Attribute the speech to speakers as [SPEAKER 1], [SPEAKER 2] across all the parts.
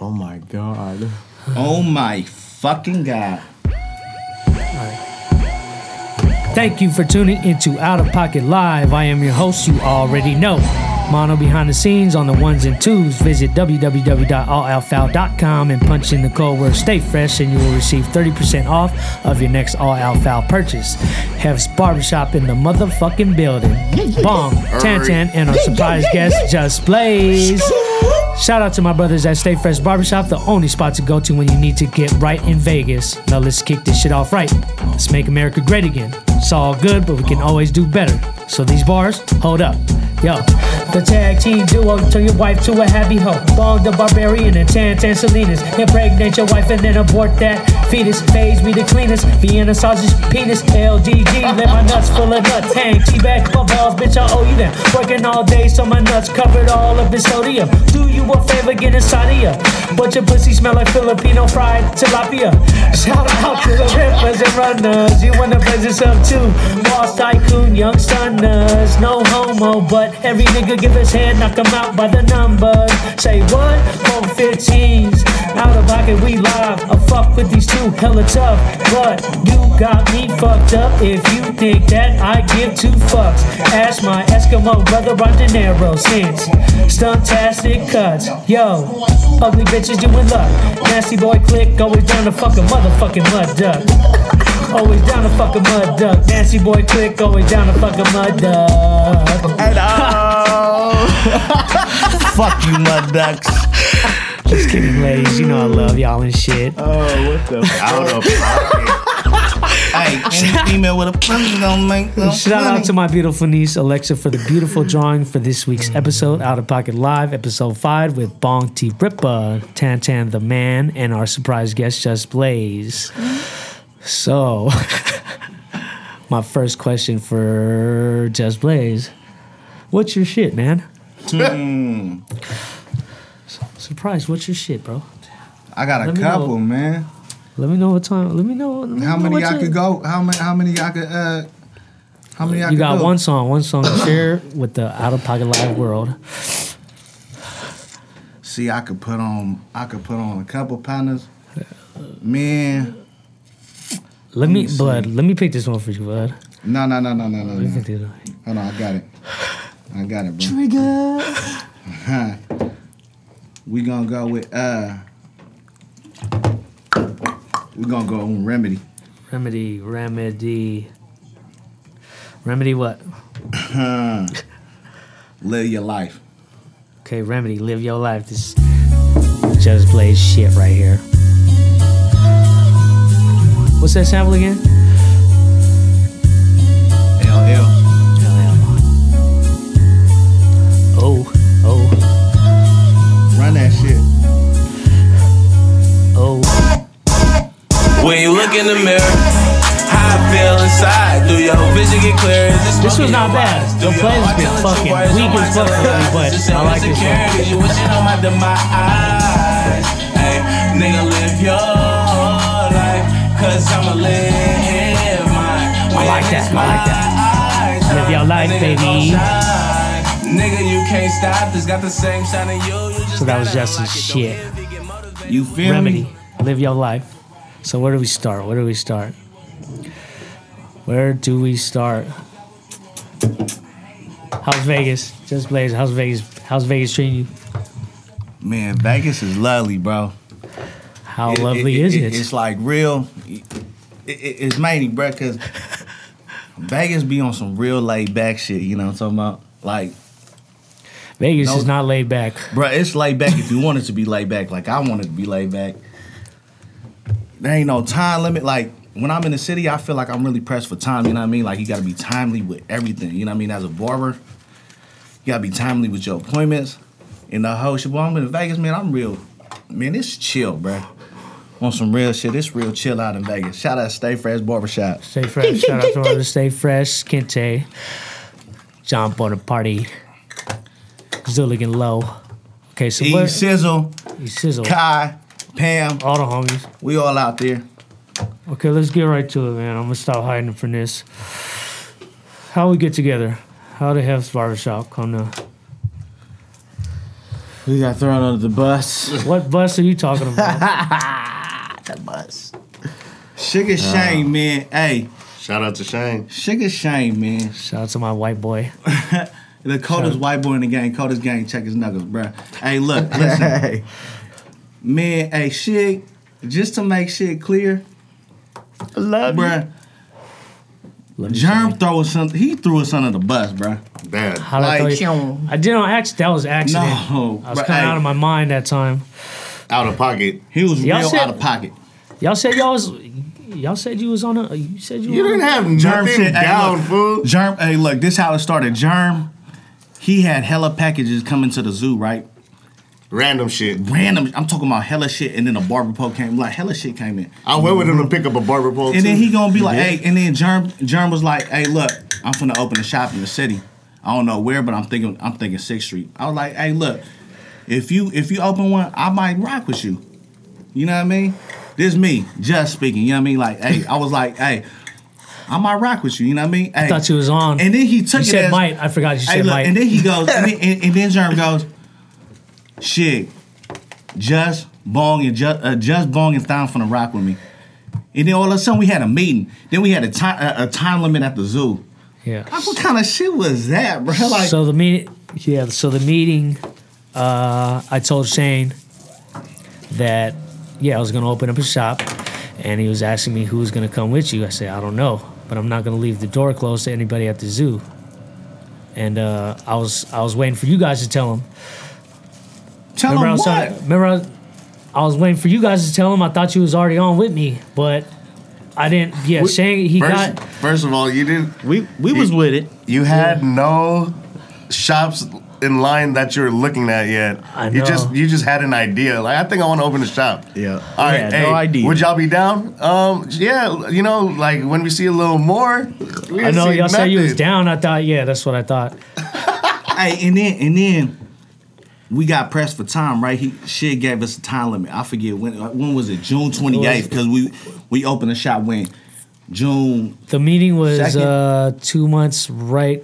[SPEAKER 1] Oh my god.
[SPEAKER 2] Oh my fucking god.
[SPEAKER 3] Thank you for tuning into Out of Pocket Live. I am your host, you already know. Mono behind the scenes on the ones and twos. Visit www.allalfoul.com and punch in the code word Stay Fresh, and you will receive 30% off of your next All Out Foul purchase. Heaven's Barbershop in the motherfucking building. Bong, Tantan, and our surprise guest, Just Blaze. Shout out to my brothers at Stay Fresh Barbershop, the only spot to go to when you need to get right in Vegas. Now let's kick this shit off right. Let's make America great again. It's all good, but we can always do better. So these bars, hold up. Yo, the tag team duo, turn your wife to a happy hoe. Bong the Barbarian and Tan Tan Salinas. Impregnate your wife and then abort that fetus. Phase me the cleanest. Vienna sausage, penis, LDG. Let my nuts full of nuts. Hang, T-back, my balls, bitch, I owe you that. Working all day, so my nuts covered all up in sodium. Do you a favor, get inside of ya. But your pussy smell like Filipino fried tilapia. Shout out to the rippers and runners. You want the presence of two. Boss tycoon, young stunners. No homo, but every nigga give his hand, knock him out by the numbers. Say what? Four 15s. Out of pocket, we live. I fuck with these two, hella tough. But you got me fucked up if you think that I give two fucks. Ask my Eskimo brother Ron De Niro since stuntastic cuts. Yo, ugly bitches doing luck. Nasty boy click, always down to fuck a motherfucking mud duck. Always down to fuck a mud duck. Nasty boy click, always down to fuck a mud duck.
[SPEAKER 2] Fuck you, mud ducks.
[SPEAKER 3] Just kidding, ladies. You know I love y'all and shit.
[SPEAKER 1] Oh, what the
[SPEAKER 2] Out of pocket. Hey, any female with a pussy don't make no
[SPEAKER 3] Shout
[SPEAKER 2] money.
[SPEAKER 3] out to my beautiful niece Alexa for the beautiful drawing for this week's episode, Out of Pocket Live, episode five, with Bong T Ripa, Tan Tan the Man, and our surprise guest Just Blaze. So, my first question for Just Blaze: What's your shit, man?
[SPEAKER 2] Hmm.
[SPEAKER 3] Surprise! What's your shit, bro?
[SPEAKER 2] I got a
[SPEAKER 3] Let me
[SPEAKER 2] couple,
[SPEAKER 3] know.
[SPEAKER 2] man.
[SPEAKER 3] Let me know what time. Let me know. let me
[SPEAKER 2] How
[SPEAKER 3] know
[SPEAKER 2] many
[SPEAKER 3] what
[SPEAKER 2] I
[SPEAKER 3] you-
[SPEAKER 2] could go? How many? How many I could? Uh, how many I
[SPEAKER 3] You
[SPEAKER 2] could
[SPEAKER 3] got
[SPEAKER 2] do?
[SPEAKER 3] one song, one song to share with the Out of Pocket Live world.
[SPEAKER 2] See, I could put on. I could put on a couple partners. Man,
[SPEAKER 3] Let me, bud. Let me pick this one for you, bud.
[SPEAKER 2] no, no, no, no, no, no.
[SPEAKER 3] You can
[SPEAKER 2] Oh, no.
[SPEAKER 3] do that.
[SPEAKER 2] Hold on, I got it. I got it, bro. Uh-huh. we gonna go with uh we gonna go on remedy.
[SPEAKER 3] Remedy, remedy, remedy. What?
[SPEAKER 2] Live your life.
[SPEAKER 3] Okay, remedy. Live your life. This just plays shit right here. What's that sample again?
[SPEAKER 2] LL.
[SPEAKER 3] Oh, oh,
[SPEAKER 2] Run that shit.
[SPEAKER 3] oh.
[SPEAKER 4] When you look in the mirror, how I feel inside. Do your vision get clear? Is this
[SPEAKER 3] This was not bad.
[SPEAKER 4] Do
[SPEAKER 3] The
[SPEAKER 4] your
[SPEAKER 3] play's
[SPEAKER 4] heart
[SPEAKER 3] been
[SPEAKER 4] telling you
[SPEAKER 3] fucking
[SPEAKER 4] words
[SPEAKER 3] weak
[SPEAKER 4] on
[SPEAKER 3] as fuck
[SPEAKER 4] my
[SPEAKER 3] for me,
[SPEAKER 4] tongue?
[SPEAKER 3] but
[SPEAKER 4] It's just
[SPEAKER 3] I like this one.
[SPEAKER 4] insecurities. You wishing on my demise. Hey, nigga, live your life. Cause I'ma live mine. When
[SPEAKER 3] like that.
[SPEAKER 4] it's
[SPEAKER 3] I like that.
[SPEAKER 4] my
[SPEAKER 3] Live your
[SPEAKER 4] time,
[SPEAKER 3] life,
[SPEAKER 4] nigga,
[SPEAKER 3] baby.
[SPEAKER 4] gon' shine. Nigga, you can't stop. This got the same shine in you. you just
[SPEAKER 3] So that was
[SPEAKER 4] gotta
[SPEAKER 3] Justin's
[SPEAKER 4] unlock it. Don't
[SPEAKER 3] shit.
[SPEAKER 4] envy, get motivated.
[SPEAKER 2] You feel
[SPEAKER 3] remedy.
[SPEAKER 2] me?
[SPEAKER 3] Live your life. So where do we start? Where do we start? Where do we start? How's Vegas? Just Blaze. How's Vegas? How's Vegas treating you?
[SPEAKER 2] Man, Vegas is lovely, bro.
[SPEAKER 3] How lovely is it?
[SPEAKER 2] It's like real. It, it, it's mighty, bro, cause Vegas be on some real laid back shit, you know what I'm talking about? Like,
[SPEAKER 3] Vegas
[SPEAKER 2] no-
[SPEAKER 3] is not laid back.
[SPEAKER 2] bro, it's laid back if you want it to be laid back. Like I want it to be laid back. There ain't no time limit. Like when I'm in the city, I feel like I'm really pressed for time. You know what I mean? Like you got to be timely with everything. You know what I mean? As a barber, you got to be timely with your appointments and the whole shit. Boy, I'm in Vegas, man. I'm real. Man, it's chill, bro. On some real shit. It's real chill out in Vegas. Shout out Stay Fresh Barbershop.
[SPEAKER 3] Stay fresh. Shout out to all the Stay Fresh, Kente, Jump on the party, Zooligan Low. Okay, so
[SPEAKER 2] E
[SPEAKER 3] what?
[SPEAKER 2] Sizzle,
[SPEAKER 3] You sizzle.
[SPEAKER 2] Kai, Pam,
[SPEAKER 3] All the homies.
[SPEAKER 2] we all out there.
[SPEAKER 3] Okay, let's get right to it, man. I'm gonna stop hiding from this. How we get together? How the Hef's barbershop come to?
[SPEAKER 1] He got thrown under the bus.
[SPEAKER 3] What bus are you talking about?
[SPEAKER 2] the bus. Sugar Shane, man. Hey,
[SPEAKER 5] Shout out to Shane.
[SPEAKER 2] Sugar Shane, man.
[SPEAKER 3] Shout out to my white boy.
[SPEAKER 2] The coldest white boy in the gang. Coldest gang. Check his knuckles, bruh. Hey, look, listen,
[SPEAKER 1] Hey.
[SPEAKER 2] man. Hey, shit. Just to make shit clear,
[SPEAKER 1] Love
[SPEAKER 2] bruh.
[SPEAKER 3] Let me
[SPEAKER 2] Germ
[SPEAKER 3] see.
[SPEAKER 2] throw us under. He threw us under the bus, bruh.
[SPEAKER 5] Bad.
[SPEAKER 3] How did I throw
[SPEAKER 2] like,
[SPEAKER 3] you- I did on accident. That was accident.
[SPEAKER 2] No,
[SPEAKER 3] I was
[SPEAKER 2] but
[SPEAKER 3] kind of
[SPEAKER 2] hey.
[SPEAKER 3] out of my mind that time.
[SPEAKER 5] Out of pocket.
[SPEAKER 2] He was
[SPEAKER 3] Y'all
[SPEAKER 2] real
[SPEAKER 3] said-
[SPEAKER 2] out of pocket.
[SPEAKER 3] Y'all said y'all was. Y'all said you was on a. You said you.
[SPEAKER 5] You
[SPEAKER 3] were on
[SPEAKER 5] didn't
[SPEAKER 3] a-
[SPEAKER 5] have
[SPEAKER 2] Germ
[SPEAKER 5] nothing
[SPEAKER 2] shit.
[SPEAKER 5] down,
[SPEAKER 2] hey,
[SPEAKER 5] fool.
[SPEAKER 2] look, Germ. Hey, look. This how it started. Germ. He had hella packages coming to the zoo, right?
[SPEAKER 5] Random shit.
[SPEAKER 2] Random. I'm talking about hella shit, and then a barber pole came. Like hella shit came in.
[SPEAKER 5] I went with him to pick up a barber pole.
[SPEAKER 2] And then
[SPEAKER 5] too.
[SPEAKER 2] he gonna be like, hey, and then Germ Germ was like, hey, look, I'm finna open a shop in the city. I don't know where, but I'm thinking I'm thinking Sixth Street. I was like, hey, look, if you if you open one, I might rock with you. You know what I mean? This me, just speaking. You know what I mean? Like, hey, I was like, hey, I might rock with you. You know what I mean? Hey.
[SPEAKER 3] I thought you was on.
[SPEAKER 2] And then he took
[SPEAKER 3] you
[SPEAKER 2] it
[SPEAKER 3] said
[SPEAKER 2] as-
[SPEAKER 3] might. I forgot you
[SPEAKER 2] Hey,
[SPEAKER 3] said
[SPEAKER 2] look,
[SPEAKER 3] might.
[SPEAKER 2] and then he goes, and then, and, and then Germ goes, shit, just Bong and just, uh, just Bong and Thon finna rock with me. And then all of a sudden we had a meeting. Then we had a time a, a time limit at the zoo.
[SPEAKER 3] yeah.
[SPEAKER 2] Like, what kind of shit was that, bro? Like,
[SPEAKER 3] so the meeting. Yeah. So the meeting. Uh, I told Shane that yeah I was gonna open up a shop, and he was asking me who's gonna come with you. I said I don't know, but I'm not gonna leave the door closed to anybody at the zoo. And uh, I was I was waiting for you guys to tell him.
[SPEAKER 2] tell
[SPEAKER 3] Remember, I
[SPEAKER 2] him
[SPEAKER 3] was,
[SPEAKER 2] what?
[SPEAKER 3] trying- remember I, was, I was waiting for you guys to tell him. I thought you was already on with me, but I didn't. Yeah, Shane, he
[SPEAKER 5] First,
[SPEAKER 3] got.
[SPEAKER 5] first of all, you didn't.
[SPEAKER 1] We we was with it.
[SPEAKER 5] You had no shops in line that you're looking at yet.
[SPEAKER 3] I
[SPEAKER 5] You
[SPEAKER 3] know.
[SPEAKER 5] just you just had an idea. Like I think I want to open a shop.
[SPEAKER 1] Yeah.
[SPEAKER 5] All right.
[SPEAKER 1] Yeah,
[SPEAKER 5] hey,
[SPEAKER 1] no idea.
[SPEAKER 5] Would y'all be down? Um. Yeah. You know, like when we see a little more.
[SPEAKER 3] I know y'all said you was down. I thought, yeah, that's what I thought.
[SPEAKER 2] Hey, and then and then we got pressed for time, right? He shit gave us a time limit. I forget when uh, when was it? June twenty eighth, because we we opened the shop when June
[SPEAKER 3] The meeting was
[SPEAKER 2] Second.
[SPEAKER 3] uh, two months, right?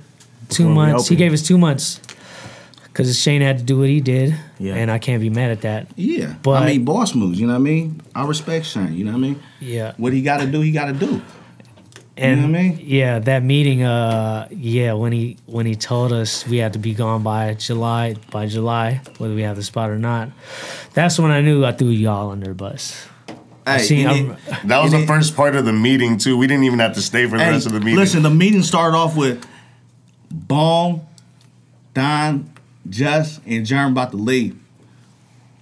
[SPEAKER 3] Two
[SPEAKER 1] When we
[SPEAKER 3] months. He
[SPEAKER 1] opened.
[SPEAKER 3] gave us two months because Shane had to do what he did,
[SPEAKER 1] Yeah.
[SPEAKER 3] and I can't be mad at that.
[SPEAKER 2] Yeah.
[SPEAKER 3] But-
[SPEAKER 2] I mean, boss moves, you know what I mean? I respect Shane, you know what I mean?
[SPEAKER 3] Yeah,
[SPEAKER 2] What he got to do, he got to do.
[SPEAKER 3] and
[SPEAKER 2] know what I mean?
[SPEAKER 3] yeah, that meeting. Uh, yeah, when he when he told us we had to be gone by July by July, whether we have the spot or not, that's when I knew I threw y'all under the bus.
[SPEAKER 2] Hey,
[SPEAKER 3] see,
[SPEAKER 2] and
[SPEAKER 3] I'm-
[SPEAKER 2] it-
[SPEAKER 5] That was
[SPEAKER 2] and
[SPEAKER 5] the
[SPEAKER 2] it-
[SPEAKER 5] first part of the meeting too. We didn't even have to stay for the
[SPEAKER 2] hey,
[SPEAKER 5] rest of the meeting.
[SPEAKER 2] Listen, the meeting started off with Bong, Don, Just, and Jerm about to leave.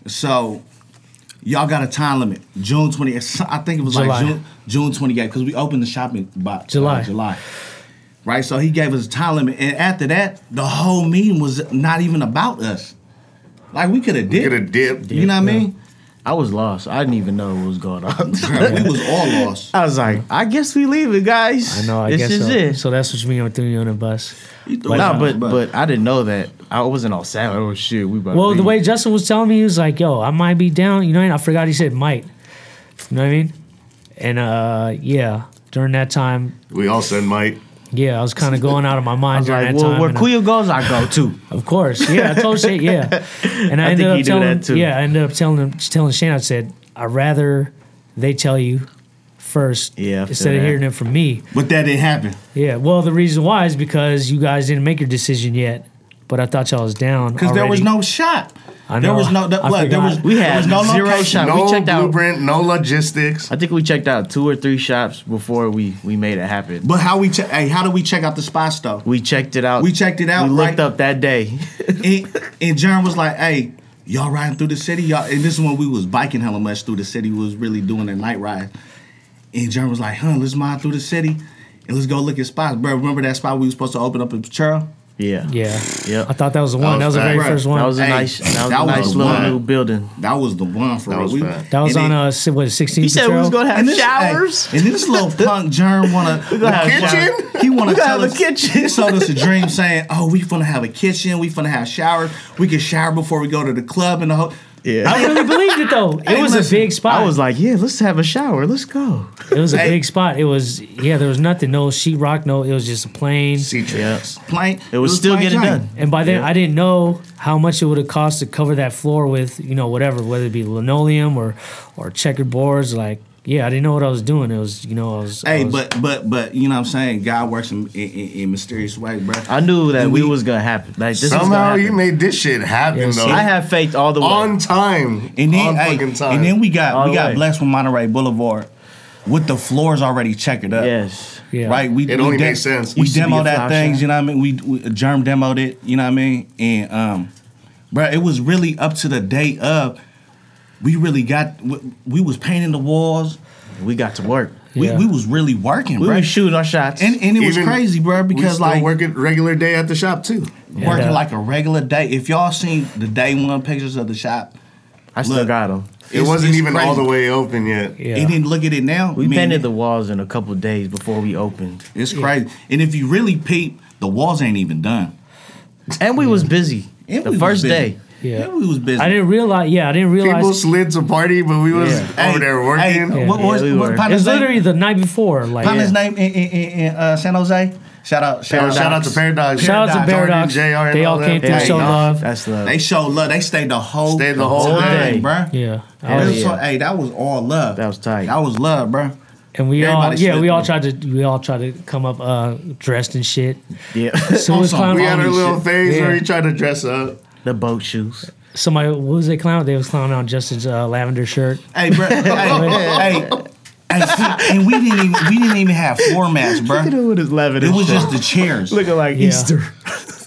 [SPEAKER 2] So y'all got a time limit. June 28th. I think it was
[SPEAKER 3] July.
[SPEAKER 2] like June, June 28th because we opened the shop in by
[SPEAKER 3] July.
[SPEAKER 2] uh, July. Right? So he gave us a time limit. And after that, the whole meeting was not even about us. Like we could have
[SPEAKER 5] Get a
[SPEAKER 2] did.
[SPEAKER 5] dip.
[SPEAKER 2] You know what I mean?
[SPEAKER 1] I was lost. I didn't even know what was going on.
[SPEAKER 2] Bruh, we was all lost.
[SPEAKER 1] I was like, I guess we leave it, guys.
[SPEAKER 3] I know. I
[SPEAKER 1] this
[SPEAKER 3] guess
[SPEAKER 1] is
[SPEAKER 3] so.
[SPEAKER 1] it.
[SPEAKER 3] So that's what you mean. I threw you under the bus.
[SPEAKER 1] no, but but I didn't know that. I wasn't all sad. Oh shit, we about. to
[SPEAKER 3] Well, the
[SPEAKER 1] leave.
[SPEAKER 3] way Justin was telling me, he was like, "Yo, I might be down." You know, what I mean? I forgot he said might. You know what I mean? And uh, yeah, during that time,
[SPEAKER 5] We all said Mike.
[SPEAKER 3] yeah, I was kind of going out of my
[SPEAKER 1] I
[SPEAKER 3] mind
[SPEAKER 1] was
[SPEAKER 3] during
[SPEAKER 1] like,
[SPEAKER 3] that
[SPEAKER 1] well,
[SPEAKER 3] time.
[SPEAKER 1] where
[SPEAKER 3] and uh, I-
[SPEAKER 1] Kuya goes, I go too.
[SPEAKER 3] of course, yeah, I told Shane, yeah, and I,
[SPEAKER 1] I
[SPEAKER 3] ended
[SPEAKER 1] think
[SPEAKER 3] up
[SPEAKER 1] he do
[SPEAKER 3] telling,
[SPEAKER 1] that too.
[SPEAKER 3] yeah, I ended up telling him, telling Shane, I said, I would rather they tell you first,
[SPEAKER 1] Yeah, I feel
[SPEAKER 3] instead of
[SPEAKER 1] that.
[SPEAKER 3] hearing it from me,
[SPEAKER 2] But that didn't happen.
[SPEAKER 3] yeah. Well, the reason why is because you guys didn't make your decision yet, but I thought y'all was down
[SPEAKER 2] Because there was
[SPEAKER 3] already.
[SPEAKER 2] no shot.
[SPEAKER 3] I
[SPEAKER 2] There
[SPEAKER 3] know.
[SPEAKER 2] was no. There,
[SPEAKER 3] I
[SPEAKER 2] look, there was.
[SPEAKER 3] forgot.
[SPEAKER 1] We
[SPEAKER 2] there
[SPEAKER 1] had
[SPEAKER 2] was no
[SPEAKER 1] zero
[SPEAKER 2] location.
[SPEAKER 1] shot.
[SPEAKER 5] No
[SPEAKER 1] Uh, we checked out.
[SPEAKER 5] blueprint. No logistics.
[SPEAKER 1] I think we checked out two or three shops before we we made it happen.
[SPEAKER 2] But how we? Che- hey, how do we check out the spots though?
[SPEAKER 1] we checked it out.
[SPEAKER 2] We checked it out,
[SPEAKER 1] We looked
[SPEAKER 2] right?
[SPEAKER 1] up that day.
[SPEAKER 2] and, and Jern was like, "Hey, y'all riding through the city, y'all." And this is when we was biking hella much through the city. We was really doing a night ride. And Jern was like, "Huh, let's mine through the city, and let's go look at spots, bro. Remember that spot we was supposed to open up in Churro?
[SPEAKER 1] Yeah.
[SPEAKER 3] yeah,
[SPEAKER 1] Yep.
[SPEAKER 3] I thought that was the one. That
[SPEAKER 5] was
[SPEAKER 3] was, the very
[SPEAKER 2] bad.
[SPEAKER 3] first one.
[SPEAKER 1] That was a
[SPEAKER 2] Hey,
[SPEAKER 1] nice, that was
[SPEAKER 2] that
[SPEAKER 1] a
[SPEAKER 2] was
[SPEAKER 1] nice
[SPEAKER 2] the
[SPEAKER 1] little
[SPEAKER 2] one.
[SPEAKER 1] new building.
[SPEAKER 2] That was the one for
[SPEAKER 5] That
[SPEAKER 2] real.
[SPEAKER 5] was
[SPEAKER 2] We-
[SPEAKER 5] bad.
[SPEAKER 3] That was
[SPEAKER 2] and
[SPEAKER 3] on
[SPEAKER 2] then-
[SPEAKER 3] uh si- what 16th
[SPEAKER 1] He said we was
[SPEAKER 3] Patrol?
[SPEAKER 1] gonna have
[SPEAKER 2] and this, hey,
[SPEAKER 1] showers.
[SPEAKER 2] and this little punk Jern wanna
[SPEAKER 1] gonna have
[SPEAKER 5] Kitchen?
[SPEAKER 2] He wanna
[SPEAKER 1] We gotta
[SPEAKER 2] tell
[SPEAKER 1] have a
[SPEAKER 2] us
[SPEAKER 1] kitchen.
[SPEAKER 2] He sold us a dream saying, "Oh, we finna have a kitchen. We finna have showers. We can shower before we go to the club and the whole."
[SPEAKER 1] Yeah.
[SPEAKER 3] I really believed it though. It
[SPEAKER 2] Hey,
[SPEAKER 3] was
[SPEAKER 2] listen,
[SPEAKER 3] a big spot.
[SPEAKER 1] I was like, yeah, let's have a shower. Let's go.
[SPEAKER 3] it was a
[SPEAKER 2] Hey.
[SPEAKER 3] big spot. It was yeah. There was nothing. No sheetrock. No. It was just a plane.
[SPEAKER 1] Yeah.
[SPEAKER 2] Plain.
[SPEAKER 1] It was still
[SPEAKER 2] plain
[SPEAKER 1] getting
[SPEAKER 2] Jane.
[SPEAKER 1] done.
[SPEAKER 3] And by then, I didn't know how much it would have cost to cover that floor with, you know, whatever, whether it be linoleum or or checkerboards. Like, yeah, I didn't know what I was doing. It was, you know, I was. I
[SPEAKER 2] Hey,
[SPEAKER 3] was-
[SPEAKER 2] but but but you know what I'm saying? God works in, in, in in mysterious ways, bro.
[SPEAKER 1] I knew that
[SPEAKER 2] And
[SPEAKER 1] we, was gonna happen. Like this is
[SPEAKER 5] Somehow
[SPEAKER 1] gonna
[SPEAKER 5] you
[SPEAKER 1] happen.
[SPEAKER 5] made this shit happen
[SPEAKER 3] Yeah,
[SPEAKER 5] though.
[SPEAKER 3] see?
[SPEAKER 1] I have faith all the way.
[SPEAKER 5] on time.
[SPEAKER 2] and then
[SPEAKER 5] on
[SPEAKER 2] hey,
[SPEAKER 5] fucking time.
[SPEAKER 2] and then we got
[SPEAKER 1] All
[SPEAKER 2] we
[SPEAKER 1] the
[SPEAKER 2] got
[SPEAKER 1] way.
[SPEAKER 2] blessed with Monterey Boulevard with the floors already checkered up.
[SPEAKER 1] yes.
[SPEAKER 3] yeah.
[SPEAKER 2] Right, we
[SPEAKER 5] It
[SPEAKER 2] we
[SPEAKER 5] only makes sense.
[SPEAKER 2] We
[SPEAKER 5] Used
[SPEAKER 1] to be a
[SPEAKER 2] demoed
[SPEAKER 1] flash
[SPEAKER 2] that things,
[SPEAKER 1] shop.
[SPEAKER 2] you know what I mean. We, we germ demoed it, you know what I mean. And um, bro, it was really up to the day of. We really got we, we was painting the walls.
[SPEAKER 1] We got to work.
[SPEAKER 3] Yeah.
[SPEAKER 2] We, we was really working,
[SPEAKER 1] We
[SPEAKER 2] bro.
[SPEAKER 1] were shooting our shots.
[SPEAKER 2] and and it was
[SPEAKER 5] Even-
[SPEAKER 2] crazy, bro,
[SPEAKER 5] We
[SPEAKER 2] because
[SPEAKER 5] still
[SPEAKER 2] like
[SPEAKER 5] work it regular day at the shop too.
[SPEAKER 2] working
[SPEAKER 3] Yeah.
[SPEAKER 2] like a regular day. If y'all seen the day one pictures of the shop,
[SPEAKER 1] I still
[SPEAKER 2] look.
[SPEAKER 1] got 'em. got them.
[SPEAKER 5] It
[SPEAKER 2] it's-
[SPEAKER 5] wasn't
[SPEAKER 2] it's
[SPEAKER 5] even
[SPEAKER 2] crazy.
[SPEAKER 5] all the way open yet.
[SPEAKER 3] Yeah.
[SPEAKER 2] And then look at it now.
[SPEAKER 1] We
[SPEAKER 2] man,
[SPEAKER 1] painted the walls in a couple days before we opened,
[SPEAKER 2] It's crazy. And if you really peep, the walls ain't even done.
[SPEAKER 1] and we was busy
[SPEAKER 2] And
[SPEAKER 1] the
[SPEAKER 2] we was
[SPEAKER 1] first
[SPEAKER 2] busy.
[SPEAKER 1] day.
[SPEAKER 3] Yeah.
[SPEAKER 2] And we was busy.
[SPEAKER 3] I didn't realize. Yeah, I didn't realize.
[SPEAKER 5] People slid to party, but we was
[SPEAKER 2] Hey,
[SPEAKER 5] over there
[SPEAKER 2] Hey,
[SPEAKER 5] working.
[SPEAKER 2] what
[SPEAKER 1] Yeah,
[SPEAKER 2] was
[SPEAKER 1] we
[SPEAKER 2] what
[SPEAKER 1] were.
[SPEAKER 3] it was
[SPEAKER 2] partner's
[SPEAKER 3] literally
[SPEAKER 2] name?
[SPEAKER 3] the night before. Like,
[SPEAKER 2] Partner's name in, in, in, in uh, San Jose. Shout out, shout out,
[SPEAKER 5] Shout out to Paradise.
[SPEAKER 3] shout out to
[SPEAKER 5] Jordan,
[SPEAKER 3] Paradox.
[SPEAKER 5] JR, and
[SPEAKER 3] They all
[SPEAKER 5] that.
[SPEAKER 3] came through,
[SPEAKER 5] Hey,
[SPEAKER 3] showed
[SPEAKER 5] nah.
[SPEAKER 3] love.
[SPEAKER 1] That's love.
[SPEAKER 2] They showed love. They stayed the whole
[SPEAKER 5] Stayed the whole
[SPEAKER 1] day.
[SPEAKER 2] bruh.
[SPEAKER 3] Yeah.
[SPEAKER 1] Hell
[SPEAKER 2] It
[SPEAKER 3] Oh,
[SPEAKER 2] was
[SPEAKER 1] yeah.
[SPEAKER 2] so- hey, that was all love.
[SPEAKER 1] That was tight.
[SPEAKER 2] That was love, bruh.
[SPEAKER 3] And we all,
[SPEAKER 2] Everybody
[SPEAKER 3] yeah,
[SPEAKER 2] should-
[SPEAKER 3] we all tried to, we all tried to come up uh, dressed and shit.
[SPEAKER 1] Yeah,
[SPEAKER 3] Suicide
[SPEAKER 2] Awesome.
[SPEAKER 5] We
[SPEAKER 3] clown-
[SPEAKER 5] had our
[SPEAKER 2] Holy
[SPEAKER 5] little
[SPEAKER 2] shit.
[SPEAKER 5] phase where
[SPEAKER 3] Yeah.
[SPEAKER 5] we tried to dress up.
[SPEAKER 1] the boat shoes.
[SPEAKER 3] Somebody, what was they clowning? They was clowning on Justin's uh, lavender shirt.
[SPEAKER 2] Hey, bruh. hey, hey, hey, see, and we didn't even we didn't even have formats,
[SPEAKER 1] Look at
[SPEAKER 2] bruh.
[SPEAKER 1] him with his lavender.
[SPEAKER 2] It was
[SPEAKER 1] shirt.
[SPEAKER 2] just the chairs.
[SPEAKER 1] looking like
[SPEAKER 3] Yeah.
[SPEAKER 1] Easter.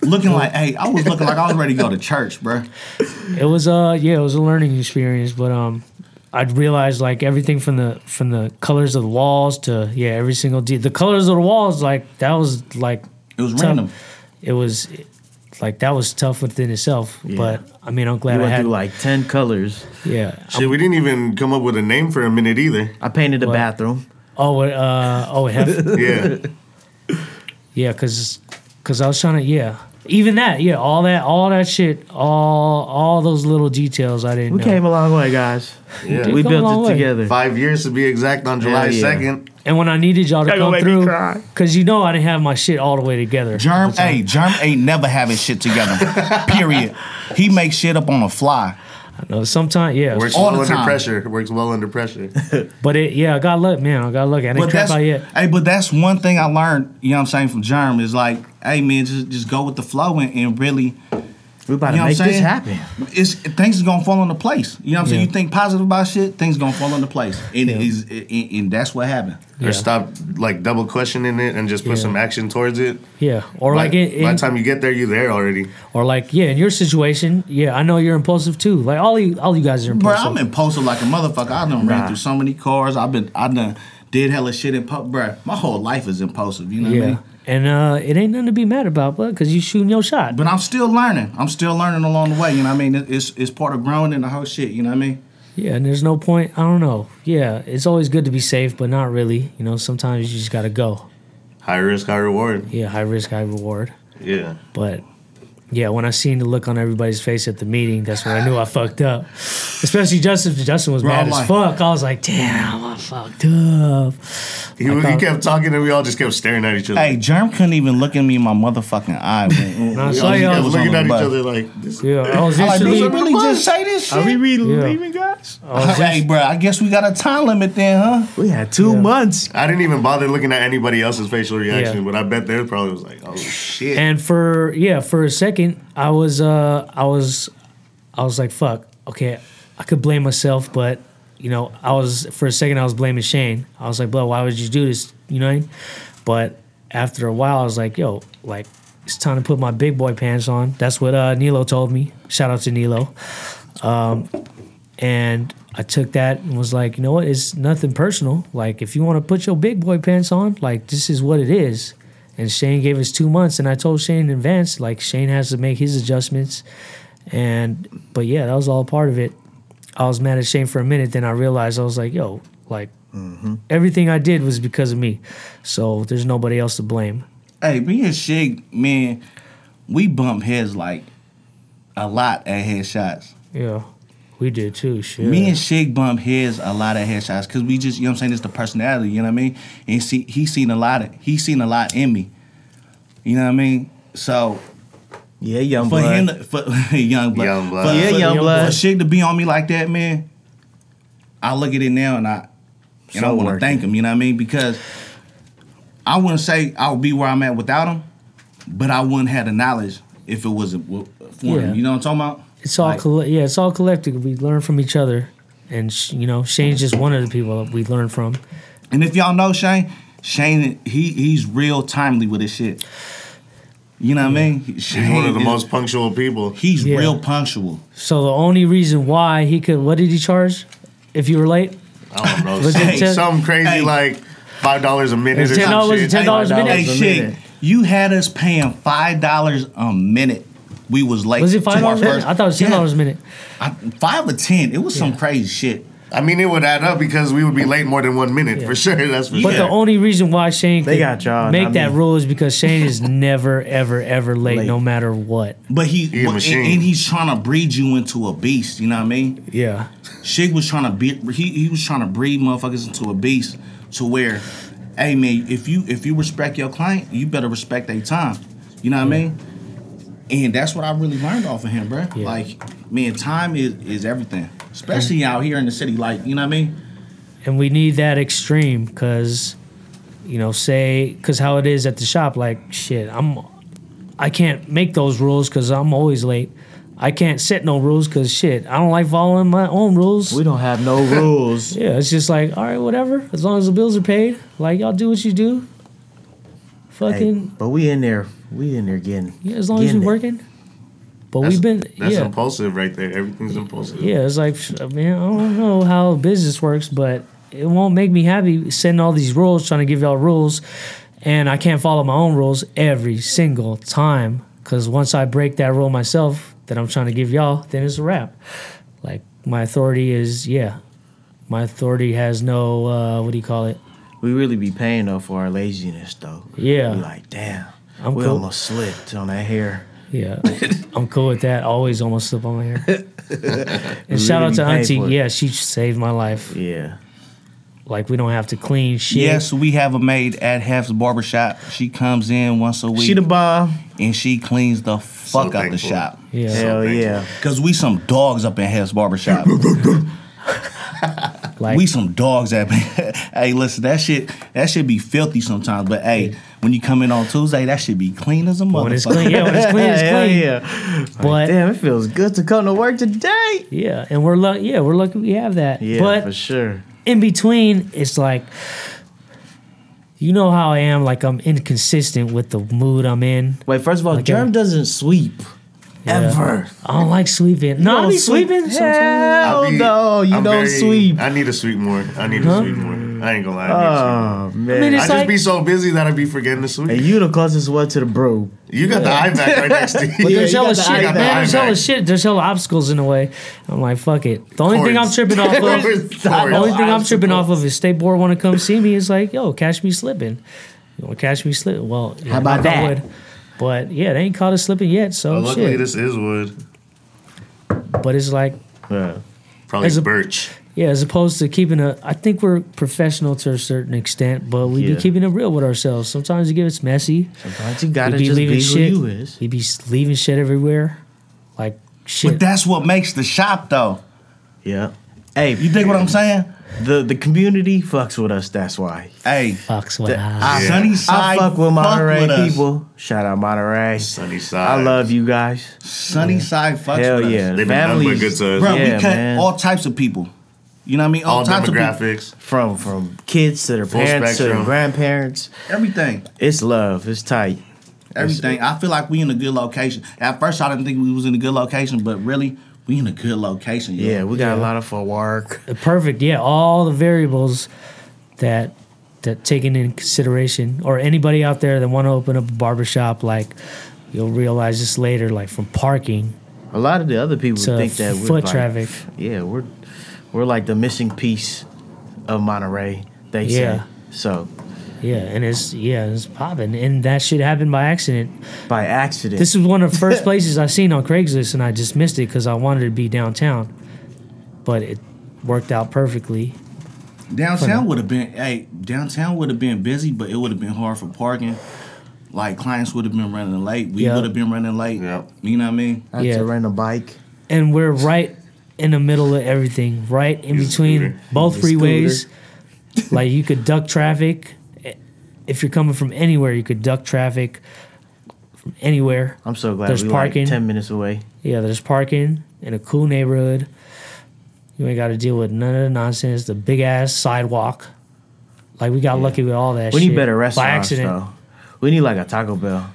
[SPEAKER 2] looking like hey, I was looking like I was ready to go to church, bruh.
[SPEAKER 3] It was uh yeah, it was a learning experience, but um I'd realized like everything from the from the colors of the walls to yeah, every single de- the colors of the walls like that was like
[SPEAKER 2] It was
[SPEAKER 3] tough.
[SPEAKER 2] random.
[SPEAKER 3] It was like that was tough within itself, but I mean, I'm glad I
[SPEAKER 1] We went
[SPEAKER 3] had
[SPEAKER 1] through like ten colors.
[SPEAKER 3] yeah.
[SPEAKER 5] Shit, we didn't even come up with a name for a minute either.
[SPEAKER 1] I painted the
[SPEAKER 3] What?
[SPEAKER 1] bathroom.
[SPEAKER 3] Oh, what, uh oh, hef-
[SPEAKER 5] Yeah.
[SPEAKER 3] yeah, cuz cuz I was trying to yeah. Even that, yeah, all that all that shit, all all those little details I didn't
[SPEAKER 1] We
[SPEAKER 3] know.
[SPEAKER 1] came a long way, guys.
[SPEAKER 5] Yeah.
[SPEAKER 1] We
[SPEAKER 3] We've come a long
[SPEAKER 1] built
[SPEAKER 3] way.
[SPEAKER 1] it together.
[SPEAKER 5] Five years to be exact on July
[SPEAKER 1] yeah.
[SPEAKER 5] 2nd.
[SPEAKER 3] and when I needed y'all to come
[SPEAKER 1] Y'all gonna make me
[SPEAKER 3] through
[SPEAKER 1] cry.
[SPEAKER 3] cuz you know I didn't have my shit all the way together.
[SPEAKER 2] Germ, hey, Germ ain't never having shit together. period. He makes shit up on the fly.
[SPEAKER 3] No, sometimes yeah.
[SPEAKER 5] Works
[SPEAKER 2] All
[SPEAKER 5] well
[SPEAKER 2] the
[SPEAKER 5] under
[SPEAKER 2] time.
[SPEAKER 5] pressure. Works well under pressure.
[SPEAKER 3] But it, yeah, I got luck, man. I got lucky. I didn't
[SPEAKER 2] But
[SPEAKER 3] trip
[SPEAKER 2] that's
[SPEAKER 3] out yet.
[SPEAKER 2] hey, but that's one thing I learned. You know what I'm saying from Germ is like, hey man, just just go with the flow and, and really.
[SPEAKER 1] We about
[SPEAKER 2] You know
[SPEAKER 1] to
[SPEAKER 2] what I'm
[SPEAKER 1] make
[SPEAKER 2] saying?
[SPEAKER 1] this happen.
[SPEAKER 2] It's things is gonna fall into place. You know what I'm saying.
[SPEAKER 3] Yeah.
[SPEAKER 2] You think positive about shit, things gonna fall into place, and it is, and, and that's what happened.
[SPEAKER 3] Yeah.
[SPEAKER 5] Or stop like double questioning it and just put
[SPEAKER 3] Yeah.
[SPEAKER 5] some action towards it.
[SPEAKER 3] Yeah, or like,
[SPEAKER 5] by,
[SPEAKER 3] it,
[SPEAKER 5] by
[SPEAKER 3] in-
[SPEAKER 5] the time you get there, you're there already.
[SPEAKER 3] or like yeah, in your situation, yeah, I know you're impulsive too. Like all you, all you guys are
[SPEAKER 2] Bro,
[SPEAKER 3] impulsive.
[SPEAKER 2] I'm impulsive like a motherfucker. I done ran
[SPEAKER 1] Nah.
[SPEAKER 2] through so many cars. I've been, I done did hella shit in pub. Bro, my whole life is impulsive. You know what I
[SPEAKER 3] yeah,
[SPEAKER 2] mean?
[SPEAKER 3] and uh, it ain't nothing to be mad about, but because you shooting your shot.
[SPEAKER 2] But I'm still learning. I'm still learning along the way. You know what I mean? It- It's it's part of growing and the whole shit. You know what I mean?
[SPEAKER 3] yeah, and there's no point. I don't know. Yeah, it's always good to be safe, but not really. You know, sometimes you just gotta go.
[SPEAKER 5] High risk, high reward.
[SPEAKER 3] Yeah, high risk, high reward.
[SPEAKER 5] Yeah.
[SPEAKER 3] But yeah, when I seen the look on everybody's face at the meeting, that's when I knew I fucked up. Especially Justin. Justin was
[SPEAKER 2] Bro,
[SPEAKER 3] mad
[SPEAKER 2] I'm
[SPEAKER 3] as
[SPEAKER 2] like-
[SPEAKER 3] fuck. I was like, damn, I fucked up.
[SPEAKER 5] He,
[SPEAKER 3] I
[SPEAKER 5] he
[SPEAKER 3] thought-
[SPEAKER 5] kept talking and we all just kept staring at each other.
[SPEAKER 2] Hey, Germ couldn't even look at me in my motherfucking eye. when-
[SPEAKER 3] I
[SPEAKER 2] when-
[SPEAKER 3] saw
[SPEAKER 5] we
[SPEAKER 3] y'all.
[SPEAKER 5] kept
[SPEAKER 2] it was on
[SPEAKER 5] looking
[SPEAKER 2] the
[SPEAKER 5] at each
[SPEAKER 2] bus.
[SPEAKER 5] other like this.
[SPEAKER 3] Yeah, I was
[SPEAKER 2] I'm like, did
[SPEAKER 3] instantly.
[SPEAKER 2] you really just say this shit?
[SPEAKER 1] Are we really
[SPEAKER 3] Yeah.
[SPEAKER 1] leaving, guys?
[SPEAKER 3] I was
[SPEAKER 2] hey,
[SPEAKER 3] inst-
[SPEAKER 2] bro, I guess we got a time limit then, huh?
[SPEAKER 1] We had two
[SPEAKER 3] Yeah.
[SPEAKER 1] months.
[SPEAKER 5] I didn't even bother looking at anybody else's facial reaction,
[SPEAKER 3] Yeah.
[SPEAKER 5] but I bet theirs probably was like, oh shit.
[SPEAKER 3] and for yeah, for a second, I was uh, I was, I was like, fuck. Okay, I could blame myself, but you know, I was for a second I was blaming Shane. I was like, bro, why would you do this? You know, what I mean? but after a while, I was like, yo, like it's time to put my big boy pants on. That's what uh, Nilo told me. Shout out to Nilo. and I took that and was like, you know what? It's nothing personal. Like, if you want to put your big boy pants on, like, this is what it is. And Shane gave us two months, and I told Shane in advance, like, Shane has to make his adjustments. And, but yeah, that was all part of it. I was mad at Shane for a minute, then I realized I was like, yo, like, everything I did was because of me. So there's nobody else to blame.
[SPEAKER 2] Hey, me and Shig, man, we bump heads like a lot at headshots.
[SPEAKER 3] Yeah. We did too. Shit.
[SPEAKER 2] Me and Shig bump heads a lot of headshots because we just, you know what I'm saying, it's the personality, you know what I mean? And see, he's seen a lot of, he's seen a lot in me. You know what I mean? So
[SPEAKER 1] Yeah, young
[SPEAKER 2] for
[SPEAKER 1] blood.
[SPEAKER 2] him, to, for young blood,
[SPEAKER 5] Young blood.
[SPEAKER 2] For,
[SPEAKER 1] Yeah,
[SPEAKER 2] for,
[SPEAKER 1] young
[SPEAKER 2] for
[SPEAKER 1] blood.
[SPEAKER 2] Shig to be on me like that, man. I look at it now and I and I
[SPEAKER 1] So
[SPEAKER 2] want to
[SPEAKER 1] worth
[SPEAKER 2] thank him. You know what I mean? Because I wouldn't say I would be where I'm at without him, but I wouldn't have the knowledge if it wasn't w- for
[SPEAKER 3] Yeah.
[SPEAKER 2] him. You know what I'm talking about?
[SPEAKER 3] It's all
[SPEAKER 2] Like,
[SPEAKER 3] colle- yeah, it's all collective. We learn from each other, and sh- you know, Shane's just one of the people that we learn from.
[SPEAKER 2] And if y'all know Shane, Shane he he's real timely with his shit. You know what I mean?
[SPEAKER 5] He's one of the most punctual people.
[SPEAKER 2] He's
[SPEAKER 3] Yeah.
[SPEAKER 2] real punctual.
[SPEAKER 3] So the only reason why he could, what did he charge? If you were late,
[SPEAKER 5] I don't know.
[SPEAKER 3] Was it
[SPEAKER 5] Something,
[SPEAKER 3] ten-
[SPEAKER 5] something crazy
[SPEAKER 2] Hey.
[SPEAKER 5] like five dollars a minute or
[SPEAKER 3] ten
[SPEAKER 5] some
[SPEAKER 3] dollars-
[SPEAKER 5] shit.
[SPEAKER 3] ten dollars a
[SPEAKER 1] $5
[SPEAKER 3] minute.
[SPEAKER 2] Hey,
[SPEAKER 1] a
[SPEAKER 2] shit,
[SPEAKER 1] minute.
[SPEAKER 2] you had us paying five dollars a minute. We was late.
[SPEAKER 3] was it
[SPEAKER 2] to
[SPEAKER 3] five
[SPEAKER 2] our
[SPEAKER 3] dollars a minute?
[SPEAKER 2] first-
[SPEAKER 3] I thought it was ten
[SPEAKER 2] Yeah.
[SPEAKER 3] dollars a minute.
[SPEAKER 2] I- Five or ten. It was some
[SPEAKER 3] Yeah.
[SPEAKER 2] crazy shit.
[SPEAKER 5] I mean, it would add up because we would be late more than one minute
[SPEAKER 3] Yeah.
[SPEAKER 5] for sure. That's for
[SPEAKER 3] But
[SPEAKER 5] sure.
[SPEAKER 3] the only reason why Shane
[SPEAKER 1] They
[SPEAKER 3] could
[SPEAKER 1] got y'all,
[SPEAKER 3] make
[SPEAKER 1] not
[SPEAKER 3] that
[SPEAKER 1] me.
[SPEAKER 3] rule is because Shane is never, ever, ever late,
[SPEAKER 1] Late.
[SPEAKER 3] no matter what.
[SPEAKER 2] But he,
[SPEAKER 5] a
[SPEAKER 2] and,
[SPEAKER 5] machine.
[SPEAKER 2] and he's trying to breed you into a beast. You know what I mean?
[SPEAKER 3] Yeah,
[SPEAKER 2] Shig was trying to be, he he was trying to breed motherfuckers into a beast to where, hey man, if you if you respect your client, you better respect their time. You know what I mean? And that's what I really learned off of him, bro.
[SPEAKER 3] Yeah.
[SPEAKER 2] Like, man, time is is everything, especially out here in the city. Like, you know what I mean?
[SPEAKER 3] and we need that extreme because, you know, say because how it is at the shop, like shit, I'm, I can't make those rules because I'm always late. I can't set no rules because shit, I don't like following my own rules.
[SPEAKER 1] We don't have no rules.
[SPEAKER 3] Yeah, it's just like, all right, whatever. As long as the bills are paid, like y'all do what you do.
[SPEAKER 1] Hey,
[SPEAKER 3] Fucking
[SPEAKER 1] but we in there. We in there getting.
[SPEAKER 3] yeah, as long as
[SPEAKER 1] getting
[SPEAKER 3] you're
[SPEAKER 1] it.
[SPEAKER 3] working. But
[SPEAKER 5] that's,
[SPEAKER 3] we've been
[SPEAKER 5] that's
[SPEAKER 3] yeah,
[SPEAKER 5] impulsive right there. Everything's impulsive.
[SPEAKER 3] yeah. It's like, psh, man, I don't know how business works, but it won't make me happy setting all these rules, trying to give y'all rules, and I can't follow my own rules every single time. Because once I break that rule myself that I'm trying to give y'all, then it's a wrap. Like my authority is yeah, my authority has no uh, what do you call it?
[SPEAKER 1] We really be paying though for our laziness though.
[SPEAKER 3] Yeah.
[SPEAKER 1] We like damn.
[SPEAKER 3] I'm
[SPEAKER 1] we
[SPEAKER 3] cool.
[SPEAKER 1] almost slipped on that hair.
[SPEAKER 3] Yeah, I'm cool with that. I Always almost slip on my hair. and shout out
[SPEAKER 1] Really
[SPEAKER 3] to
[SPEAKER 1] paid
[SPEAKER 3] Auntie.
[SPEAKER 1] for it.
[SPEAKER 3] Yeah, she saved my life.
[SPEAKER 1] Yeah.
[SPEAKER 3] Like we don't have to clean shit.
[SPEAKER 2] Yes, we have a maid at Hef's barbershop. She comes in once a week
[SPEAKER 1] She the bomb.
[SPEAKER 2] and she cleans the fuck out the
[SPEAKER 5] thankful.
[SPEAKER 2] shop.
[SPEAKER 3] Yeah.
[SPEAKER 1] Hell yeah.
[SPEAKER 2] Cause we some dogs up in Hef's barbershop.
[SPEAKER 3] Like
[SPEAKER 2] we some dogs at Hey, listen, that shit that shit be filthy sometimes, but hey, when you come in on Tuesday, that should be clean as a motherfucker.
[SPEAKER 3] when it's clean. Yeah, when it's clean, it's
[SPEAKER 1] Hell
[SPEAKER 3] clean.
[SPEAKER 1] yeah.
[SPEAKER 3] But yeah.
[SPEAKER 1] Damn, it feels good to come to work today.
[SPEAKER 3] and we're lucky. Yeah, we're lucky we have that.
[SPEAKER 1] Yeah,
[SPEAKER 3] but
[SPEAKER 1] for sure.
[SPEAKER 3] in between, it's like. You know how I am. Like I'm inconsistent with the mood I'm in.
[SPEAKER 1] Wait, first of all,
[SPEAKER 3] Like,
[SPEAKER 1] Germ
[SPEAKER 3] uh,
[SPEAKER 1] doesn't sweep.
[SPEAKER 3] Yeah.
[SPEAKER 1] Ever.
[SPEAKER 3] I don't like sweeping. No, I
[SPEAKER 1] don't
[SPEAKER 3] be
[SPEAKER 1] sweep?
[SPEAKER 3] sweeping. sometimes.
[SPEAKER 1] Hell
[SPEAKER 5] I'll be-
[SPEAKER 1] no, you
[SPEAKER 5] I'm
[SPEAKER 1] don't
[SPEAKER 5] very-
[SPEAKER 1] sweep.
[SPEAKER 5] I need to sweep more. I need to sweep more. I ain't gonna lie. I, need to sweep.
[SPEAKER 1] Oh man.
[SPEAKER 3] mean,
[SPEAKER 5] I
[SPEAKER 3] it's
[SPEAKER 5] just
[SPEAKER 3] like-
[SPEAKER 5] be so busy that I be forgetting to sweep.
[SPEAKER 1] and you the closest one to the bro.
[SPEAKER 5] you got the iPad right next to you.
[SPEAKER 1] Yeah,
[SPEAKER 3] there's
[SPEAKER 1] you
[SPEAKER 3] hella
[SPEAKER 1] got the
[SPEAKER 3] shit,
[SPEAKER 1] eye
[SPEAKER 3] man.
[SPEAKER 5] back.
[SPEAKER 3] There's
[SPEAKER 5] Eye
[SPEAKER 3] hella
[SPEAKER 5] back.
[SPEAKER 3] shit. There's hella obstacles in the way. I'm like, fuck it. The only thing I'm
[SPEAKER 5] Cords.
[SPEAKER 3] tripping off of,
[SPEAKER 5] Cords.
[SPEAKER 3] the only thing I'm
[SPEAKER 5] Cords.
[SPEAKER 3] tripping off of is state board want to come see me. It's like, yo, catch me slipping. You want to catch me slipping? Well, yeah,
[SPEAKER 1] about
[SPEAKER 3] knock on
[SPEAKER 1] that?
[SPEAKER 3] wood. But yeah, they ain't caught us slipping yet. So
[SPEAKER 5] Well, luckily,
[SPEAKER 3] shit.
[SPEAKER 5] this is wood.
[SPEAKER 3] but it's like,
[SPEAKER 1] Yeah.
[SPEAKER 5] Probably
[SPEAKER 3] As a-
[SPEAKER 5] birch.
[SPEAKER 3] yeah, as opposed to keeping a, I think we're professional to a certain extent, but we
[SPEAKER 1] Yeah.
[SPEAKER 3] be keeping it real with ourselves. Sometimes it gets messy.
[SPEAKER 1] Sometimes you
[SPEAKER 3] We be
[SPEAKER 1] gotta just be
[SPEAKER 3] leaving
[SPEAKER 1] who
[SPEAKER 3] shit.
[SPEAKER 1] you is.
[SPEAKER 3] We be leaving shit everywhere, like shit.
[SPEAKER 2] But that's what makes the shop though.
[SPEAKER 1] Yeah. Hey,
[SPEAKER 2] You dig what I'm saying?
[SPEAKER 1] the the community fucks with us. That's why.
[SPEAKER 2] Hey,
[SPEAKER 3] fucks with us.
[SPEAKER 1] I,
[SPEAKER 2] Sunny
[SPEAKER 1] I
[SPEAKER 2] side.
[SPEAKER 1] fuck with Monterey
[SPEAKER 2] us.
[SPEAKER 1] people. Shout out Monterey.
[SPEAKER 5] Sunny side.
[SPEAKER 1] I love you guys.
[SPEAKER 2] Sunny side fucks
[SPEAKER 1] Hell
[SPEAKER 2] with us.
[SPEAKER 1] yeah.
[SPEAKER 5] They've been nothing but good
[SPEAKER 1] Families
[SPEAKER 5] to us.
[SPEAKER 2] Bro,
[SPEAKER 1] Yeah,
[SPEAKER 2] we cut
[SPEAKER 1] man.
[SPEAKER 2] all types of people. You know what I mean? All,
[SPEAKER 5] All
[SPEAKER 2] types of people.
[SPEAKER 5] demographics.
[SPEAKER 1] from from kids to their
[SPEAKER 5] Full
[SPEAKER 1] parents to their
[SPEAKER 5] spectrum.
[SPEAKER 1] grandparents.
[SPEAKER 2] Everything.
[SPEAKER 1] It's love. It's tight.
[SPEAKER 2] Everything. I feel like we in a good location. At first I didn't think we was in a good location, but really, we in a good location. yo.
[SPEAKER 1] Yeah, we got a lot of for work.
[SPEAKER 3] the perfect yeah all the variables that that taken in consideration or anybody out there that want to open up a barbershop like you'll realize this later like from parking
[SPEAKER 1] A lot of the other people
[SPEAKER 3] To
[SPEAKER 1] think that we're
[SPEAKER 3] foot
[SPEAKER 1] like-
[SPEAKER 3] traffic.
[SPEAKER 1] Yeah, we're we're like the missing piece of Monterey. They
[SPEAKER 3] Yeah.
[SPEAKER 1] say so
[SPEAKER 3] yeah and it's yeah it's popping and that shit happened by accident
[SPEAKER 1] by accident.
[SPEAKER 3] this was one of the first places i seen on craigslist and i just missed it because i wanted to be downtown but it worked out perfectly.
[SPEAKER 2] Downtown would have been hey, downtown would have been busy, but it would have been hard for parking. Like clients would have been running late. We
[SPEAKER 3] Yeah.
[SPEAKER 2] would have been running late.
[SPEAKER 5] Yeah.
[SPEAKER 2] You know what I mean?
[SPEAKER 1] I had
[SPEAKER 3] Yeah.
[SPEAKER 1] to rent a bike.
[SPEAKER 3] And we're right in the middle of everything, right in
[SPEAKER 5] Use a
[SPEAKER 3] between
[SPEAKER 5] scooter.
[SPEAKER 3] both
[SPEAKER 1] Use a
[SPEAKER 3] freeways. like you could duck traffic. If you're coming from anywhere, you could duck traffic from anywhere.
[SPEAKER 1] I'm so glad
[SPEAKER 3] There's
[SPEAKER 1] we
[SPEAKER 3] parking.
[SPEAKER 1] like ten minutes away.
[SPEAKER 3] Yeah, there's parking in a cool neighborhood. You ain't got to deal with none of the nonsense. The big ass sidewalk. Like we got lucky with all that.
[SPEAKER 1] We
[SPEAKER 3] shit.
[SPEAKER 1] need better
[SPEAKER 3] by
[SPEAKER 1] restaurants
[SPEAKER 3] accident.
[SPEAKER 1] though. We need like a Taco Bell.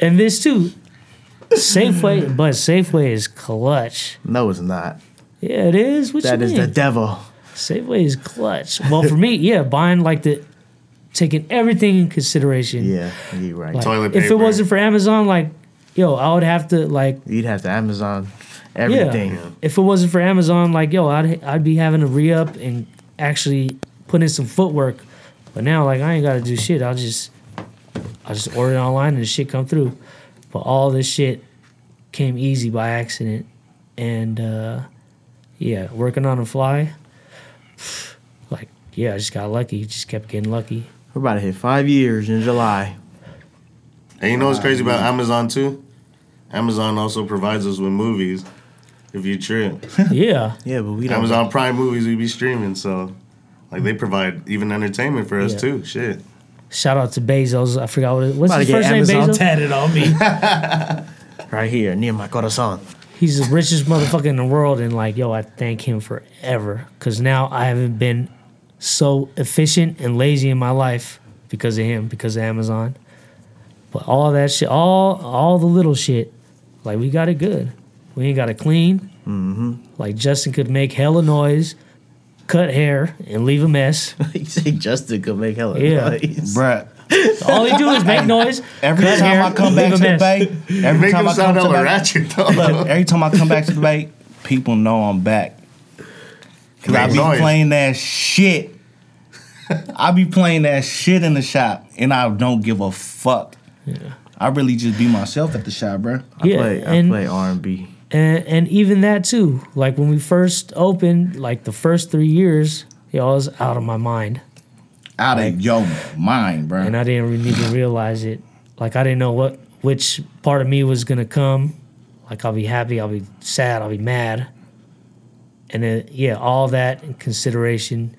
[SPEAKER 3] And this too, Safeway. but Safeway is clutch.
[SPEAKER 1] No, it's not.
[SPEAKER 3] Yeah, it is. What
[SPEAKER 1] That
[SPEAKER 3] you
[SPEAKER 1] is
[SPEAKER 3] mean?
[SPEAKER 1] the devil.
[SPEAKER 3] Safeway is clutch. Well, for me, yeah, buying like the taking everything in consideration.
[SPEAKER 1] Yeah, you're right.
[SPEAKER 3] Like,
[SPEAKER 5] Toilet
[SPEAKER 3] If it
[SPEAKER 5] paper.
[SPEAKER 3] wasn't for Amazon, like, yo, I would have to like
[SPEAKER 1] You'd have to Amazon everything.
[SPEAKER 3] Yeah. If it wasn't for Amazon, like yo, I'd I'd be having to re up and actually put in some footwork. But now, like I ain't gotta do shit. I'll just I just order it online and the shit come through. But all this shit came easy by accident, and uh, yeah, working on a fly. Like yeah, I just got lucky. Just kept getting lucky.
[SPEAKER 1] We're about to hit five years in July.
[SPEAKER 5] And you know what's crazy about Amazon too? Amazon also provides us with movies. If you trip,
[SPEAKER 3] Yeah,
[SPEAKER 1] Yeah, but we don't.
[SPEAKER 5] Amazon Prime movies we be streaming, so like they provide even entertainment for us
[SPEAKER 3] Yeah.
[SPEAKER 5] too. Shit,
[SPEAKER 3] shout out to Bezos. I forgot what it, what's
[SPEAKER 1] About to
[SPEAKER 3] his
[SPEAKER 1] get
[SPEAKER 3] first name.
[SPEAKER 1] Amazon
[SPEAKER 3] Bezos.
[SPEAKER 1] tatted on me. right here, near my corazon.
[SPEAKER 3] he's the richest motherfucker in the world and like yo i thank him forever because now i haven't been so efficient and lazy in my life because of him because of amazon but all that shit all all the little shit like we got it good we ain't got it clean mm-hmm. like justin could make hella noise cut hair and leave a mess
[SPEAKER 1] you say Justin could make hella
[SPEAKER 3] Yeah.
[SPEAKER 1] noise.
[SPEAKER 2] Bruh.
[SPEAKER 3] all he do is make noise
[SPEAKER 2] Every
[SPEAKER 3] cut
[SPEAKER 2] time
[SPEAKER 3] hair,
[SPEAKER 2] I come
[SPEAKER 3] leave
[SPEAKER 2] back
[SPEAKER 3] a
[SPEAKER 2] to the
[SPEAKER 3] mess.
[SPEAKER 2] bay,
[SPEAKER 5] you
[SPEAKER 2] every
[SPEAKER 5] make
[SPEAKER 2] time
[SPEAKER 5] them
[SPEAKER 2] I come
[SPEAKER 5] sound
[SPEAKER 2] to
[SPEAKER 5] hella
[SPEAKER 2] the bay,
[SPEAKER 5] ratchet though.
[SPEAKER 2] look, every time I come back to the bay, people know I'm back. Cause I
[SPEAKER 5] Make
[SPEAKER 2] be
[SPEAKER 5] noise.
[SPEAKER 2] playing that shit. I be playing that shit in the shop, and I don't give a fuck. I really just be myself at the shop, bruh.
[SPEAKER 3] yeah
[SPEAKER 1] I play, I
[SPEAKER 3] and-
[SPEAKER 1] play R&B.
[SPEAKER 3] and, and even that too like when we first opened like the first three years yo, i was out of my mind
[SPEAKER 2] Out of your mind, bruh.
[SPEAKER 3] and i didn't really even realize it like i didn't know what which part of me was gonna come like i'll be happy i'll be sad i'll be mad and then yeah all that in consideration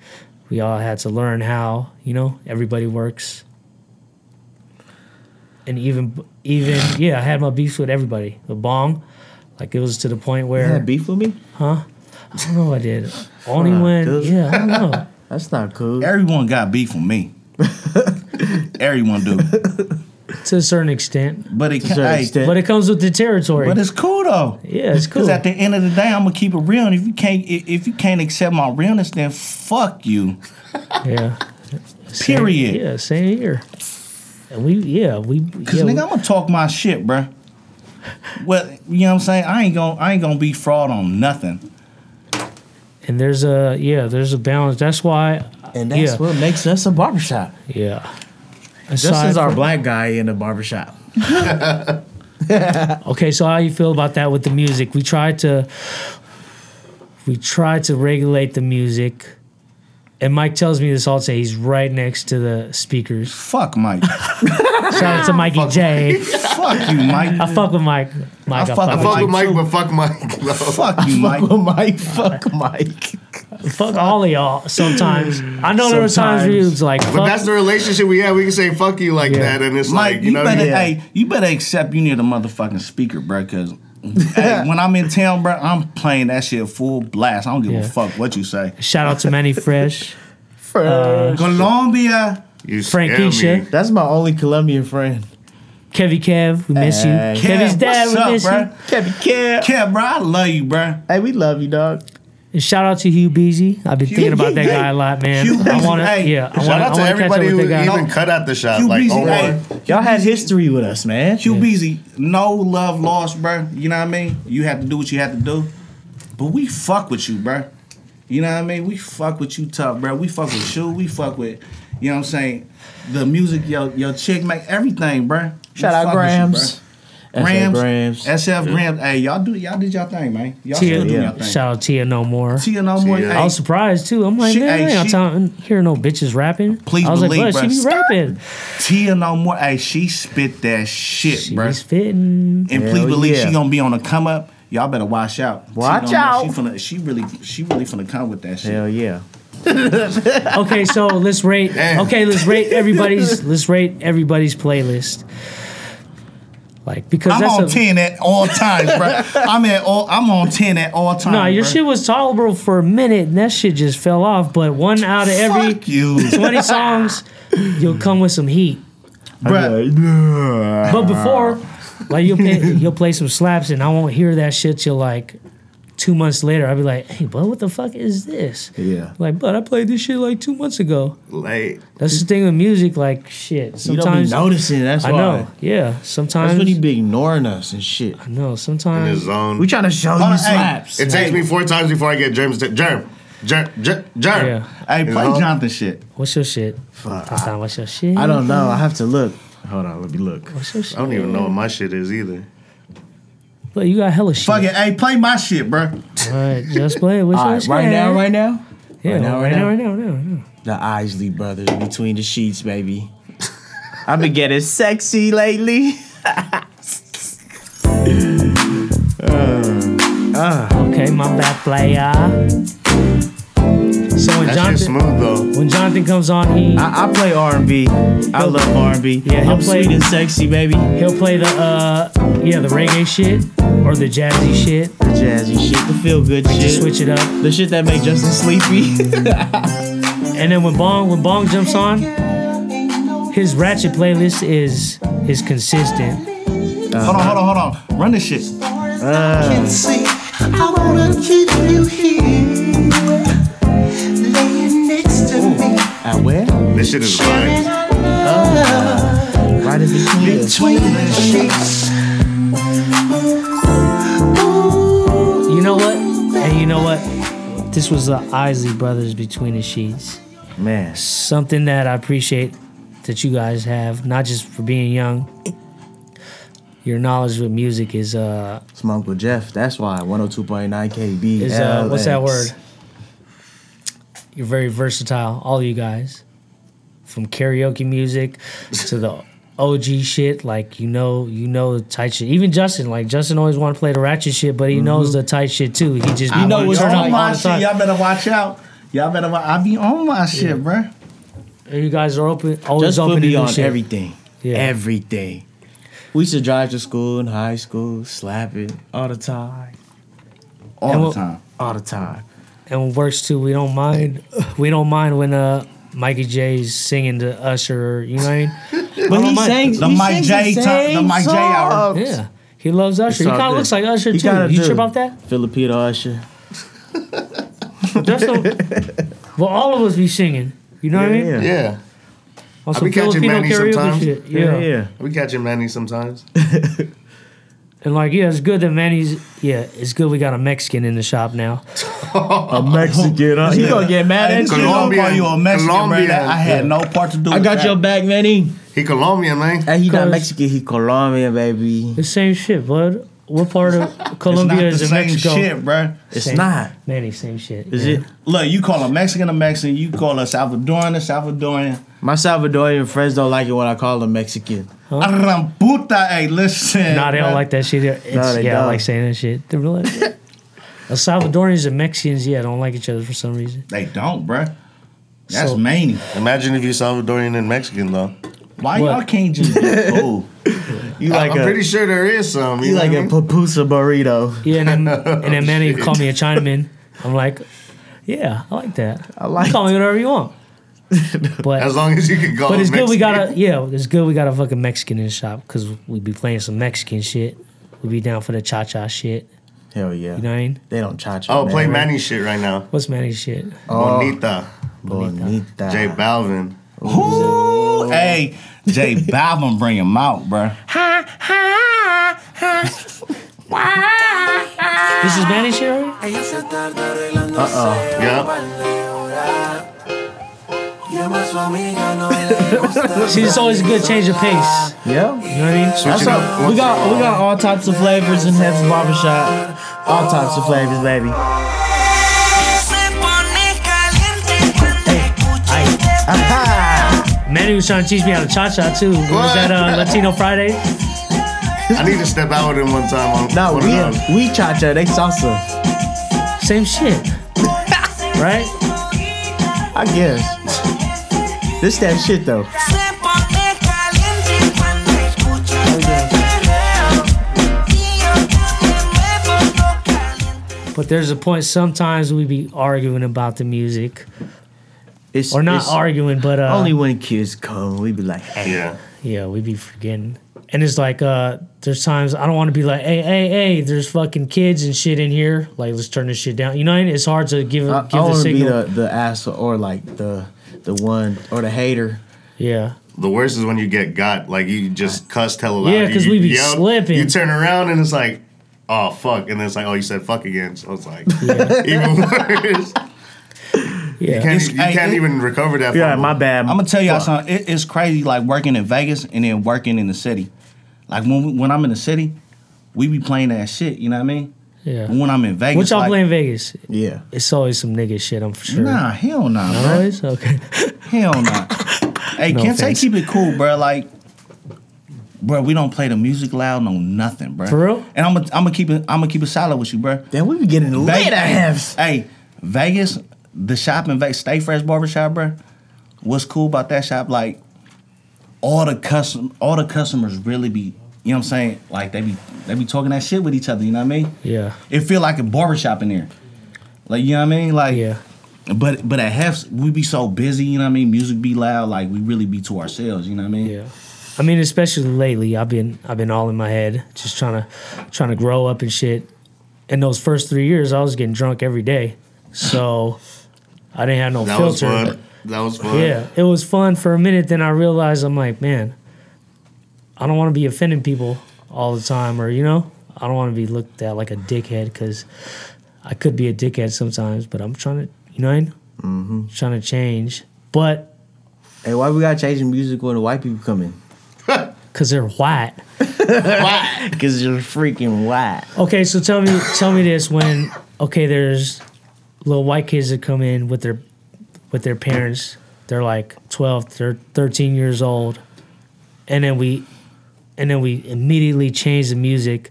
[SPEAKER 3] we all had to learn how you know everybody works and even even yeah i had my beefs with everybody the bong like it was to the point where
[SPEAKER 1] You had beef with me?
[SPEAKER 3] I don't know if I did. Only
[SPEAKER 1] Fuck,
[SPEAKER 3] when,
[SPEAKER 1] dude.
[SPEAKER 3] yeah, I don't know.
[SPEAKER 1] That's not cool.
[SPEAKER 2] Everyone got beef with me. Everyone do,
[SPEAKER 3] to a certain extent.
[SPEAKER 2] but it
[SPEAKER 1] certain
[SPEAKER 2] hey,
[SPEAKER 1] extent.
[SPEAKER 3] But it comes with the territory.
[SPEAKER 2] but it's cool though.
[SPEAKER 3] yeah, it's
[SPEAKER 2] Cause
[SPEAKER 3] cool.
[SPEAKER 2] at the end of the day, I'm gonna keep it real. And if you can't, i- if you can't accept my realness, then fuck you.
[SPEAKER 3] yeah.
[SPEAKER 2] Period.
[SPEAKER 3] Yeah, same here. And we, yeah, we,
[SPEAKER 2] Cause
[SPEAKER 3] yeah,
[SPEAKER 2] nigga, I'm gonna talk my shit, bruh. Well, you know what I'm saying? I ain't gonna, I ain't gonna be fraud on nothing.
[SPEAKER 3] and there's a, yeah, there's a balance. That's why,
[SPEAKER 1] And that's
[SPEAKER 3] Yeah.
[SPEAKER 1] what makes us a barbershop.
[SPEAKER 3] yeah.
[SPEAKER 1] Justin's
[SPEAKER 3] Aside
[SPEAKER 1] our
[SPEAKER 3] from-
[SPEAKER 1] black guy in the barbershop.
[SPEAKER 3] Okay, so how you feel about that with the music? We tried to we tried to regulate the music. And Mike tells me this all the time. He's right next to the speakers.
[SPEAKER 2] Fuck Mike.
[SPEAKER 3] Shout out to Mikey J.
[SPEAKER 2] fuck you, Mike.
[SPEAKER 3] I fuck with Mike. Mike, I,
[SPEAKER 2] fuck
[SPEAKER 3] fuck,
[SPEAKER 2] with
[SPEAKER 3] with
[SPEAKER 5] fuck
[SPEAKER 2] Mike
[SPEAKER 5] with Mike,
[SPEAKER 2] too.
[SPEAKER 5] but fuck Mike. No.
[SPEAKER 2] Fuck you, Mike.
[SPEAKER 1] Mike, fuck Mike.
[SPEAKER 3] fuck all of y'all sometimes. I know there were times where he was like,
[SPEAKER 5] But
[SPEAKER 3] fuck.
[SPEAKER 5] that's the relationship we have. We can say fuck you like that, and it's
[SPEAKER 2] Mike,
[SPEAKER 5] like
[SPEAKER 2] you,
[SPEAKER 5] you know. what I
[SPEAKER 2] better,
[SPEAKER 5] mean?
[SPEAKER 2] hey, you better accept you need a motherfucking speaker, bruh. Cause hey, when I'm in town, bruh, I'm playing that shit full blast. I don't give
[SPEAKER 3] Yeah.
[SPEAKER 2] a fuck what you say.
[SPEAKER 3] Shout out to Manny Fresh.
[SPEAKER 1] Uh,
[SPEAKER 2] Colombia,
[SPEAKER 5] You
[SPEAKER 3] Frankie
[SPEAKER 5] scare
[SPEAKER 3] shit.
[SPEAKER 5] me.
[SPEAKER 1] That's my only Colombian friend.
[SPEAKER 3] Kevy Kev, we miss you.
[SPEAKER 1] Hey.
[SPEAKER 2] Kev,
[SPEAKER 3] Kevy's dad,
[SPEAKER 2] what's
[SPEAKER 3] we
[SPEAKER 2] up,
[SPEAKER 3] miss
[SPEAKER 2] bruh?
[SPEAKER 1] Kevin Kev.
[SPEAKER 2] Kev, bruh, I love you, bruh.
[SPEAKER 1] Hey, we love you, dog.
[SPEAKER 3] you. And shout out to Hugh Beezy. I've been thinking about that
[SPEAKER 2] hey,
[SPEAKER 3] guy a lot, man.
[SPEAKER 2] Hugh
[SPEAKER 3] I
[SPEAKER 2] Beezy,
[SPEAKER 3] wanna,
[SPEAKER 2] hey.
[SPEAKER 3] yeah, I
[SPEAKER 5] Shout
[SPEAKER 3] wanna,
[SPEAKER 5] out
[SPEAKER 3] I
[SPEAKER 5] to
[SPEAKER 3] wanna catch up
[SPEAKER 5] everybody
[SPEAKER 3] with
[SPEAKER 5] who
[SPEAKER 3] that guy.
[SPEAKER 5] even cut out the shot.
[SPEAKER 2] You
[SPEAKER 5] like
[SPEAKER 2] busy,
[SPEAKER 5] Omar.
[SPEAKER 2] hey,
[SPEAKER 1] Y'all had history with us, man.
[SPEAKER 2] Too busy. No love lost, bruh. You know what I mean? You have to do what you have to do. But we fuck with you, bruh. You know what I mean? We fuck with you tough, bruh. We fuck with you. We fuck with, you know what I'm saying? The music, your, your chick, make everything, bruh. We
[SPEAKER 1] Shout out
[SPEAKER 2] fuck with you,
[SPEAKER 1] Grams. SF
[SPEAKER 2] Grams,
[SPEAKER 1] Grams.
[SPEAKER 2] SF Grams. Hey, y'all do y'all did y'all thing, man. Y'all still
[SPEAKER 3] Tia,
[SPEAKER 2] do
[SPEAKER 1] yeah.
[SPEAKER 2] y'all thing.
[SPEAKER 3] shout out Tia No More.
[SPEAKER 2] Tia no more.
[SPEAKER 5] Tia.
[SPEAKER 2] Hey,
[SPEAKER 3] I was surprised too. I'm like,
[SPEAKER 2] She-
[SPEAKER 3] man,
[SPEAKER 2] hey,
[SPEAKER 3] I ain't
[SPEAKER 2] she-
[SPEAKER 3] time hearing no bitches rapping.
[SPEAKER 2] Please
[SPEAKER 3] I was
[SPEAKER 2] believe,
[SPEAKER 3] like,
[SPEAKER 2] bruh.
[SPEAKER 3] but she be rapping.
[SPEAKER 2] Tia no more. Hey, she spit that shit,
[SPEAKER 3] She
[SPEAKER 2] bruh.
[SPEAKER 3] be spitting.
[SPEAKER 2] and
[SPEAKER 1] Hell
[SPEAKER 2] please believe
[SPEAKER 1] yeah.
[SPEAKER 2] she gonna be on the come up. Y'all better watch out.
[SPEAKER 1] Watch
[SPEAKER 2] she don't know-
[SPEAKER 1] out.
[SPEAKER 2] She finna, she really, she really finna come with that shit.
[SPEAKER 1] Hell yeah.
[SPEAKER 3] Okay, so let's rate.
[SPEAKER 5] Damn.
[SPEAKER 3] Okay, let's rate everybody's. let's rate everybody's playlist. Like because
[SPEAKER 2] I'm on
[SPEAKER 3] that's a,
[SPEAKER 2] ten at all times, bro. I'm at all. I'm on ten at all times.
[SPEAKER 3] no, your
[SPEAKER 2] bruh.
[SPEAKER 3] shit was tolerable for a minute, and that shit just fell off. But one out of every
[SPEAKER 2] Fuck you,
[SPEAKER 3] twenty songs, you'll come with some heat.
[SPEAKER 2] bro.
[SPEAKER 3] But before, like you'll play, you'll play some slaps, and I won't hear that shit till like two months later. I'll be like, "Hey, bud, what the fuck is this?"
[SPEAKER 1] Yeah.
[SPEAKER 3] Like, bud, I played this shit like two months ago.
[SPEAKER 5] Like,
[SPEAKER 3] That's the thing with music, like shit.
[SPEAKER 1] You don't be
[SPEAKER 3] Sometimes
[SPEAKER 1] noticing. That's
[SPEAKER 3] I
[SPEAKER 1] why.
[SPEAKER 3] know, yeah.
[SPEAKER 1] That's
[SPEAKER 3] Sometimes
[SPEAKER 1] when you be ignoring us and shit.
[SPEAKER 3] no,
[SPEAKER 5] in his
[SPEAKER 3] sometimes
[SPEAKER 5] zone.
[SPEAKER 1] We trying to show
[SPEAKER 2] Hold
[SPEAKER 1] you
[SPEAKER 2] on, hey.
[SPEAKER 1] slaps.
[SPEAKER 5] It takes me four times before I get germs. To, germ, germ, germ, germ.
[SPEAKER 3] Yeah.
[SPEAKER 2] Hey,
[SPEAKER 5] You
[SPEAKER 2] play
[SPEAKER 5] know?
[SPEAKER 2] Jonathan shit.
[SPEAKER 3] what's your shit? Fuck, what's your shit?
[SPEAKER 1] I don't know. I have to look. Hold on. Let me look.
[SPEAKER 3] What's your shit?
[SPEAKER 5] I don't even know what my shit is either.
[SPEAKER 3] But you got hella shit.
[SPEAKER 2] Fuck it. Hey, play my shit, bro.
[SPEAKER 3] All right, just play. it. What's
[SPEAKER 1] All
[SPEAKER 3] your
[SPEAKER 1] right.
[SPEAKER 3] shit?
[SPEAKER 1] Right now. Right now.
[SPEAKER 3] yeah,
[SPEAKER 1] right now, right now.
[SPEAKER 3] right now, right now, right now.
[SPEAKER 1] The Isley brothers between the sheets, baby. I've been getting sexy lately.
[SPEAKER 3] Okay, my bad player. So when
[SPEAKER 5] That shit's
[SPEAKER 3] Jonathan,
[SPEAKER 5] smooth though.
[SPEAKER 3] when Jonathan comes on, he
[SPEAKER 1] I, I play R and B. I love R and B.
[SPEAKER 3] Yeah, he'll
[SPEAKER 1] I'm
[SPEAKER 3] play-
[SPEAKER 1] sweet and sexy, baby. The
[SPEAKER 3] He'll play the uh yeah the reggae shit or the jazzy shit.
[SPEAKER 1] jazzy shit, the feel good
[SPEAKER 3] Just
[SPEAKER 1] shit,
[SPEAKER 3] switch it up.
[SPEAKER 1] the shit that make Justin sleepy.
[SPEAKER 3] And then when Bong when Bong jumps on, his ratchet playlist is is consistent.
[SPEAKER 1] Uh-huh.
[SPEAKER 2] Hold on, hold on, hold on. Run this shit.
[SPEAKER 6] can see. I wanna keep you here, laying next to me,
[SPEAKER 1] At where?
[SPEAKER 5] This shit is fine.
[SPEAKER 1] Right in between. us.
[SPEAKER 6] between the sheets. Ooh,
[SPEAKER 3] You know what? And you know what? This was the Isley Brothers between the sheets.
[SPEAKER 1] Man,
[SPEAKER 3] Something that I appreciate that you guys have, not just for being young. Your knowledge with music is uh
[SPEAKER 1] it's my Uncle Jeff. That's why 102.9 KB.
[SPEAKER 3] is uh what's that word? You're very versatile, all you guys. From karaoke music to the OG shit, like you know, you know the tight shit. Even Justin, like Justin always want to play the ratchet shit, but he knows the tight shit too. He just
[SPEAKER 1] Mm-hmm. know
[SPEAKER 3] wanna
[SPEAKER 1] what's
[SPEAKER 3] turn
[SPEAKER 1] on
[SPEAKER 3] up
[SPEAKER 2] on
[SPEAKER 1] all
[SPEAKER 2] my
[SPEAKER 3] the
[SPEAKER 2] shit.
[SPEAKER 3] time.
[SPEAKER 2] Y'all better watch out. Y'all better. Wa- I be on my shit, bro.
[SPEAKER 3] And you guys are open, always
[SPEAKER 1] Just
[SPEAKER 3] open
[SPEAKER 1] put
[SPEAKER 3] to
[SPEAKER 1] me
[SPEAKER 3] new
[SPEAKER 1] on
[SPEAKER 3] shit.
[SPEAKER 1] everything.
[SPEAKER 3] Yeah.
[SPEAKER 1] Everything. We used to drive to school in high school, slap it all the time,
[SPEAKER 2] All
[SPEAKER 3] And
[SPEAKER 2] the
[SPEAKER 3] we'll-
[SPEAKER 2] time.
[SPEAKER 1] all the time.
[SPEAKER 3] and it works too. We don't mind. We don't mind when uh Mikey J's singing to Usher. You know what I mean?
[SPEAKER 1] But he
[SPEAKER 3] mind.
[SPEAKER 1] sings
[SPEAKER 2] The
[SPEAKER 1] he
[SPEAKER 2] Mike
[SPEAKER 1] sings
[SPEAKER 2] J time- the
[SPEAKER 1] same
[SPEAKER 2] Mike J hour.
[SPEAKER 1] songs.
[SPEAKER 3] Yeah, he loves Usher. He
[SPEAKER 1] all
[SPEAKER 3] kind of
[SPEAKER 1] good.
[SPEAKER 3] looks like Usher
[SPEAKER 1] He
[SPEAKER 3] too.
[SPEAKER 1] kinda
[SPEAKER 3] You
[SPEAKER 1] do.
[SPEAKER 3] trip off that?
[SPEAKER 1] Filipino Usher.
[SPEAKER 3] That's the, well, all of us be singing. You know what I mean?
[SPEAKER 1] Yeah.
[SPEAKER 5] Yeah.
[SPEAKER 3] On
[SPEAKER 5] I
[SPEAKER 3] some
[SPEAKER 5] be catching
[SPEAKER 3] Filipino
[SPEAKER 5] Manny
[SPEAKER 3] karaoke
[SPEAKER 5] sometimes.
[SPEAKER 3] shit. Yeah.
[SPEAKER 1] Yeah, yeah.
[SPEAKER 5] We catching Manny sometimes.
[SPEAKER 3] And like, yeah, it's good that Manny's. Yeah, it's good we got a Mexican in the shop now.
[SPEAKER 1] A Mexican. huh? He gonna get mad
[SPEAKER 2] Hey,
[SPEAKER 1] at
[SPEAKER 2] this
[SPEAKER 1] you.
[SPEAKER 2] shit don't call
[SPEAKER 5] Colombian.
[SPEAKER 2] you a Mexican,
[SPEAKER 5] Colombian.
[SPEAKER 2] bro. That- I had no part to do.
[SPEAKER 1] I
[SPEAKER 2] with
[SPEAKER 1] got
[SPEAKER 2] that.
[SPEAKER 1] your back, Manny.
[SPEAKER 5] He Colombian, man.
[SPEAKER 1] And he
[SPEAKER 3] Cause-
[SPEAKER 1] not Mexican. He Colombian, baby.
[SPEAKER 3] The same shit, bud. What part of
[SPEAKER 2] It's not
[SPEAKER 3] Colombia
[SPEAKER 2] the
[SPEAKER 3] is in
[SPEAKER 2] same
[SPEAKER 3] Mexico?
[SPEAKER 2] shit, bro.
[SPEAKER 1] It's
[SPEAKER 3] Same.
[SPEAKER 1] not.
[SPEAKER 3] Manny, same shit.
[SPEAKER 1] Is
[SPEAKER 3] yeah.
[SPEAKER 1] it?
[SPEAKER 2] Look, you call a Mexican a Mexican. You call a Salvadoran a Salvadoran.
[SPEAKER 1] My Salvadorian friends don't like it when I call them Mexican.
[SPEAKER 2] Aramputa, hey, listen.
[SPEAKER 3] Nah, they don't
[SPEAKER 2] bruh.
[SPEAKER 3] like that shit. It's,
[SPEAKER 1] they
[SPEAKER 3] yeah, I
[SPEAKER 1] don't.
[SPEAKER 3] like saying that shit. They're really. El Salvadorians and Mexicans, yeah, don't like each other for some reason.
[SPEAKER 2] They don't, bro. That's
[SPEAKER 3] So-
[SPEAKER 2] mania.
[SPEAKER 5] Imagine if you Salvadorian and Mexican though.
[SPEAKER 2] Why
[SPEAKER 3] What?
[SPEAKER 2] y'all can't just go?
[SPEAKER 1] You
[SPEAKER 5] Like
[SPEAKER 1] like
[SPEAKER 5] I'm
[SPEAKER 1] a
[SPEAKER 5] pretty sure there is some. You,
[SPEAKER 1] you like
[SPEAKER 5] know
[SPEAKER 1] a
[SPEAKER 5] what
[SPEAKER 1] pupusa burrito.
[SPEAKER 3] Yeah, and then, and then Manny would call me a Chinaman. I'm like, yeah, I like that. I
[SPEAKER 1] like
[SPEAKER 3] Call me whatever you want. But
[SPEAKER 5] I mean? As long as you can go.
[SPEAKER 3] But it's good we got
[SPEAKER 5] Mexican.
[SPEAKER 3] a yeah, it's good we got a fucking Mexican in the shop because we be playing some Mexican shit. We be down for the cha cha shit.
[SPEAKER 1] Hell yeah.
[SPEAKER 3] You know what I mean?
[SPEAKER 1] They don't cha cha.
[SPEAKER 5] Oh, play Manny shit right now.
[SPEAKER 3] What's Manny's shit?
[SPEAKER 5] Bonita,
[SPEAKER 1] Bonita.
[SPEAKER 5] J Balvin.
[SPEAKER 2] Ooh, hey, J Balvin, bring him out, bro.
[SPEAKER 3] This is Manny's shit. Right?
[SPEAKER 5] Yeah.
[SPEAKER 3] See, it's always a good change of pace.
[SPEAKER 1] Yeah.
[SPEAKER 3] You know what I mean?
[SPEAKER 1] That's all. We got we got all types of flavors in Heaven's Barbershop. All types of flavors, baby. Aha!
[SPEAKER 3] Manny was trying to teach me how to cha cha too. What was that uh, Latino Friday?
[SPEAKER 5] I need to step out with him one time on
[SPEAKER 1] No,
[SPEAKER 5] one
[SPEAKER 1] we
[SPEAKER 5] of those.
[SPEAKER 1] we cha cha, they salsa.
[SPEAKER 3] Same shit, right?
[SPEAKER 1] I guess. This that shit though.
[SPEAKER 3] But there's a point. Sometimes we be arguing about the music,
[SPEAKER 1] It's
[SPEAKER 3] or not
[SPEAKER 1] it's
[SPEAKER 3] arguing, but uh,
[SPEAKER 1] Only when kids come, we be like, hey,
[SPEAKER 5] Yeah.
[SPEAKER 3] Yeah, we be forgetting. And it's like, uh, there's times I don't want to be like, hey, hey, hey, there's fucking kids and shit in here. Like, let's turn this shit down. You know, what I mean? it's hard to give
[SPEAKER 1] I,
[SPEAKER 3] give
[SPEAKER 1] I
[SPEAKER 3] the
[SPEAKER 1] want to be
[SPEAKER 3] signal.
[SPEAKER 1] the the asshole or like the the one or the hater.
[SPEAKER 3] yeah,
[SPEAKER 5] The worst is when you get got, like you just cuss hella loud.
[SPEAKER 3] Yeah, 'cause
[SPEAKER 5] You
[SPEAKER 3] we be
[SPEAKER 5] yelled,
[SPEAKER 3] slipping.
[SPEAKER 5] You turn around and it's like, oh fuck, and then it's like, oh, you said fuck again. So it's like even worse. You
[SPEAKER 3] yeah.
[SPEAKER 5] can't, e-
[SPEAKER 2] It's-
[SPEAKER 5] you can't
[SPEAKER 2] hey, it-
[SPEAKER 5] even recover that.
[SPEAKER 1] Yeah,
[SPEAKER 5] from-
[SPEAKER 1] my bad.
[SPEAKER 2] I'm gonna tell y'all something. It, it's crazy, like working in Vegas and then working in the city. Like when we, when I'm in the city, we be playing that shit. You know what I mean?
[SPEAKER 3] Yeah.
[SPEAKER 2] But when I'm in Vegas,
[SPEAKER 3] What y'all
[SPEAKER 2] like,
[SPEAKER 3] playing Vegas?
[SPEAKER 1] Yeah.
[SPEAKER 3] It's always some nigga shit. I'm for sure.
[SPEAKER 2] Nah, hell nah, bro.
[SPEAKER 3] Always okay.
[SPEAKER 2] Hell nah. hey,
[SPEAKER 3] No
[SPEAKER 2] can't say
[SPEAKER 3] offense.
[SPEAKER 2] keep it cool, bro. Like, bro, we don't play the music loud, no nothing, bro.
[SPEAKER 3] For real?
[SPEAKER 2] And I'm gonna I'm gonna keep it I'm gonna keep it solid with you, bro.
[SPEAKER 1] Then we be getting lit at halves.
[SPEAKER 2] Hey, Vegas, the shop in Vegas, Stay Fresh Barbershop, bro. What's cool about that shop? Like, all the custom, all the customers really be, you know what I'm saying? Like they be, they be talking that shit with each other. You know what I mean?
[SPEAKER 3] yeah,
[SPEAKER 2] It feel like a barbershop in there. Like you know what I mean? Like
[SPEAKER 3] yeah.
[SPEAKER 2] But but at Hef's, we be so busy. You know what I mean? Music be loud. Like we really be to ourselves. You know what I mean?
[SPEAKER 3] Yeah. I mean, especially lately, I've been I've been all in my head, just trying to trying to grow up and shit. In those first three years, I was getting drunk every day, so I didn't have no
[SPEAKER 5] That was
[SPEAKER 3] filter.
[SPEAKER 5] fun. That was fun.
[SPEAKER 3] Yeah, it was fun for a minute. Then I realized I'm like, man, I don't want to be offending people all the time, or you know, I don't want to be looked at like a dickhead because I could be a dickhead sometimes. But I'm trying to, you know, what I mean?
[SPEAKER 5] Mm-hmm.
[SPEAKER 3] trying to change, but
[SPEAKER 1] Hey, why we gotta change the music when the white people come in?
[SPEAKER 3] because they're white.
[SPEAKER 1] Because you're freaking white.
[SPEAKER 3] Okay, so tell me, tell me this: when okay, there's little white kids that come in with their with their parents. They're like 12, thir- 13 years old, and then we and then we immediately change the music.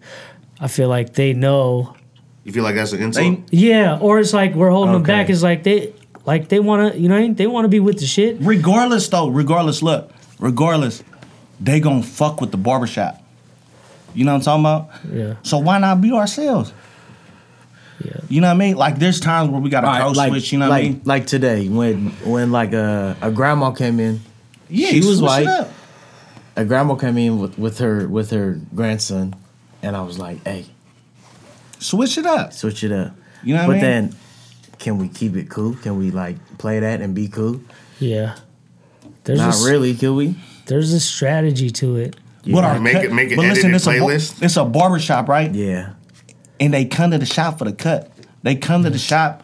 [SPEAKER 3] I feel like they know,
[SPEAKER 5] You feel like that's an insult?
[SPEAKER 3] yeah. Or it's like we're holding them
[SPEAKER 1] Okay.
[SPEAKER 3] back. It's like they like they want to, you know, what I mean? they want to be with the shit.
[SPEAKER 2] Regardless though, regardless, look, regardless, they gonna fuck with the barbershop. You know what I'm talking about?
[SPEAKER 3] Yeah.
[SPEAKER 2] So why not be ourselves?
[SPEAKER 3] Yeah.
[SPEAKER 2] You know what I mean? Like there's times where we gotta pro switch, you know
[SPEAKER 1] like,
[SPEAKER 2] what I mean?
[SPEAKER 1] like today when when like uh, a, a grandma came in,
[SPEAKER 2] Yeah,
[SPEAKER 1] she was
[SPEAKER 2] switch it
[SPEAKER 1] white.
[SPEAKER 2] up.
[SPEAKER 1] a grandma came in with, with her with her grandson, and I was like, hey,
[SPEAKER 2] Switch it up.
[SPEAKER 1] switch it up.
[SPEAKER 2] You know what
[SPEAKER 1] but
[SPEAKER 2] I mean?
[SPEAKER 1] then, can we keep it cool? Can we like play that and be cool?
[SPEAKER 3] Yeah, there's a,
[SPEAKER 1] Not
[SPEAKER 3] s-
[SPEAKER 1] really, can we?
[SPEAKER 3] There's a strategy to it.
[SPEAKER 2] But our
[SPEAKER 5] Make
[SPEAKER 2] cut-
[SPEAKER 5] it- make it
[SPEAKER 2] but
[SPEAKER 5] edited
[SPEAKER 2] it's a bar-
[SPEAKER 5] playlist.
[SPEAKER 2] it's a barbershop, right?
[SPEAKER 1] Yeah.
[SPEAKER 2] and they come to the shop for the cut. They come to the shop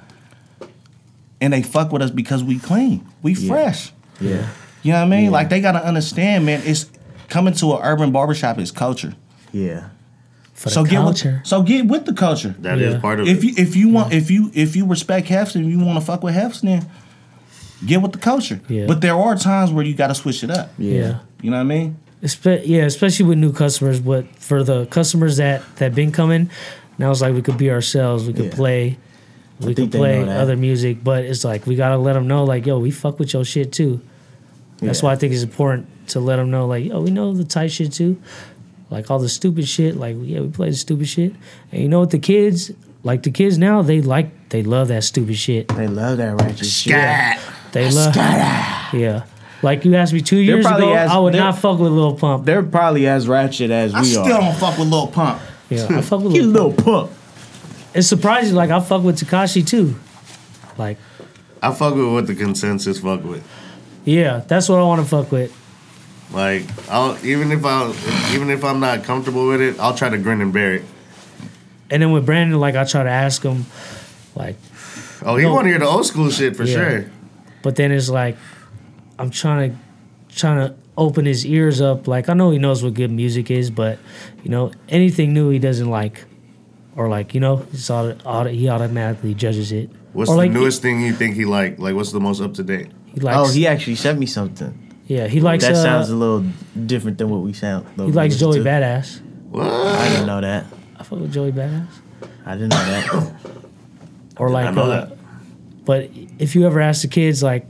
[SPEAKER 2] and they fuck with us because we clean. We fresh.
[SPEAKER 1] Yeah.
[SPEAKER 2] You know what I mean? Like they gotta understand, man, it's coming to an urban barbershop is culture.
[SPEAKER 1] Yeah.
[SPEAKER 3] For
[SPEAKER 2] so
[SPEAKER 3] the
[SPEAKER 2] get
[SPEAKER 3] culture.
[SPEAKER 2] with so get with the culture.
[SPEAKER 5] That is
[SPEAKER 3] Yeah.
[SPEAKER 5] part of
[SPEAKER 2] If
[SPEAKER 5] it.
[SPEAKER 2] you if you want if you if you respect Hefs and you wanna fuck with Hefs, then get with the culture.
[SPEAKER 3] Yeah.
[SPEAKER 2] But there are times where you gotta switch it up.
[SPEAKER 1] Yeah.
[SPEAKER 3] yeah.
[SPEAKER 2] You know what I mean?
[SPEAKER 3] Espe- yeah, especially with new customers. But for the customers that that been coming, now it's like we could be ourselves. We could
[SPEAKER 1] Yeah.
[SPEAKER 3] play. We could
[SPEAKER 1] think they
[SPEAKER 3] play
[SPEAKER 1] know that.
[SPEAKER 3] other music, but it's like we gotta let them know, like, yo, we fuck with your shit too. That's
[SPEAKER 1] Yeah.
[SPEAKER 3] why I think it's important to let them know, like, yo, we know the tight shit too, like all the stupid shit. Like, yeah, we play the stupid shit, and you know what? The kids, like the kids now, they like, they love that stupid shit.
[SPEAKER 1] They love that ratchet shit.
[SPEAKER 3] They love, yeah. Like you asked me two years
[SPEAKER 1] probably
[SPEAKER 3] ago,
[SPEAKER 1] as-
[SPEAKER 3] I would
[SPEAKER 1] they're-
[SPEAKER 3] not fuck with Lil Pump.
[SPEAKER 1] They're probably as ratchet as
[SPEAKER 2] I
[SPEAKER 1] we
[SPEAKER 2] still
[SPEAKER 1] are.
[SPEAKER 2] don't fuck with Lil Pump.
[SPEAKER 3] Yeah, I fuck with
[SPEAKER 1] You
[SPEAKER 3] Lil Pump.
[SPEAKER 1] little punk.
[SPEAKER 3] it's surprising. Like I fuck with Takashi too. Like
[SPEAKER 5] I fuck with what the consensus fuck with.
[SPEAKER 3] yeah, that's what I want to fuck with.
[SPEAKER 5] Like I'll even if I even if I'm not comfortable with it, I'll try to grin and bear it.
[SPEAKER 3] And then with Brandon, like I try to ask him, like,
[SPEAKER 5] Oh, he
[SPEAKER 3] No.
[SPEAKER 5] want to hear the old school shit for
[SPEAKER 3] Yeah.
[SPEAKER 5] sure.
[SPEAKER 3] but then it's like, I'm trying to trying to open his ears up. Like I know he knows what good music is, but you know anything new he doesn't like, or like you know he's auto, auto, he automatically judges it.
[SPEAKER 5] What's
[SPEAKER 3] or like,
[SPEAKER 5] the newest thing you think he like? Like, what's the most up to date?
[SPEAKER 3] He, he likes,
[SPEAKER 1] Oh, he actually sent me something.
[SPEAKER 3] yeah, he likes.
[SPEAKER 1] that
[SPEAKER 3] uh,
[SPEAKER 1] sounds a little different than what we sound.
[SPEAKER 3] he likes Joey Badass.
[SPEAKER 5] What?
[SPEAKER 1] I didn't know that.
[SPEAKER 3] I fuck with Joey Badass.
[SPEAKER 1] I didn't know that.
[SPEAKER 3] Or like,
[SPEAKER 5] I know
[SPEAKER 3] uh,
[SPEAKER 5] that.
[SPEAKER 3] but if you ever ask the kids like,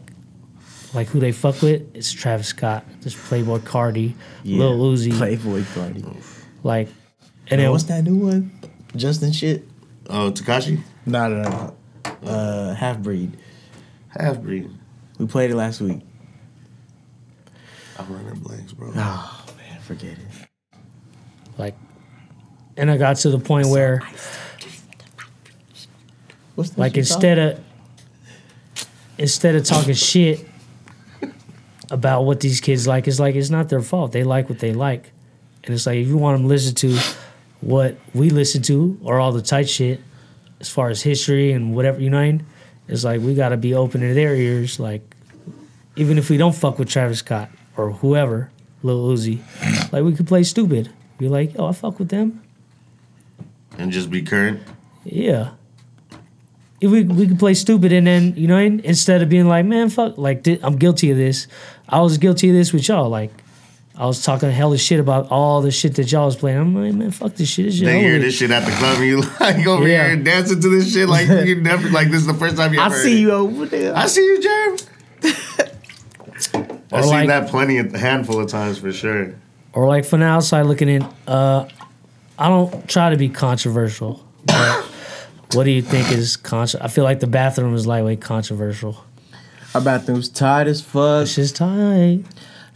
[SPEAKER 3] like who they fuck with, it's Travis Scott, this Playboy Cardi, Lil Uzi,
[SPEAKER 1] Playboy Party.
[SPEAKER 3] like, and
[SPEAKER 1] And
[SPEAKER 3] then
[SPEAKER 1] what's that new one? Justin shit?
[SPEAKER 5] Oh, Takashi?
[SPEAKER 1] No, no, no. no. Uh, Half Breed.
[SPEAKER 5] Half breed.
[SPEAKER 1] We played it last week.
[SPEAKER 5] I'm running blanks, bro.
[SPEAKER 1] Oh, man, forget it.
[SPEAKER 3] like, and I got to the point where
[SPEAKER 1] What's that
[SPEAKER 3] like
[SPEAKER 1] shit called?
[SPEAKER 3] instead of instead of talking shit about what these kids like it's like it's not their fault they like what they like and it's like if you want them to listen to what we listen to or all the tight shit as far as history and whatever you know what I mean? it's like we got to be open to their ears like even if we don't fuck with Travis Scott or whoever Lil Uzi like we could play stupid be like oh I fuck with them
[SPEAKER 5] And just be current.
[SPEAKER 3] yeah. If we we could play stupid and then you know in- instead of being like man fuck like thi- I'm guilty of this, I was guilty of this with y'all like. I was talking hella shit about all the shit that y'all was playing. I'm like, man, fuck this shit. This shit
[SPEAKER 5] They
[SPEAKER 3] over
[SPEAKER 5] hear
[SPEAKER 3] with."
[SPEAKER 5] this shit at the club and you like over
[SPEAKER 3] Yeah.
[SPEAKER 5] here dancing to this shit like you never like this is the first time you
[SPEAKER 1] I
[SPEAKER 5] ever heard
[SPEAKER 1] see
[SPEAKER 5] it.
[SPEAKER 1] you over there.
[SPEAKER 5] I see you, Jerm.
[SPEAKER 3] Or
[SPEAKER 5] I've seen
[SPEAKER 3] like-
[SPEAKER 5] that plenty of handful of times for sure.
[SPEAKER 3] Or like from the outside looking in, uh, I don't try to be controversial. but what do you think is controversial? I feel like the bathroom is lightweight controversial.
[SPEAKER 1] Our bathroom's tight as fuck.
[SPEAKER 3] It's just tight.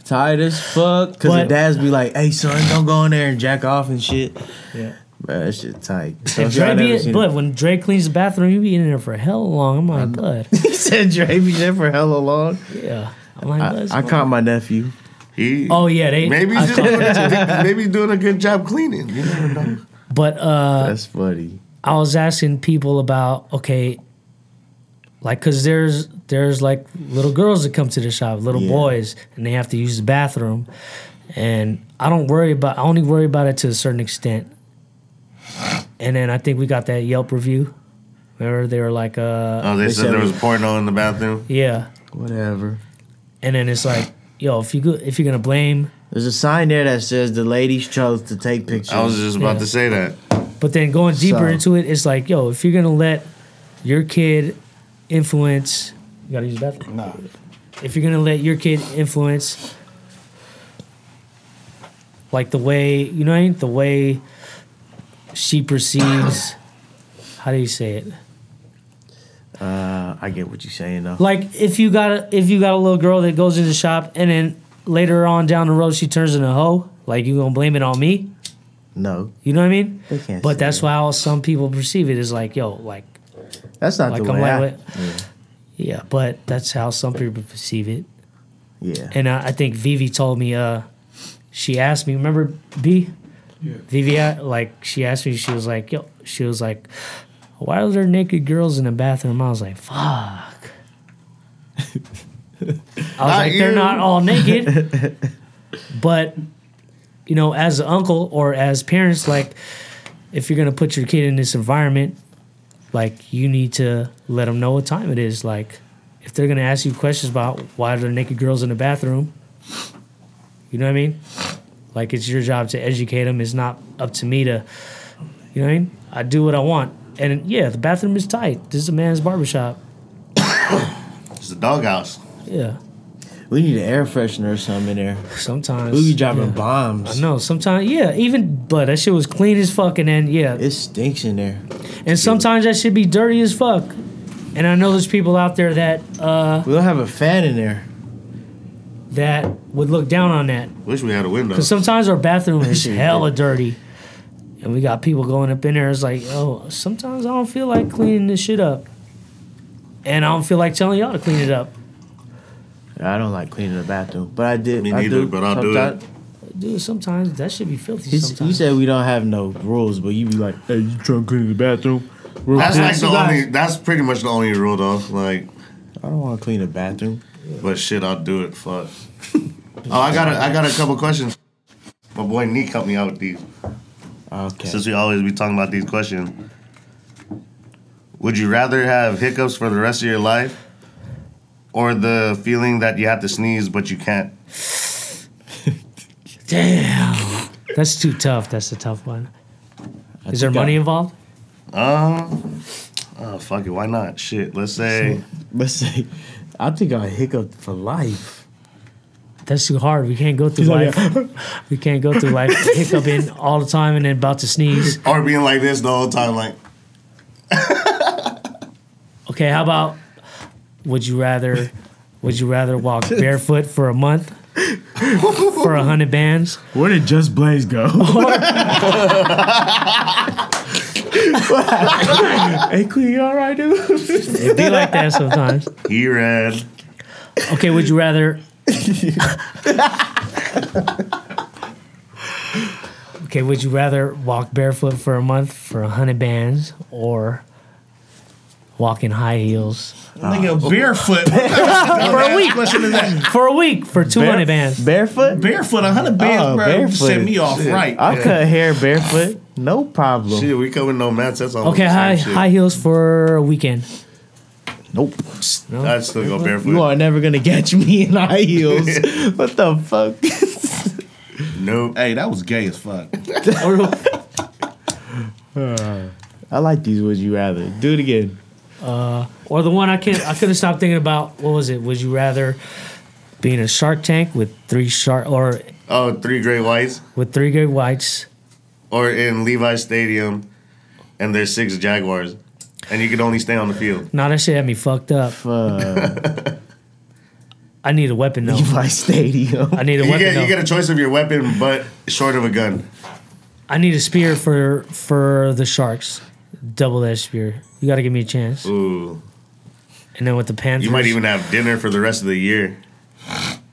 [SPEAKER 1] Tight as fuck. Cause
[SPEAKER 3] But-
[SPEAKER 1] the dads be like, "Hey son, don't go in there and jack off and shit."
[SPEAKER 3] Yeah.
[SPEAKER 1] Bro, that shit tight.
[SPEAKER 3] And Dre
[SPEAKER 1] Y'all never
[SPEAKER 3] be,
[SPEAKER 1] seen
[SPEAKER 3] but when Dre cleans the bathroom, you be in there for hell long. I'm like, bud.
[SPEAKER 1] it. he said Dre be there for hella long.
[SPEAKER 3] Yeah. I'm like,
[SPEAKER 1] I,
[SPEAKER 3] "Let's
[SPEAKER 1] I
[SPEAKER 3] go."
[SPEAKER 1] caught my nephew.
[SPEAKER 5] He
[SPEAKER 3] Oh yeah, they
[SPEAKER 5] maybe
[SPEAKER 3] I
[SPEAKER 5] he's just
[SPEAKER 3] caught-
[SPEAKER 5] doing a, maybe he's doing a good job cleaning. You never know.
[SPEAKER 3] but uh,
[SPEAKER 1] That's funny.
[SPEAKER 3] I was asking people about okay, like because there's there's like little girls that come to the shop, little
[SPEAKER 1] Yeah.
[SPEAKER 3] boys, and they have to use the bathroom, and I don't worry about I only worry about it to a certain extent, and then I think we got that Yelp review. Remember they were like, uh,
[SPEAKER 5] Oh, they, said,
[SPEAKER 1] said
[SPEAKER 5] there
[SPEAKER 1] we-
[SPEAKER 5] was porno in the bathroom.
[SPEAKER 3] yeah,
[SPEAKER 1] Whatever.
[SPEAKER 3] and then it's like, yo, if you go, if you're gonna blame,
[SPEAKER 1] There's a sign there that says the ladies chose to take pictures.
[SPEAKER 5] I was just about
[SPEAKER 3] Yeah.
[SPEAKER 5] to say that.
[SPEAKER 3] But then going deeper
[SPEAKER 1] So-
[SPEAKER 3] into it, it's like, yo, if you're gonna let your kid influence, you gotta use the bathroom.
[SPEAKER 2] Nah.
[SPEAKER 3] If you're gonna let your kid influence, like the way you know, what I mean? the way she perceives, how do you say it?
[SPEAKER 1] uh, I get what you're saying though.
[SPEAKER 3] Like if you got a if you got a little girl that goes in the shop and then later on down the road she turns into a hoe, like you gonna blame it on me?
[SPEAKER 1] No,
[SPEAKER 3] You know what I mean?
[SPEAKER 1] They can't
[SPEAKER 3] but
[SPEAKER 1] say
[SPEAKER 3] that's
[SPEAKER 1] that.
[SPEAKER 3] how some people perceive it is like, yo, like
[SPEAKER 1] that's not
[SPEAKER 3] like
[SPEAKER 1] the
[SPEAKER 3] I'm
[SPEAKER 1] way.
[SPEAKER 3] like,
[SPEAKER 1] I-
[SPEAKER 3] what? yeah. but that's how some people perceive it.
[SPEAKER 1] yeah.
[SPEAKER 3] And I, I think Vivi told me, uh, she asked me, remember B? Yeah. Vivi, uh, like she asked me, she was like, yo, she was like, why are there naked girls in the bathroom? I was like, fuck. I was like, they're
[SPEAKER 5] you.
[SPEAKER 3] not all naked, but you know, as an uncle or as parents, like if you're gonna put your kid in this environment, like you need to let them know what time it is. Like if they're gonna ask you questions about why are there naked girls in the bathroom, you know what I mean? Like it's your job to educate them. It's not up to me to, you know what I mean? I do what I want, and yeah, the bathroom is tight. This is a man's barbershop.
[SPEAKER 5] It's a doghouse.
[SPEAKER 3] Yeah,
[SPEAKER 1] we need an air freshener or something in there.
[SPEAKER 3] sometimes
[SPEAKER 1] We be dropping
[SPEAKER 3] yeah. I
[SPEAKER 1] bombs.
[SPEAKER 3] know. Sometimes, yeah. Even but that shit was clean as fuck, and then yeah,
[SPEAKER 1] It stinks in there.
[SPEAKER 3] and sometimes that shit be dirty as fuck. And I know there's people out there that uh,
[SPEAKER 1] We don't have a fan in there.
[SPEAKER 3] that would look down on that.
[SPEAKER 5] Wish we had a window.
[SPEAKER 3] Because sometimes our bathroom is
[SPEAKER 1] Yeah.
[SPEAKER 3] hella dirty. And we got people going up in there. It's like, oh, sometimes I don't feel like cleaning this shit up. And I don't feel like telling y'all to clean it up.
[SPEAKER 1] I don't like cleaning the bathroom, but I did.
[SPEAKER 5] Me
[SPEAKER 1] I
[SPEAKER 5] neither,
[SPEAKER 1] do
[SPEAKER 5] but I'll do it.
[SPEAKER 1] sometimes.
[SPEAKER 3] Dude, sometimes that should be filthy.
[SPEAKER 1] He s-
[SPEAKER 3] sometimes.
[SPEAKER 1] You said we don't have no rules, but you be like, "Hey, you trying to clean the bathroom?" Real
[SPEAKER 5] that's
[SPEAKER 1] quick."
[SPEAKER 5] like the
[SPEAKER 1] You guys-
[SPEAKER 5] only. That's pretty much the only rule, though. Like
[SPEAKER 1] I don't want to clean the bathroom.
[SPEAKER 5] But shit, I'll do it. Fuck. oh, I got a, I got a couple questions. My boy Nick helped me out with these.
[SPEAKER 1] Okay.
[SPEAKER 5] Since we always be talking about these questions, would you rather have hiccups for the rest of your life, or the feeling that you have to sneeze but you can't?
[SPEAKER 3] Damn. That's too tough. That's a tough one. Is there
[SPEAKER 1] think
[SPEAKER 3] money
[SPEAKER 1] I-
[SPEAKER 3] involved?
[SPEAKER 5] Um. Oh fuck it, why not? Shit, let's say
[SPEAKER 1] Let's say, I think I hiccup for life.
[SPEAKER 3] That's too hard. We can't go through
[SPEAKER 1] like,
[SPEAKER 3] life. we can't go through life hiccuping all the time and then about to sneeze.
[SPEAKER 5] or being like this the whole time, like
[SPEAKER 3] Okay, how about would you rather would you rather walk barefoot for a month for a hundred bands?
[SPEAKER 1] Where did Just Blaze go? hey, Queen, you all right, dude?
[SPEAKER 3] It'd be like that sometimes.
[SPEAKER 5] he read.
[SPEAKER 3] Okay, would you rather? okay, would you rather walk barefoot for a month for a hundred bands or walk in high heels
[SPEAKER 2] Nigga, barefoot. for a week. Question is that
[SPEAKER 3] for a week for two hundred bands?
[SPEAKER 1] Barefoot?
[SPEAKER 2] barefoot? hundred bands,
[SPEAKER 1] Oh,
[SPEAKER 2] bro. You
[SPEAKER 1] barefoot.
[SPEAKER 2] set me off right.
[SPEAKER 1] I cut hair barefoot, no problem.
[SPEAKER 5] Shit, we coming no match. That's all.
[SPEAKER 3] Okay,
[SPEAKER 5] the same
[SPEAKER 3] high
[SPEAKER 5] shit.
[SPEAKER 3] high heels for a weekend.
[SPEAKER 1] Nope.
[SPEAKER 5] I still go barefoot.
[SPEAKER 1] You are never gonna catch me in high heels. what the fuck?
[SPEAKER 5] Nope.
[SPEAKER 2] Hey, that was gay as fuck.
[SPEAKER 3] Or-
[SPEAKER 1] I like these. Would you rather do it again?
[SPEAKER 3] Or the one I can't, I couldn't stop thinking about. What was it? Would you rather be in a Shark Tank with three shark or
[SPEAKER 5] Oh, three great whites,
[SPEAKER 3] with three great whites?
[SPEAKER 5] or in Levi Stadium, and there's six Jaguars, and you could only stay on the field.
[SPEAKER 3] Nah, that shit had me fucked up.
[SPEAKER 1] Fuck.
[SPEAKER 3] I need a weapon though.
[SPEAKER 1] Levi Stadium.
[SPEAKER 3] I need a
[SPEAKER 5] You
[SPEAKER 3] weapon
[SPEAKER 5] get
[SPEAKER 3] though.
[SPEAKER 5] you get a choice of your weapon, but short of a gun.
[SPEAKER 3] I need a spear for for the sharks. Double that spear. You got to give me a chance.
[SPEAKER 5] Ooh,
[SPEAKER 3] And then with the Panthers,
[SPEAKER 5] you might even have dinner for the rest of the year.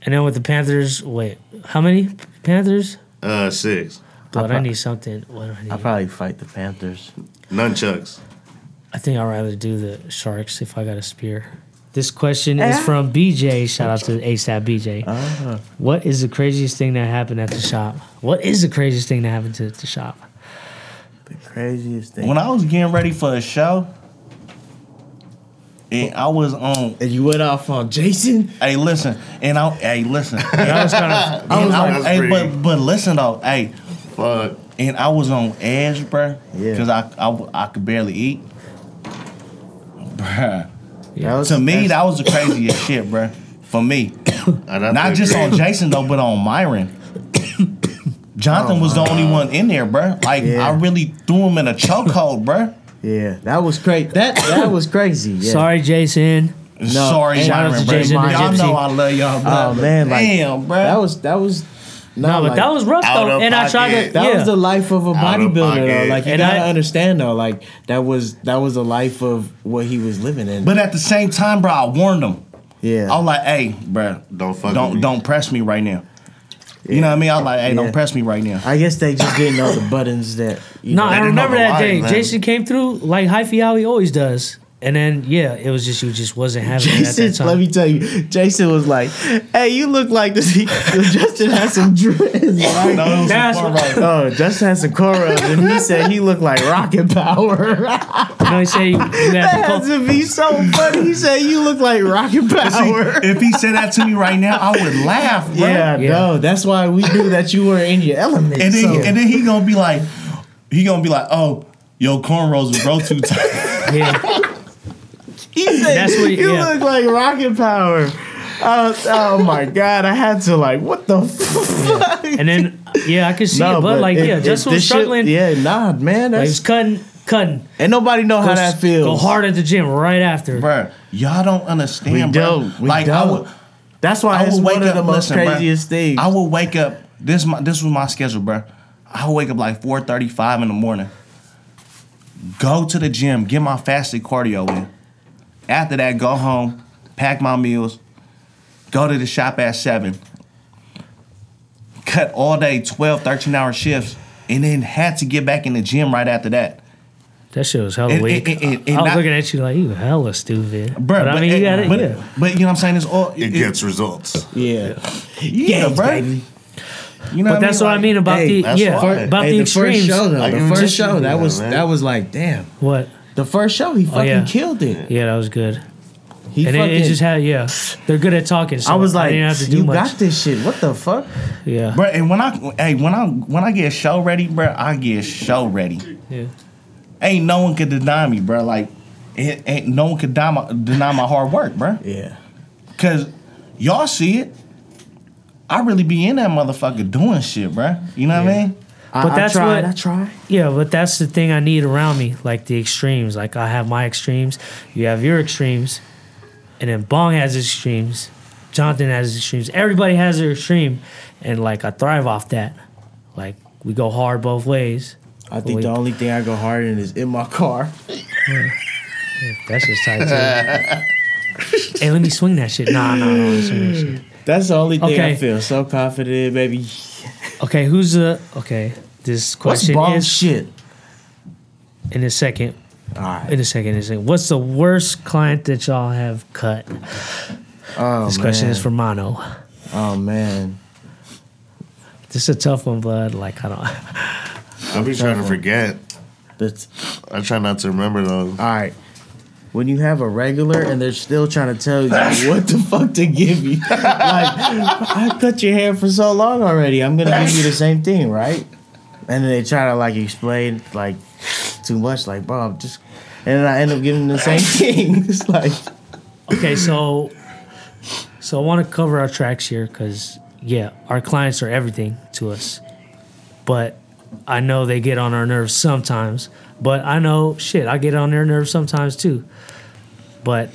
[SPEAKER 3] And then with the Panthers, wait, how many Panthers?
[SPEAKER 5] Uh, six
[SPEAKER 3] But I
[SPEAKER 5] Uh,
[SPEAKER 1] prob-
[SPEAKER 3] need something. What do I need?
[SPEAKER 1] I probably fight the Panthers.
[SPEAKER 5] nunchucks.
[SPEAKER 3] I think I'd rather do the sharks if I got a spear. This question
[SPEAKER 1] Ah.
[SPEAKER 3] is from BJ. Shout out to ASAP BJ.
[SPEAKER 5] Ah.
[SPEAKER 3] What is the craziest thing that happened at the shop? What is the craziest thing that happened to the shop?
[SPEAKER 1] The craziest thing.
[SPEAKER 2] When I was getting ready for a show, and I was on.
[SPEAKER 1] and you went off on Jason.
[SPEAKER 2] Hey, listen, and I. Hey, listen. And
[SPEAKER 3] That was kind of
[SPEAKER 2] I was
[SPEAKER 5] like-
[SPEAKER 2] on, hey,
[SPEAKER 5] That's
[SPEAKER 2] but but listen though, hey,
[SPEAKER 5] Fuck.
[SPEAKER 2] and I was on edge, bruh,
[SPEAKER 1] Yeah.
[SPEAKER 2] because I, I I could barely eat, bruh.
[SPEAKER 1] That was
[SPEAKER 2] To me, that was the craziest shit, bruh. For me,
[SPEAKER 5] I'd have
[SPEAKER 2] not
[SPEAKER 5] to
[SPEAKER 2] just
[SPEAKER 5] agree.
[SPEAKER 2] on Jason though, but on Myron. Jonathan was the only one in there, bruh. Like
[SPEAKER 1] Yeah.
[SPEAKER 2] I really threw him in a chokehold, bruh.
[SPEAKER 1] yeah, that was crazy. That that was crazy. Yeah.
[SPEAKER 3] sorry, Jason.
[SPEAKER 2] Sorry,
[SPEAKER 1] and-
[SPEAKER 2] Myron,
[SPEAKER 3] Shout out to
[SPEAKER 2] bruh.
[SPEAKER 3] Jason and
[SPEAKER 2] Y'all know
[SPEAKER 3] Gypsy.
[SPEAKER 2] I love y'all, bruh.
[SPEAKER 1] Oh man, like
[SPEAKER 2] damn, bruh.
[SPEAKER 1] that was that was.
[SPEAKER 3] No, but that was rough
[SPEAKER 5] out
[SPEAKER 3] though,
[SPEAKER 5] of
[SPEAKER 3] and I tried to.
[SPEAKER 5] pocket.
[SPEAKER 1] That
[SPEAKER 3] yeah.
[SPEAKER 1] was the life of a
[SPEAKER 5] Out of
[SPEAKER 1] bodybuilder,
[SPEAKER 5] pocket.
[SPEAKER 1] though. Like you
[SPEAKER 3] And
[SPEAKER 1] gotta
[SPEAKER 3] I-
[SPEAKER 1] understand, though. Like that was that was the life of what he was living in.
[SPEAKER 2] But at the same time, bruh, I warned him.
[SPEAKER 1] yeah,
[SPEAKER 2] I was like, hey, bruh,
[SPEAKER 5] Don't fuck
[SPEAKER 2] don't
[SPEAKER 5] with me.
[SPEAKER 2] don't press me right now. You know what I mean? I was like, hey,
[SPEAKER 1] Yeah.
[SPEAKER 2] don't press me right now.
[SPEAKER 1] I guess they just didn't know the buttons that. You
[SPEAKER 3] No,
[SPEAKER 1] know.
[SPEAKER 3] I
[SPEAKER 5] didn't know
[SPEAKER 3] remember
[SPEAKER 5] the
[SPEAKER 3] that
[SPEAKER 5] line,
[SPEAKER 3] day.
[SPEAKER 5] man.
[SPEAKER 3] Jason came through like hyphy how he always does. And then yeah, it was just you just wasn't having it at that
[SPEAKER 1] Jason,
[SPEAKER 3] time.
[SPEAKER 1] let me tell you, Jason was like, "Hey, you look like this." He, Justin has some dreads. Right?
[SPEAKER 2] No, it was
[SPEAKER 3] That's-
[SPEAKER 2] far right.
[SPEAKER 1] Oh, Justin has some cornrows, and he said he looked like Rocket Power.
[SPEAKER 3] you know, he said you, you
[SPEAKER 1] that
[SPEAKER 3] had to
[SPEAKER 1] had
[SPEAKER 3] call.
[SPEAKER 1] to be so funny. He said you look like Rocket Power.
[SPEAKER 2] if he said that to me right now, I would laugh, bro.
[SPEAKER 1] Yeah,
[SPEAKER 3] Yeah.
[SPEAKER 1] no, that's why we knew that you were in your element.
[SPEAKER 2] And then
[SPEAKER 1] so-
[SPEAKER 2] and then he gonna be like, he gonna be like, oh, yo, cornrows is bro too tight.
[SPEAKER 3] Yeah,
[SPEAKER 1] He said,
[SPEAKER 3] That's what-
[SPEAKER 1] you
[SPEAKER 3] yeah.
[SPEAKER 1] look like rocket power. Uh, oh my god, I had to like, what the fuck?
[SPEAKER 3] and then yeah, I could see it, but, like
[SPEAKER 1] it-
[SPEAKER 3] yeah,
[SPEAKER 1] it-
[SPEAKER 3] Justin
[SPEAKER 1] this
[SPEAKER 3] was
[SPEAKER 1] shit-
[SPEAKER 3] struggling.
[SPEAKER 1] yeah, nah,
[SPEAKER 3] Like,
[SPEAKER 1] man,
[SPEAKER 3] he was
[SPEAKER 1] that's
[SPEAKER 3] cutting, cutting.
[SPEAKER 1] and nobody know how that feels.
[SPEAKER 3] Go hard at the gym right after.
[SPEAKER 2] Bruh, y'all don't understand,
[SPEAKER 1] We
[SPEAKER 2] bruh.
[SPEAKER 1] don't. We
[SPEAKER 2] like I
[SPEAKER 1] don't.
[SPEAKER 2] would,
[SPEAKER 1] That's why
[SPEAKER 2] I
[SPEAKER 1] it's
[SPEAKER 2] would wake
[SPEAKER 1] one of
[SPEAKER 2] up.
[SPEAKER 1] the most
[SPEAKER 2] listen, bruh,
[SPEAKER 1] craziest things.
[SPEAKER 2] I would wake up. This my this was my schedule, bruh. I would wake up like four thirty five in the morning. Go to the gym, get my fasted cardio in. After that, go home, pack my meals, go to the shop at seven. Cut all day 12, 13 hour shifts, and then had to get back in the gym right after that.
[SPEAKER 3] That shit was hella
[SPEAKER 2] And-
[SPEAKER 3] weak.
[SPEAKER 2] and- and- and
[SPEAKER 3] I was
[SPEAKER 2] not-
[SPEAKER 3] looking at you like you hella stupid.
[SPEAKER 2] Bruh,
[SPEAKER 3] but, I mean, you got it.
[SPEAKER 2] But,
[SPEAKER 3] Yeah.
[SPEAKER 2] but you know what I'm saying? It's all
[SPEAKER 5] It gets results.
[SPEAKER 1] Yeah.
[SPEAKER 2] yeah,
[SPEAKER 1] Yes,
[SPEAKER 2] bruh.
[SPEAKER 1] baby.
[SPEAKER 2] You know,
[SPEAKER 3] But that's what I mean about
[SPEAKER 1] hey,
[SPEAKER 3] the
[SPEAKER 5] that's
[SPEAKER 3] yeah
[SPEAKER 5] why.
[SPEAKER 3] about
[SPEAKER 1] Hey,
[SPEAKER 3] the
[SPEAKER 1] the first
[SPEAKER 3] extremes.
[SPEAKER 1] show though,
[SPEAKER 5] I
[SPEAKER 1] the
[SPEAKER 5] give it
[SPEAKER 1] first
[SPEAKER 5] to you,
[SPEAKER 1] show that was
[SPEAKER 5] man.
[SPEAKER 1] that was like damn.
[SPEAKER 3] what?
[SPEAKER 1] The first show he fucking
[SPEAKER 3] Oh, yeah.
[SPEAKER 1] killed it.
[SPEAKER 3] Yeah, that was good.
[SPEAKER 1] He
[SPEAKER 3] and
[SPEAKER 1] fucking.
[SPEAKER 3] it, it just had yeah. They're good at talking. So
[SPEAKER 1] I was like,
[SPEAKER 3] didn't have to do
[SPEAKER 1] you
[SPEAKER 3] much.
[SPEAKER 1] got this shit. What the fuck?
[SPEAKER 3] yeah,
[SPEAKER 2] Bruh, and when I hey when I when I get show ready, bruh, I get show ready.
[SPEAKER 3] yeah.
[SPEAKER 2] Ain't no one could deny me, bruh. Like, it, ain't no one could deny my, deny my hard work, bruh.
[SPEAKER 1] Yeah.
[SPEAKER 2] Cause y'all see it. I really be in that motherfucker doing shit, bruh. You know what I mean?
[SPEAKER 3] But
[SPEAKER 1] I,
[SPEAKER 3] that's
[SPEAKER 1] I tried,
[SPEAKER 3] what-
[SPEAKER 1] I tried.
[SPEAKER 3] Yeah, but that's the thing I need around me, like the extremes. Like I have my extremes, you have your extremes, and then Bong has his extremes, Jonathan has his extremes. Everybody has their extreme, and like I thrive off that. Like we go hard both ways.
[SPEAKER 1] I think
[SPEAKER 3] Wait.
[SPEAKER 1] the only thing I go hard in is in my car.
[SPEAKER 3] That's just tight too. hey, let me swing that shit. Nah, nah, nah. let me swing that shit.
[SPEAKER 1] That's the only thing
[SPEAKER 3] Okay.
[SPEAKER 1] I feel so confident, baby.
[SPEAKER 3] Okay, who's the okay? This
[SPEAKER 1] What's
[SPEAKER 3] question
[SPEAKER 1] wrong
[SPEAKER 3] is
[SPEAKER 1] shit?
[SPEAKER 3] in a second.
[SPEAKER 1] All right.
[SPEAKER 3] In a second, in a second. What's the worst client that y'all have cut?
[SPEAKER 1] Oh,
[SPEAKER 3] This question
[SPEAKER 1] man.
[SPEAKER 3] is for Mono.
[SPEAKER 1] Oh man.
[SPEAKER 3] This is a tough one, but like I don't.
[SPEAKER 5] I'll be trying to forget.
[SPEAKER 1] That's
[SPEAKER 5] I try not to remember though.
[SPEAKER 1] all right. When you have a regular and they're still trying to tell you what the fuck to give you, like I cut your hair for so long already, I'm gonna give you the same thing, right? And then they try to like explain like too much, like bro, I'm just, and then I end up giving them the same thing. It's like
[SPEAKER 3] Okay, so so I want to cover our tracks here because yeah, our clients are everything to us, but I know they get on our nerves sometimes. But I know shit, I get on their nerves sometimes too. But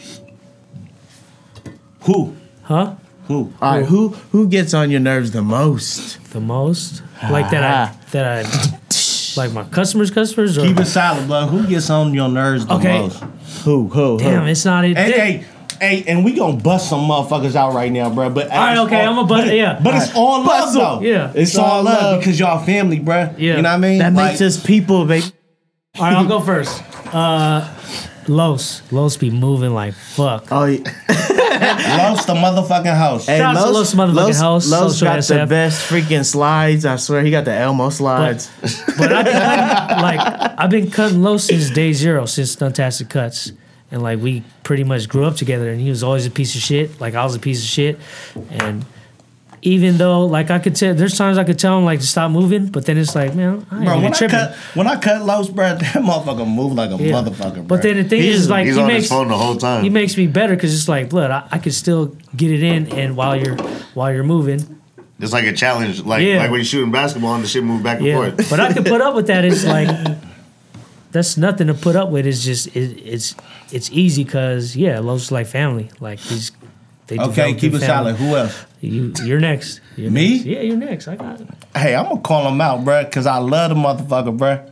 [SPEAKER 2] Who?
[SPEAKER 3] huh,
[SPEAKER 2] Who?
[SPEAKER 1] All right, who who gets on your nerves the most?
[SPEAKER 3] the most like that I that I like my customers, customers. Or,
[SPEAKER 2] Ah. Keep it silent, blood. Who gets on your nerves the
[SPEAKER 3] Okay.
[SPEAKER 2] most?
[SPEAKER 1] Who who?
[SPEAKER 3] damn,
[SPEAKER 1] who?
[SPEAKER 3] it's not it.
[SPEAKER 2] Hey, hey, hey, and we gonna bust some motherfuckers out right now, bruh. But all
[SPEAKER 3] right, okay, I'ma bust-
[SPEAKER 2] But, it-
[SPEAKER 3] yeah.
[SPEAKER 2] but it's all love
[SPEAKER 1] Bust 'em.
[SPEAKER 2] though.
[SPEAKER 3] Yeah.
[SPEAKER 2] it's, all love, because y'all family, bruh.
[SPEAKER 3] Yeah.
[SPEAKER 2] you know what I mean.
[SPEAKER 1] That
[SPEAKER 2] Like,
[SPEAKER 1] makes us people, baby.
[SPEAKER 3] All right, I'll go first. Uh, Los, Los be moving like fuck.
[SPEAKER 1] Oh, yeah.
[SPEAKER 2] lost the motherfucking house.
[SPEAKER 1] hey,
[SPEAKER 3] Shout out to Los motherfucking House,
[SPEAKER 1] Los
[SPEAKER 3] Social
[SPEAKER 1] got the
[SPEAKER 3] SF.
[SPEAKER 1] best freaking slides. I swear, he got the Elmo slides.
[SPEAKER 3] But I think, like I've been cutting low since day zero, since Stuntastic Cuts. And like we pretty much grew up together and he was always a piece of shit. Like I was a piece of shit. And even though like I could tell there's times I could tell him like to stop moving, but then it's like, man, I
[SPEAKER 2] Bro,
[SPEAKER 3] ain't even
[SPEAKER 2] when I,
[SPEAKER 3] tripping.
[SPEAKER 2] cut, when I cut Los, bruh, that motherfucker moved like a
[SPEAKER 3] Yeah.
[SPEAKER 2] motherfucker, bruh.
[SPEAKER 3] But then the thing
[SPEAKER 1] He's-
[SPEAKER 3] is like
[SPEAKER 5] He's
[SPEAKER 3] he
[SPEAKER 5] on
[SPEAKER 3] makes
[SPEAKER 5] his phone the whole time.
[SPEAKER 3] he makes me better because it's like, blood, I, I could still get it in and while you're while you're moving.
[SPEAKER 5] it's like a challenge, like
[SPEAKER 3] Yeah.
[SPEAKER 5] like when you're shooting basketball and the shit move back and
[SPEAKER 3] Yeah,
[SPEAKER 5] forth.
[SPEAKER 3] but I can put up with that. It's like that's nothing to put up with. It's just it, it's it's easy because yeah, Lowe's like family. Like these, they
[SPEAKER 2] okay,
[SPEAKER 3] develop
[SPEAKER 2] keep
[SPEAKER 3] through
[SPEAKER 2] it silent.
[SPEAKER 3] family.
[SPEAKER 2] Who else?
[SPEAKER 3] You, you're next. You're
[SPEAKER 2] Me?
[SPEAKER 3] next. Yeah, you're next. I got it.
[SPEAKER 2] Hey, I'm gonna call him out, bruh, because I love the motherfucker, bruh.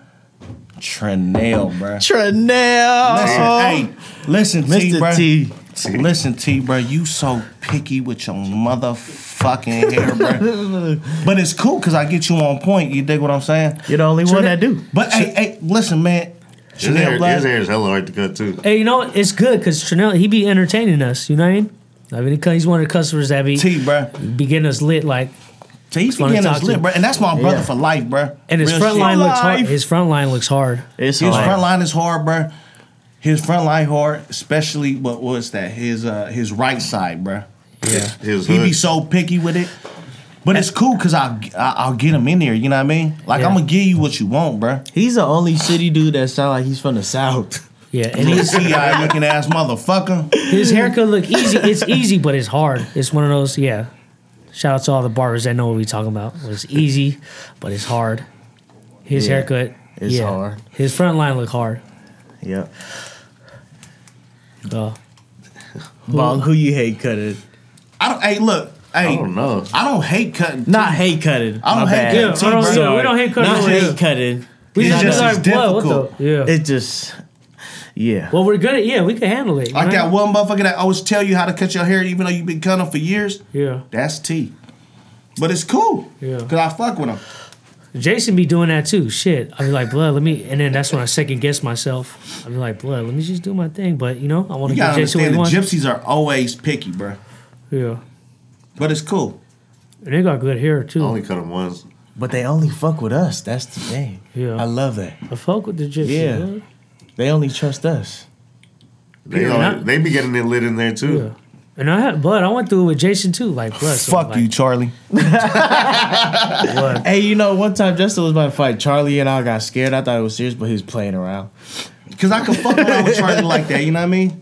[SPEAKER 2] Trenell, bruh.
[SPEAKER 1] Tranel,
[SPEAKER 2] Listen, hey, listen, T,
[SPEAKER 1] Mr.
[SPEAKER 2] bruh.
[SPEAKER 1] T.
[SPEAKER 2] Listen, T, bro, you so picky with your motherfucking hair, bro. but it's cool because I get you on point. You dig what I'm saying?
[SPEAKER 1] You're the only one
[SPEAKER 3] Tran-
[SPEAKER 1] that do.
[SPEAKER 2] But hey, hey, listen, man.
[SPEAKER 5] His hair,
[SPEAKER 2] Chanel
[SPEAKER 5] his
[SPEAKER 2] Black.
[SPEAKER 5] hair is hella hard to cut too.
[SPEAKER 3] Hey, you know what? it's good because Trinell he be entertaining us. You know what I mean? I mean, he- he's one of the customers that be
[SPEAKER 2] T, bro.
[SPEAKER 3] be getting us lit. Like,
[SPEAKER 2] T, he's
[SPEAKER 3] fun to
[SPEAKER 2] beginning his
[SPEAKER 3] talk to.
[SPEAKER 2] lip, bro. And that's my brother
[SPEAKER 1] Yeah.
[SPEAKER 2] for life, bro.
[SPEAKER 3] and his front line looks hard.
[SPEAKER 1] Life.
[SPEAKER 3] His front line looks hard.
[SPEAKER 1] It's
[SPEAKER 2] His
[SPEAKER 1] hard.
[SPEAKER 2] front line is hard, bro. His front line hard, especially what was that? His uh his right side, bro.
[SPEAKER 3] Yeah,
[SPEAKER 5] His
[SPEAKER 2] He be
[SPEAKER 5] hood.
[SPEAKER 2] so picky with it. But it's cool because I, I I'll get him in there. You know what I mean? Like
[SPEAKER 3] Yeah.
[SPEAKER 2] I'm gonna give you what you want, bro.
[SPEAKER 1] He's the only city dude that sound like he's from the south.
[SPEAKER 3] yeah, and
[SPEAKER 2] You
[SPEAKER 3] his
[SPEAKER 2] see, I looking ass motherfucker.
[SPEAKER 3] his haircut look easy. It's easy, but it's hard. It's one of those. Yeah. Shout out to all the barbers that know what we talking about. It's easy, but it's hard. His
[SPEAKER 1] Yeah.
[SPEAKER 3] haircut.
[SPEAKER 1] It's
[SPEAKER 3] yeah.
[SPEAKER 1] hard.
[SPEAKER 3] His front line look hard.
[SPEAKER 1] Yep.
[SPEAKER 3] Duh.
[SPEAKER 1] Bong, who you hate cutting?
[SPEAKER 2] I don't. Hey, look. Hey,
[SPEAKER 5] I don't know.
[SPEAKER 2] I don't hate cutting.
[SPEAKER 1] Not hate cutting.
[SPEAKER 2] I don't
[SPEAKER 1] My
[SPEAKER 2] hate
[SPEAKER 1] bad.
[SPEAKER 2] cutting.
[SPEAKER 3] Yeah, I don't, yeah, we don't hate cutting.
[SPEAKER 1] Not
[SPEAKER 3] over here.
[SPEAKER 1] hate cutting.
[SPEAKER 3] We
[SPEAKER 2] It's
[SPEAKER 3] just,
[SPEAKER 2] just
[SPEAKER 3] like,
[SPEAKER 2] it's
[SPEAKER 3] what, what
[SPEAKER 2] difficult.
[SPEAKER 3] the? Yeah.
[SPEAKER 1] It just, yeah.
[SPEAKER 3] well, we're good at, yeah, we can handle it. you
[SPEAKER 2] Like
[SPEAKER 3] know?
[SPEAKER 2] that one motherfucker that always tell you how to cut your hair, even though you've been cutting for years.
[SPEAKER 3] Yeah.
[SPEAKER 2] That's T. But it's cool.
[SPEAKER 3] Yeah.
[SPEAKER 2] Cause I fuck with him.
[SPEAKER 3] Jason be doing that too. Shit. I be like, blood, let me. And then that's when I second guess myself. I be like, blood, let me just do my thing. But you know, I want to
[SPEAKER 2] You
[SPEAKER 3] get
[SPEAKER 2] gotta
[SPEAKER 3] Jason what
[SPEAKER 2] understand
[SPEAKER 3] he
[SPEAKER 2] the
[SPEAKER 3] wants.
[SPEAKER 2] gypsies are always picky, bruh.
[SPEAKER 3] Yeah.
[SPEAKER 2] But it's cool.
[SPEAKER 3] And they got good hair too.
[SPEAKER 5] I only cut him once.
[SPEAKER 1] But they only fuck with us. That's the thing.
[SPEAKER 3] Yeah.
[SPEAKER 1] I love that.
[SPEAKER 3] I fuck with the gypsies.
[SPEAKER 1] Yeah.
[SPEAKER 3] blood.
[SPEAKER 1] They only trust us.
[SPEAKER 5] They,
[SPEAKER 3] Yeah,
[SPEAKER 5] only,
[SPEAKER 3] not-
[SPEAKER 5] they be getting it lit in there
[SPEAKER 3] Yeah.
[SPEAKER 5] too.
[SPEAKER 3] And I had blood. I went through it with Jason too. Like blood. so,
[SPEAKER 2] Fuck
[SPEAKER 3] like,
[SPEAKER 2] you, Charlie.
[SPEAKER 3] Blood.
[SPEAKER 1] Hey, you know, one time Justin was about to fight Charlie and I got scared. I thought it was serious, but he was playing around.
[SPEAKER 2] Cause I can fuck around with Charlie like that, you know what I mean?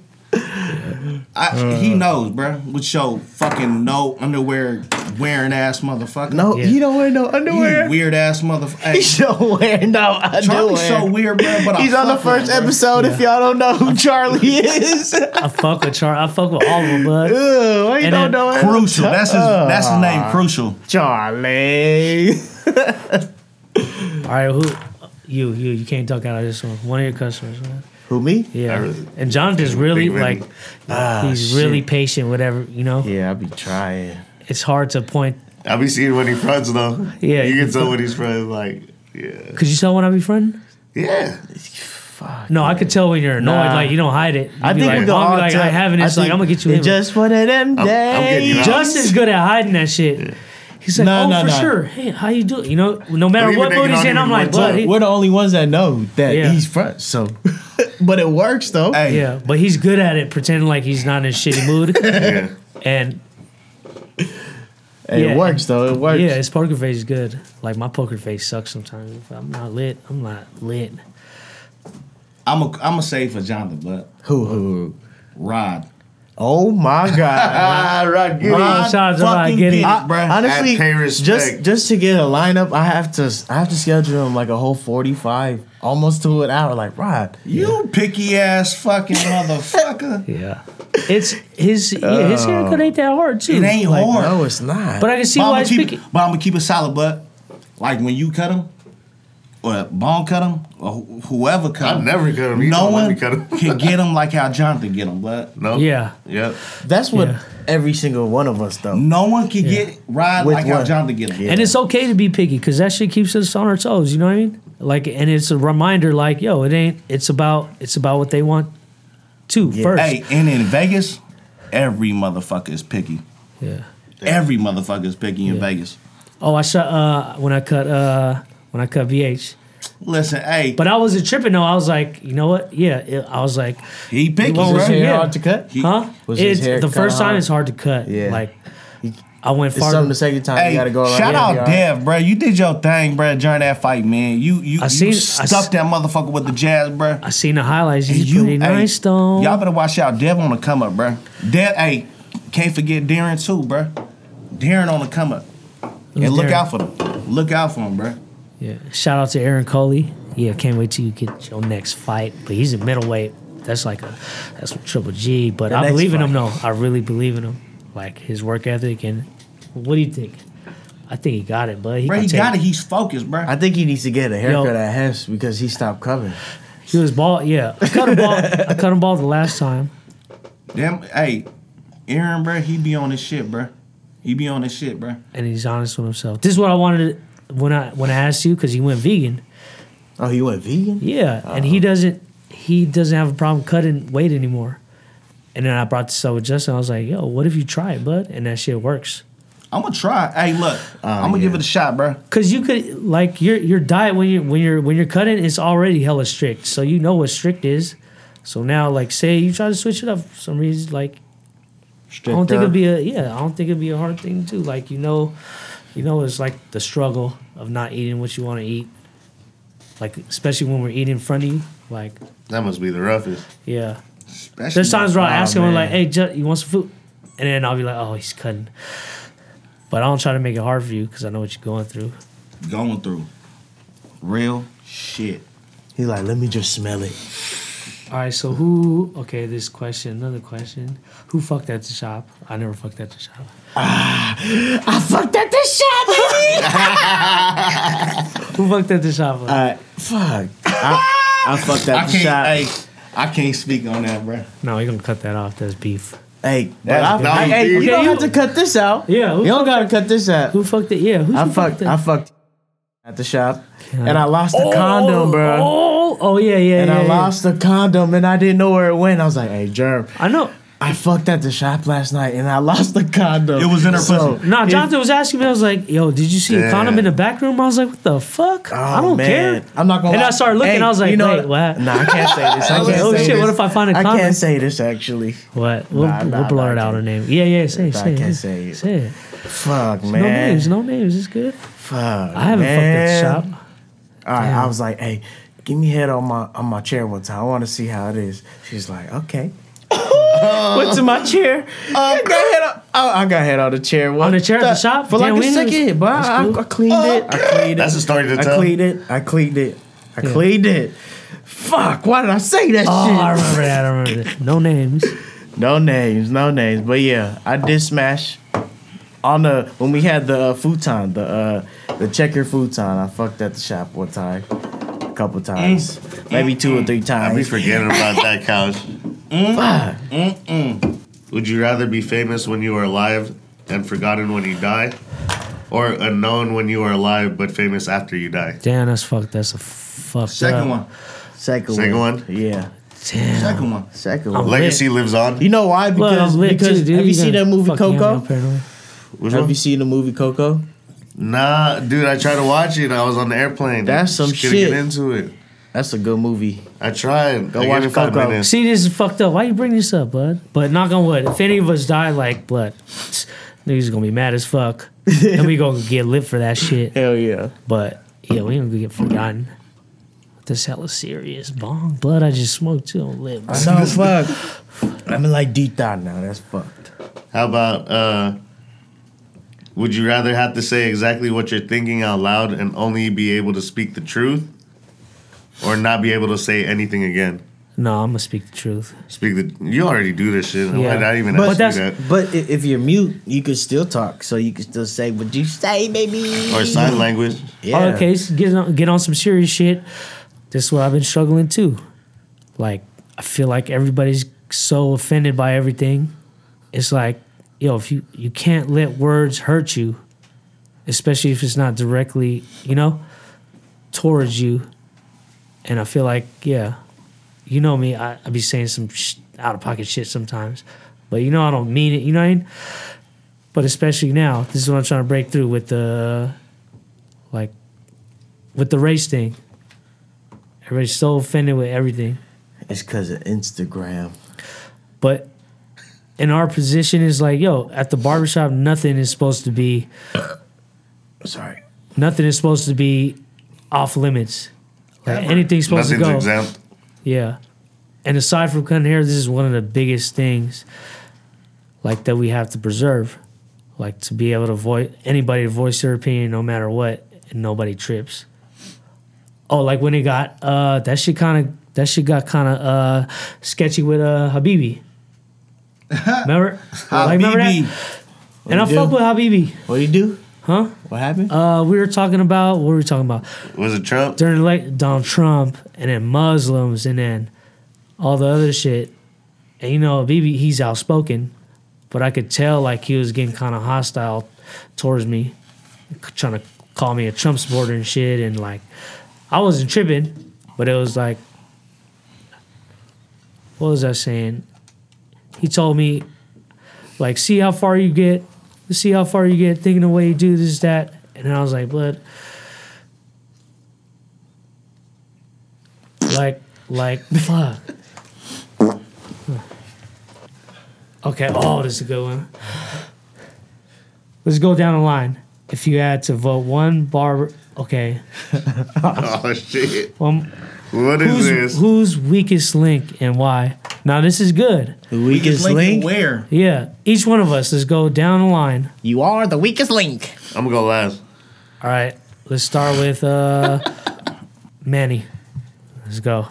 [SPEAKER 2] I, he knows, bruh. With your fucking no underwear wearing ass motherfucker.
[SPEAKER 1] No,
[SPEAKER 3] Yeah.
[SPEAKER 1] he don't wear no
[SPEAKER 2] you
[SPEAKER 1] underwear.
[SPEAKER 2] weird ass motherfucker.
[SPEAKER 1] He don't wear no underwear.
[SPEAKER 2] Charlie's so weird, bruh. But I
[SPEAKER 1] He's on the
[SPEAKER 2] fuck with
[SPEAKER 1] first
[SPEAKER 2] him, bruh.
[SPEAKER 1] episode. If y'all don't know who Charlie is, Ugh,
[SPEAKER 3] I fuck with Char. I fuck with all of them, blood.
[SPEAKER 1] why you
[SPEAKER 3] And then
[SPEAKER 1] don't know him?
[SPEAKER 2] Crucial. That's his. That's his name. Crucial.
[SPEAKER 1] Charlie.
[SPEAKER 3] All right, who? You, you, you can't duck out of this one. One of your customers, man.
[SPEAKER 1] Who me?
[SPEAKER 3] Yeah.
[SPEAKER 5] I really-
[SPEAKER 3] and Jonathan's really
[SPEAKER 5] Big man.
[SPEAKER 3] like,
[SPEAKER 1] Ah,
[SPEAKER 3] he's really patient. Whatever you know,
[SPEAKER 1] Yeah, I be trying.
[SPEAKER 3] it's hard to point
[SPEAKER 5] I be seeing when he fronts though.
[SPEAKER 3] Yeah.
[SPEAKER 5] you can tell when he's fronts. Like, yeah,
[SPEAKER 3] Cause you tell when I be friending?
[SPEAKER 5] yeah.
[SPEAKER 3] No, I could tell when you're annoyed.
[SPEAKER 1] Nah.
[SPEAKER 3] Like you don't hide it. You
[SPEAKER 1] I
[SPEAKER 3] be
[SPEAKER 1] think
[SPEAKER 3] like,
[SPEAKER 1] we go
[SPEAKER 3] I'll be
[SPEAKER 1] all
[SPEAKER 3] like
[SPEAKER 1] to-
[SPEAKER 3] I haven't. It's
[SPEAKER 1] I
[SPEAKER 3] like I'm gonna get you
[SPEAKER 1] think
[SPEAKER 3] in.
[SPEAKER 1] it's just one of them
[SPEAKER 5] I'm
[SPEAKER 1] days.
[SPEAKER 5] getting out.
[SPEAKER 3] Justin's good at hiding that shit. He's like,
[SPEAKER 1] No,
[SPEAKER 3] oh
[SPEAKER 1] no,
[SPEAKER 3] for
[SPEAKER 1] no.
[SPEAKER 3] sure. Hey, how you doing? You know, no matter
[SPEAKER 5] even
[SPEAKER 3] what
[SPEAKER 5] they can
[SPEAKER 3] mood he's
[SPEAKER 5] all
[SPEAKER 3] in,
[SPEAKER 5] give
[SPEAKER 3] I'm
[SPEAKER 5] you
[SPEAKER 3] like,
[SPEAKER 5] one
[SPEAKER 3] blood.
[SPEAKER 5] too.
[SPEAKER 3] he-
[SPEAKER 1] We're the only ones that know that
[SPEAKER 3] Yeah.
[SPEAKER 1] he's front. So, but it works though.
[SPEAKER 2] Hey,
[SPEAKER 3] Yeah, but he's good at it, pretending like he's not in a shitty mood.
[SPEAKER 5] yeah.
[SPEAKER 3] and
[SPEAKER 1] Hey,
[SPEAKER 3] yeah.
[SPEAKER 1] It works though. It works.
[SPEAKER 3] yeah, his poker face is good. Like my poker face sucks sometimes. If I'm not lit, I'm not lit.
[SPEAKER 2] I'm a. I'm a save for Jonathan, but
[SPEAKER 1] Who, who, who?
[SPEAKER 2] Rod.
[SPEAKER 1] Oh my god.
[SPEAKER 5] Ah, Rod Giddy.
[SPEAKER 3] Ron Shaw's a lot
[SPEAKER 2] fucking
[SPEAKER 3] giddy.
[SPEAKER 2] Giddy.
[SPEAKER 1] I-
[SPEAKER 2] bruh.
[SPEAKER 1] honestly,
[SPEAKER 5] I pay respect.
[SPEAKER 1] just just to get a lineup, I have to I have to schedule him like a whole forty five, almost to an hour. Like Rod,
[SPEAKER 2] You picky ass fucking motherfucker.
[SPEAKER 3] Yeah, it's his. Yeah, his haircut ain't that hard too.
[SPEAKER 2] It ain't
[SPEAKER 1] like
[SPEAKER 2] hard.
[SPEAKER 1] no, it's not.
[SPEAKER 3] But I can see
[SPEAKER 2] but,
[SPEAKER 3] why
[SPEAKER 2] I'm
[SPEAKER 3] he's
[SPEAKER 2] keep,
[SPEAKER 3] picky.
[SPEAKER 2] it- but I'm gonna keep it solid. But like when you cut him, or Bone cut him, or wh- whoever cut
[SPEAKER 5] I
[SPEAKER 2] him,
[SPEAKER 5] never cut him. You
[SPEAKER 2] no
[SPEAKER 5] don't let
[SPEAKER 2] one
[SPEAKER 5] me cut him.
[SPEAKER 2] can get him like how Jonathan get him. But
[SPEAKER 5] No.
[SPEAKER 3] Yeah.
[SPEAKER 5] Yep.
[SPEAKER 1] that's what
[SPEAKER 3] Yeah.
[SPEAKER 1] every single one of us though.
[SPEAKER 2] no one can get Rod
[SPEAKER 1] With
[SPEAKER 2] like how
[SPEAKER 1] what?
[SPEAKER 2] Jonathan get him.
[SPEAKER 3] And it's okay to be picky because that shit keeps us on our toes. You know what I mean? Like, and it's a reminder, like, yo, it ain't. It's about. It's about what they want, too. First,
[SPEAKER 2] Hey, and in Vegas, every motherfucker is picky.
[SPEAKER 3] yeah.
[SPEAKER 2] Every motherfucker is picky in
[SPEAKER 3] Yeah.
[SPEAKER 2] Vegas.
[SPEAKER 3] Oh, I shot uh, when I cut uh, when I cut VH.
[SPEAKER 2] Listen, hey,
[SPEAKER 3] But I wasn't tripping though. I was like, you know what? Yeah, it, I was like,
[SPEAKER 2] he picky,
[SPEAKER 3] won't
[SPEAKER 2] bro.
[SPEAKER 1] Is hair
[SPEAKER 3] yeah.
[SPEAKER 1] hard to cut?
[SPEAKER 2] He-
[SPEAKER 3] huh?
[SPEAKER 1] Was his
[SPEAKER 3] It's-
[SPEAKER 1] hair
[SPEAKER 3] the
[SPEAKER 1] cut
[SPEAKER 3] first time
[SPEAKER 1] hard?
[SPEAKER 3] it's hard to cut.
[SPEAKER 1] Yeah.
[SPEAKER 3] Like, I went
[SPEAKER 1] It's something
[SPEAKER 3] farther.
[SPEAKER 1] the second time
[SPEAKER 2] Hey,
[SPEAKER 1] you gotta go around.
[SPEAKER 2] shout
[SPEAKER 1] and be
[SPEAKER 2] out
[SPEAKER 1] all right.
[SPEAKER 2] Dev, bro. You did your thing, bro, during that fight, man. You you,
[SPEAKER 3] I
[SPEAKER 2] you
[SPEAKER 3] seen- I s-
[SPEAKER 2] stuffed that motherfucker with the jazz, bro.
[SPEAKER 3] I seen the highlights.
[SPEAKER 2] And
[SPEAKER 3] He's pretty
[SPEAKER 2] hey,
[SPEAKER 3] nice though.
[SPEAKER 2] Y'all better watch out. Dev on the come up, bro. Dev, hey, can't forget Darren too, bro. Darren on the come up.
[SPEAKER 3] Who's
[SPEAKER 2] and look
[SPEAKER 3] Darren?
[SPEAKER 2] out for them. Look out for him, bro.
[SPEAKER 3] Yeah. Shout out to Aaron Coley. Yeah, can't wait till you get your next fight. But he's a middleweight. That's like a that's what triple G. But I
[SPEAKER 1] next
[SPEAKER 3] believe in him
[SPEAKER 1] fight.
[SPEAKER 3] though. I really believe in him. Like his work ethic and what do you think? I think he got it, but he,
[SPEAKER 2] Bro,
[SPEAKER 3] can
[SPEAKER 2] he
[SPEAKER 3] take-
[SPEAKER 2] got it. He's focused, bro.
[SPEAKER 1] I think he needs to get a haircut
[SPEAKER 3] Yo.
[SPEAKER 1] at Hef's because he stopped coming.
[SPEAKER 3] He was bald. Yeah, I cut him bald. I cut him bald the last time.
[SPEAKER 2] Damn, hey, Aaron, bro, he be on his shit, bro. He be on his shit, bro.
[SPEAKER 3] and he's honest with himself. This is what I wanted to- when I when I asked you because he went vegan.
[SPEAKER 1] Oh, he went vegan?
[SPEAKER 3] Yeah, and he doesn't he doesn't have a problem cutting weight anymore. And then I brought this up with Justin. I was like, "Yo, what if you try it, bud?" And that shit works.
[SPEAKER 2] I'm gonna try. Hey, look,
[SPEAKER 3] Oh,
[SPEAKER 2] I'm gonna give it a shot, bro.
[SPEAKER 3] Cause you could like your your diet when you when you're when you're cutting it's already hella strict. So you know what strict is. So now like say you try to switch it up for some reason, like I don't think it'd be a yeah, I don't think it'd be a hard thing too. Like you know you know it's like the struggle of not eating what you want to eat. Like especially when we're eating in front of you. Like,
[SPEAKER 5] That must be the roughest.
[SPEAKER 3] yeah.
[SPEAKER 2] Especially-
[SPEAKER 3] There's times where I'll
[SPEAKER 1] Nah,
[SPEAKER 3] ask him
[SPEAKER 1] man.
[SPEAKER 3] like, hey Jut, you want some food? And then I'll be like, Oh, he's cutting. But I don't try to make it hard for you because I know what you're going through.
[SPEAKER 2] going through real shit.
[SPEAKER 1] He like, let me just smell it.
[SPEAKER 3] All right, so who? Okay, this question, another question. Who fucked at the shop? I never fucked at the shop.
[SPEAKER 1] I fucked at the shop, baby.
[SPEAKER 3] Who fucked at the shop?
[SPEAKER 1] uh, fuck. I, I fucked
[SPEAKER 2] I
[SPEAKER 1] at
[SPEAKER 2] can't.
[SPEAKER 1] the shop.
[SPEAKER 2] Hey, I can't speak on that, bro.
[SPEAKER 3] no, you're gonna cut that off. That's beef.
[SPEAKER 1] Hey, but
[SPEAKER 2] That's
[SPEAKER 1] I,
[SPEAKER 2] good.
[SPEAKER 1] I- hey, you
[SPEAKER 3] Okay,
[SPEAKER 1] don't
[SPEAKER 3] you-
[SPEAKER 1] have to cut this out.
[SPEAKER 3] Yeah, who
[SPEAKER 1] you don't gotta cut this out.
[SPEAKER 3] Who fucked it? Yeah, who
[SPEAKER 1] I
[SPEAKER 3] fucked
[SPEAKER 1] fucked.
[SPEAKER 3] it?
[SPEAKER 1] I fucked. at the shop, and I lost the condom, bro.
[SPEAKER 3] Oh, oh yeah, yeah,
[SPEAKER 1] And
[SPEAKER 3] yeah.
[SPEAKER 1] I
[SPEAKER 3] yeah.
[SPEAKER 1] lost the condom, and I didn't know where it went. I was like, "Hey, Germ,
[SPEAKER 3] I know.
[SPEAKER 1] I fucked at the shop last night, and I lost the condom.
[SPEAKER 2] It was in her pussy.
[SPEAKER 3] Nah,
[SPEAKER 1] if-
[SPEAKER 3] Jonathan was asking me. I was like, "Yo, did you see a condom in the back room?" I was like, "What the fuck? I don't care."
[SPEAKER 1] oh, I'm not gonna.
[SPEAKER 3] And
[SPEAKER 1] lie.
[SPEAKER 3] I started looking.
[SPEAKER 1] Hey,
[SPEAKER 3] I was like,
[SPEAKER 1] you know-
[SPEAKER 3] "Wait, what?
[SPEAKER 1] Nah, I can't say this. I
[SPEAKER 3] was
[SPEAKER 1] can't
[SPEAKER 3] like, oh,
[SPEAKER 1] say
[SPEAKER 3] shit,
[SPEAKER 1] this.
[SPEAKER 3] what if I find a
[SPEAKER 1] I
[SPEAKER 3] condom?
[SPEAKER 1] can't say this actually.
[SPEAKER 3] What? We'll,
[SPEAKER 1] Nah,
[SPEAKER 3] we'll
[SPEAKER 1] nah,
[SPEAKER 3] blur
[SPEAKER 1] nah,
[SPEAKER 3] it out
[SPEAKER 1] I can't.
[SPEAKER 3] her name. Yeah, yeah. Say, it,
[SPEAKER 1] I
[SPEAKER 3] say,
[SPEAKER 1] can't
[SPEAKER 3] it.
[SPEAKER 1] say it.
[SPEAKER 3] Say it.
[SPEAKER 1] Fuck man.
[SPEAKER 3] No names. No names. It's good.
[SPEAKER 1] Fuck.
[SPEAKER 3] I haven't
[SPEAKER 1] man.
[SPEAKER 3] fucked at the shop.
[SPEAKER 1] All right,
[SPEAKER 3] Damn.
[SPEAKER 1] I was like, hey, give me head on my on my chair one time. I want to see how it is. She's like, okay. Went to my chair. I got head on. Oh, I got head on the chair. What
[SPEAKER 3] Uh, the chair at the shop?
[SPEAKER 1] for
[SPEAKER 3] Damn,
[SPEAKER 1] like
[SPEAKER 3] we
[SPEAKER 1] a
[SPEAKER 3] knew-
[SPEAKER 1] second, but I,
[SPEAKER 3] cool.
[SPEAKER 1] I, I cleaned it. I cleaned it.
[SPEAKER 5] That's a story to
[SPEAKER 1] I
[SPEAKER 5] tell.
[SPEAKER 1] cleaned it. I cleaned it. I cleaned it. Fuck! Why did I say that
[SPEAKER 3] Oh,
[SPEAKER 1] shit?
[SPEAKER 3] I remember that. I remember that. No names.
[SPEAKER 1] No names, no names. But yeah, I did smash on the when we had the uh, futon, the uh, the checker futon. I fucked at the shop one time, a couple times,
[SPEAKER 3] Mm.
[SPEAKER 1] maybe two or three
[SPEAKER 5] I be
[SPEAKER 1] times.
[SPEAKER 5] forgetting about that couch.
[SPEAKER 3] Mm.
[SPEAKER 5] Would you rather be famous when you are alive and forgotten when you die, or unknown when you are alive but famous after you die?
[SPEAKER 3] Damn, that's fucked. That's a fucked.
[SPEAKER 2] Second
[SPEAKER 3] up.
[SPEAKER 2] one.
[SPEAKER 1] Second,
[SPEAKER 5] Second one?
[SPEAKER 1] yeah,
[SPEAKER 3] Damn.
[SPEAKER 2] Second one.
[SPEAKER 1] second one.
[SPEAKER 5] Legacy lives on.
[SPEAKER 1] You know why?
[SPEAKER 3] Well,
[SPEAKER 1] Because
[SPEAKER 3] I'm lit
[SPEAKER 1] because
[SPEAKER 3] too, dude.
[SPEAKER 1] have you seen
[SPEAKER 3] gonna
[SPEAKER 1] that movie
[SPEAKER 3] fucking have me
[SPEAKER 1] Coco?
[SPEAKER 3] paranoid.
[SPEAKER 5] Which
[SPEAKER 1] Have
[SPEAKER 5] one?
[SPEAKER 1] you seen the movie Coco?
[SPEAKER 5] Nah, dude, I tried to watch it. and I was on the airplane.
[SPEAKER 1] That's some
[SPEAKER 5] Just couldn't
[SPEAKER 1] shit.
[SPEAKER 5] Get into it.
[SPEAKER 1] That's a good movie.
[SPEAKER 5] I tried. Go I
[SPEAKER 1] watch
[SPEAKER 5] gave it five
[SPEAKER 1] Coco.
[SPEAKER 5] minutes.
[SPEAKER 3] See, this is fucked up. Why you bring this up, bud? But knock on wood, if any of us die like blood, niggas gonna be mad as fuck, and we gonna get lit for that shit.
[SPEAKER 1] Hell yeah!
[SPEAKER 3] But yeah, we ain't gonna get forgotten. This hella serious bong blood. I just smoked too. I'm lit. bro.
[SPEAKER 1] No fuck. I'm like deep down now. That's fucked.
[SPEAKER 5] How about uh would you rather have to say exactly what you're thinking out loud and only be able to speak the truth or not be able to say anything again?
[SPEAKER 3] No, I'm gonna speak the truth.
[SPEAKER 5] Speak the you already do this shit. Why
[SPEAKER 3] Yeah.
[SPEAKER 5] did I even
[SPEAKER 3] But
[SPEAKER 5] ask
[SPEAKER 3] that's-
[SPEAKER 5] you that?
[SPEAKER 1] But i- if you're mute, you can still talk. So you can still say what you say, baby.
[SPEAKER 5] Or sign language.
[SPEAKER 1] Yeah.
[SPEAKER 3] Other case, get on, get on some serious shit. This is what I've been struggling too. Like, I feel like everybody's so offended by everything. It's like, yo, if you you can't let words hurt you, especially if it's not directly, you know, towards you. And I feel like, yeah, you know me, I, I be saying some sh- out of pocket shit sometimes, but you know I don't mean it. You know what I mean? But especially now, this is what I'm trying to break through with uh, the like with the race thing. Everybody's so offended with everything.
[SPEAKER 1] It's because of Instagram.
[SPEAKER 3] But in our position is like, yo, at the barbershop, nothing is supposed to be
[SPEAKER 1] Sorry.
[SPEAKER 3] nothing is supposed to be off limits. Like anything's supposed
[SPEAKER 5] Nothing's
[SPEAKER 3] to go.
[SPEAKER 5] exempt.
[SPEAKER 3] Yeah. And aside from cutting hair, this is one of the biggest things like that we have to preserve. Like to be able to voice anybody to voice their opinion no matter what and nobody trips. Oh, like when it got uh that shit kinda that shit got kinda uh sketchy with uh Habibi. Remember? Like, remember
[SPEAKER 2] Habibi.
[SPEAKER 3] that? And I
[SPEAKER 1] do?
[SPEAKER 3] fuck with Habibi,
[SPEAKER 1] What do you do?
[SPEAKER 3] huh?
[SPEAKER 1] What happened?
[SPEAKER 3] Uh, we were talking about what were we talking about?
[SPEAKER 5] Was it Trump?
[SPEAKER 3] during elect Donald Trump and then Muslims and then all the other shit. And you know, BB he's outspoken, but I could tell like he was getting kind of hostile towards me, c- trying to call me a Trump supporter and shit. And like, I wasn't tripping, but it was like, what was I saying? He told me, like, see how far you get, see how far you get, thinking the way you do this, that. And I was like, but like like fuck. Okay, oh, this is a good one. Let's go down the line. If you had to vote one barber, okay,
[SPEAKER 5] Oh shit.
[SPEAKER 3] um,
[SPEAKER 5] What is
[SPEAKER 3] who's
[SPEAKER 5] this?
[SPEAKER 3] who's weakest link and why? Now this is good.
[SPEAKER 1] the weakest link.
[SPEAKER 2] Where?
[SPEAKER 3] Yeah, each one of us. Let's go down the line.
[SPEAKER 1] You are the weakest link.
[SPEAKER 5] I'm gonna go last.
[SPEAKER 3] All right, let's start with uh, Manny. Let's go.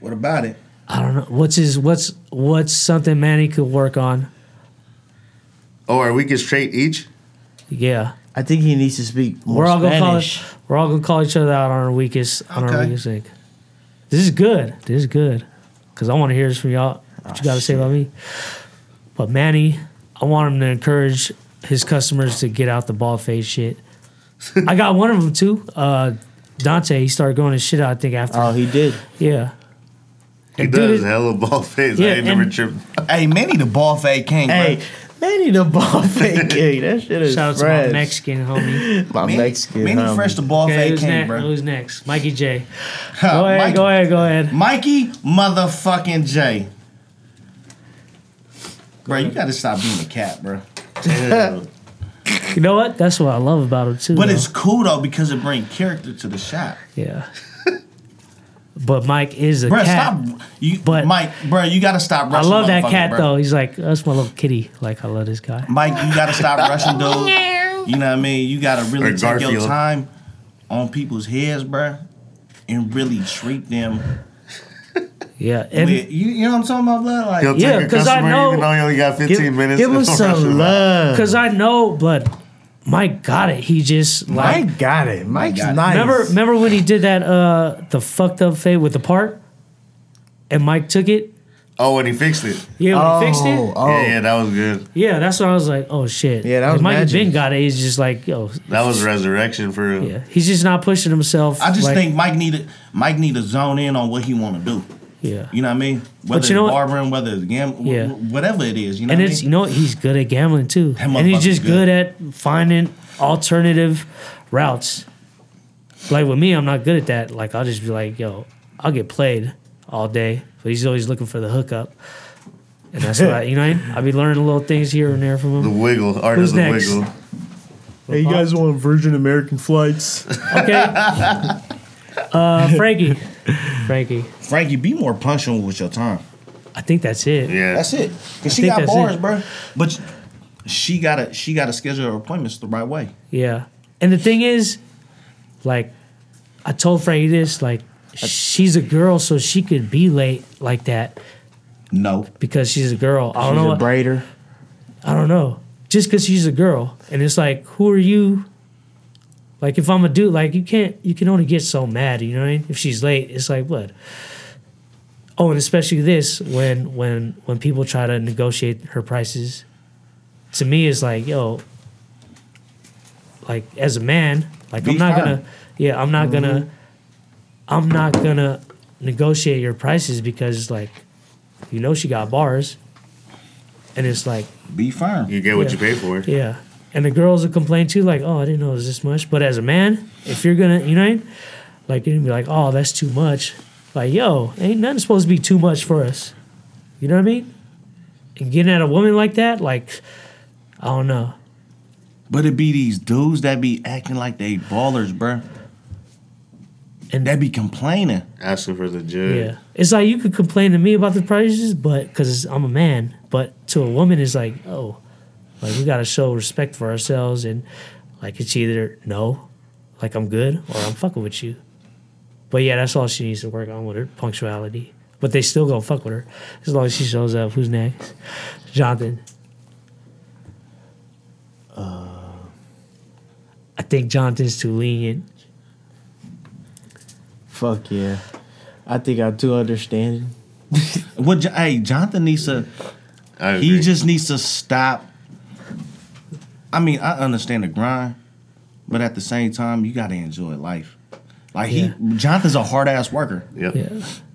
[SPEAKER 2] What about it?
[SPEAKER 3] I don't know what's his what's what's something Manny could work on.
[SPEAKER 5] Oh, are we just trait each?
[SPEAKER 3] Yeah.
[SPEAKER 1] I think he needs to speak more
[SPEAKER 3] We're all gonna call
[SPEAKER 1] Spanish.
[SPEAKER 3] it, we're all gonna call each other out on our weakest on our
[SPEAKER 2] Okay.
[SPEAKER 3] weakest link. This is good. This is good. Cause I want to hear this from y'all. What
[SPEAKER 2] Ah,
[SPEAKER 3] you gotta say about me? But Manny, I want him to encourage his customers to get out the bald face shit. I got one of them too. Uh, Dante, he started going his shit out. I think after.
[SPEAKER 1] Oh, he did.
[SPEAKER 2] Ah.
[SPEAKER 3] yeah.
[SPEAKER 5] He
[SPEAKER 3] dude,
[SPEAKER 5] does
[SPEAKER 3] it-
[SPEAKER 5] hella bald face.
[SPEAKER 3] Yeah,
[SPEAKER 5] I ain't never
[SPEAKER 3] and-
[SPEAKER 5] tripped.
[SPEAKER 2] Hey, Manny the ball fade king.
[SPEAKER 1] Hey, Manny the ball fake king. That shit is
[SPEAKER 3] Shout out to
[SPEAKER 1] fresh.
[SPEAKER 3] my Mexican homie.
[SPEAKER 1] My
[SPEAKER 2] Manny,
[SPEAKER 1] Mexican.
[SPEAKER 2] Manny
[SPEAKER 1] homie.
[SPEAKER 2] Fresh the ball
[SPEAKER 3] Okay,
[SPEAKER 2] fade
[SPEAKER 3] who's,
[SPEAKER 2] king,
[SPEAKER 3] next?
[SPEAKER 2] bro.
[SPEAKER 3] who's next? Mikey J.
[SPEAKER 2] Huh,
[SPEAKER 3] Go ahead,
[SPEAKER 2] Mikey,
[SPEAKER 3] go ahead, go ahead.
[SPEAKER 2] Mikey motherfucking J. Bro, you gotta stop being a cat, bro.
[SPEAKER 5] Damn.
[SPEAKER 3] You know what? That's what I love about him too.
[SPEAKER 2] But
[SPEAKER 3] though.
[SPEAKER 2] it's cool though because it brings character to the shot.
[SPEAKER 3] yeah. but Mike is a
[SPEAKER 2] Bro,
[SPEAKER 3] cat.
[SPEAKER 2] stop. You,
[SPEAKER 3] But-
[SPEAKER 2] Mike, bro, you gotta stop
[SPEAKER 3] I
[SPEAKER 2] rushing.
[SPEAKER 3] love that
[SPEAKER 2] motherfucker,
[SPEAKER 3] cat
[SPEAKER 2] bro.
[SPEAKER 3] though. He's like, that's my little kitty. Like I love this guy.
[SPEAKER 2] Mike, you gotta stop rushing, dude. You know what I mean? You gotta
[SPEAKER 5] Or
[SPEAKER 2] really take your
[SPEAKER 5] Garfield.
[SPEAKER 2] time on people's heads, bro, and really treat them.
[SPEAKER 3] Yeah. And
[SPEAKER 2] With, you, you know what I'm talking about, blood? Like,
[SPEAKER 5] He'll take
[SPEAKER 3] Yeah,
[SPEAKER 5] a
[SPEAKER 3] 'cause I
[SPEAKER 5] customer
[SPEAKER 3] know-
[SPEAKER 5] even though you only got 15
[SPEAKER 3] Give-
[SPEAKER 5] minutes.
[SPEAKER 1] Give him
[SPEAKER 5] and don't rush
[SPEAKER 1] some
[SPEAKER 5] him out.
[SPEAKER 1] love.
[SPEAKER 3] Cause I know, but Mike got it. He just like
[SPEAKER 1] Mike got it. Mike's
[SPEAKER 2] got it.
[SPEAKER 1] nice.
[SPEAKER 3] remember remember when he did that uh the fucked up fade with the part, and Mike took it.
[SPEAKER 5] Oh, and he fixed it.
[SPEAKER 3] Yeah, when
[SPEAKER 1] oh,
[SPEAKER 3] he fixed it.
[SPEAKER 1] Oh,
[SPEAKER 5] Yeah, yeah, that was good.
[SPEAKER 3] Yeah, that's when I was like, oh shit.
[SPEAKER 1] Yeah, that was
[SPEAKER 3] If Mike
[SPEAKER 1] magic.
[SPEAKER 3] Ben got it. He's just like, yo.
[SPEAKER 5] That was resurrection for real.
[SPEAKER 3] Yeah, he's just not pushing himself.
[SPEAKER 2] I just
[SPEAKER 3] like-
[SPEAKER 2] think Mike need to Mike need to zone in on what he want to do.
[SPEAKER 3] Yeah.
[SPEAKER 2] You know what I mean? Whether
[SPEAKER 3] you know what-
[SPEAKER 2] it's barbering, whether it's gambling,
[SPEAKER 3] Yeah.
[SPEAKER 2] whatever it is, you know.
[SPEAKER 3] and
[SPEAKER 2] what I
[SPEAKER 3] it's you
[SPEAKER 2] mean?
[SPEAKER 3] know what? he's good at gambling too,
[SPEAKER 2] That
[SPEAKER 3] and he's
[SPEAKER 2] motherfucker's
[SPEAKER 3] just good.
[SPEAKER 2] good.
[SPEAKER 3] at finding alternative routes. Like with me, I'm not good at that. Like I'll just be like, yo, I'll get played all day, but he's always looking for the hookup, and that's what I, you know. what I mean? I'll be learning little things here and there from
[SPEAKER 5] The
[SPEAKER 3] him.
[SPEAKER 5] wiggle, art
[SPEAKER 3] Who's
[SPEAKER 5] of the
[SPEAKER 3] next?
[SPEAKER 5] wiggle.
[SPEAKER 1] Hey, you guys want Virgin American flights?
[SPEAKER 3] Okay, uh, Frankie, Frankie,
[SPEAKER 2] Frankie, be more punctual with your time.
[SPEAKER 3] I think that's it.
[SPEAKER 5] Yeah.
[SPEAKER 2] That's it. Cause she
[SPEAKER 3] think
[SPEAKER 2] got
[SPEAKER 3] that's
[SPEAKER 2] bars,
[SPEAKER 3] it.
[SPEAKER 2] bro. But she gotta she gotta schedule her appointments the right way.
[SPEAKER 3] Yeah. And the thing is, like, I told Frankie this, like, she's a girl, so she could be late like that
[SPEAKER 2] No.
[SPEAKER 3] because she's a girl. I don't
[SPEAKER 1] She's
[SPEAKER 3] know.
[SPEAKER 1] a braider.
[SPEAKER 3] I don't know. Just because she's a girl. And it's like, who are you? Like, if I'm a dude, like, you can't, you can only get so mad, you know what I mean? If she's late, it's like, what? Oh, and especially this when when when people try to negotiate her prices, to me it's like, yo, like as a man, like
[SPEAKER 2] Be
[SPEAKER 3] I'm not
[SPEAKER 2] firm.
[SPEAKER 3] gonna, yeah, I'm not gonna, I'm not gonna negotiate your prices because like, you know, she got bars, and it's like,
[SPEAKER 2] Be firm.
[SPEAKER 5] You get what
[SPEAKER 3] Yeah.
[SPEAKER 5] you pay for.
[SPEAKER 3] yeah. And the girls will complain too, like, oh, I didn't know it was this much. But as a man, if you're gonna, you know, like you're gonna be like, oh, that's too much. Like, yo, ain't nothing supposed to be too much for us. You know what I mean? And getting at a woman like that, like, I don't know.
[SPEAKER 2] But it be these dudes that be acting like they ballers, bro.
[SPEAKER 3] And-
[SPEAKER 2] And they be complaining.
[SPEAKER 5] Asking for the judge.
[SPEAKER 3] Yeah, it's like you could complain to me about the prices, but because I'm a man, but to a woman, it's like, oh, like we gotta show respect for ourselves, and like it's either no, like I'm good, or I'm fucking with you. But yeah, that's all she needs to work on with her punctuality. But they still gonna fuck with her as long as she shows up. Who's next? Jonathan.
[SPEAKER 2] Uh.
[SPEAKER 3] I think Jonathan's too lenient.
[SPEAKER 1] Fuck yeah. I think I'm too understanding.
[SPEAKER 2] What? Jo- Hey, Jonathan needs to.
[SPEAKER 5] I agree.
[SPEAKER 2] He just needs to stop. I mean, I understand the grind, but at the same time, you gotta enjoy life. Like he, Jonathan's a hard ass worker.
[SPEAKER 5] Yep.
[SPEAKER 3] Yeah.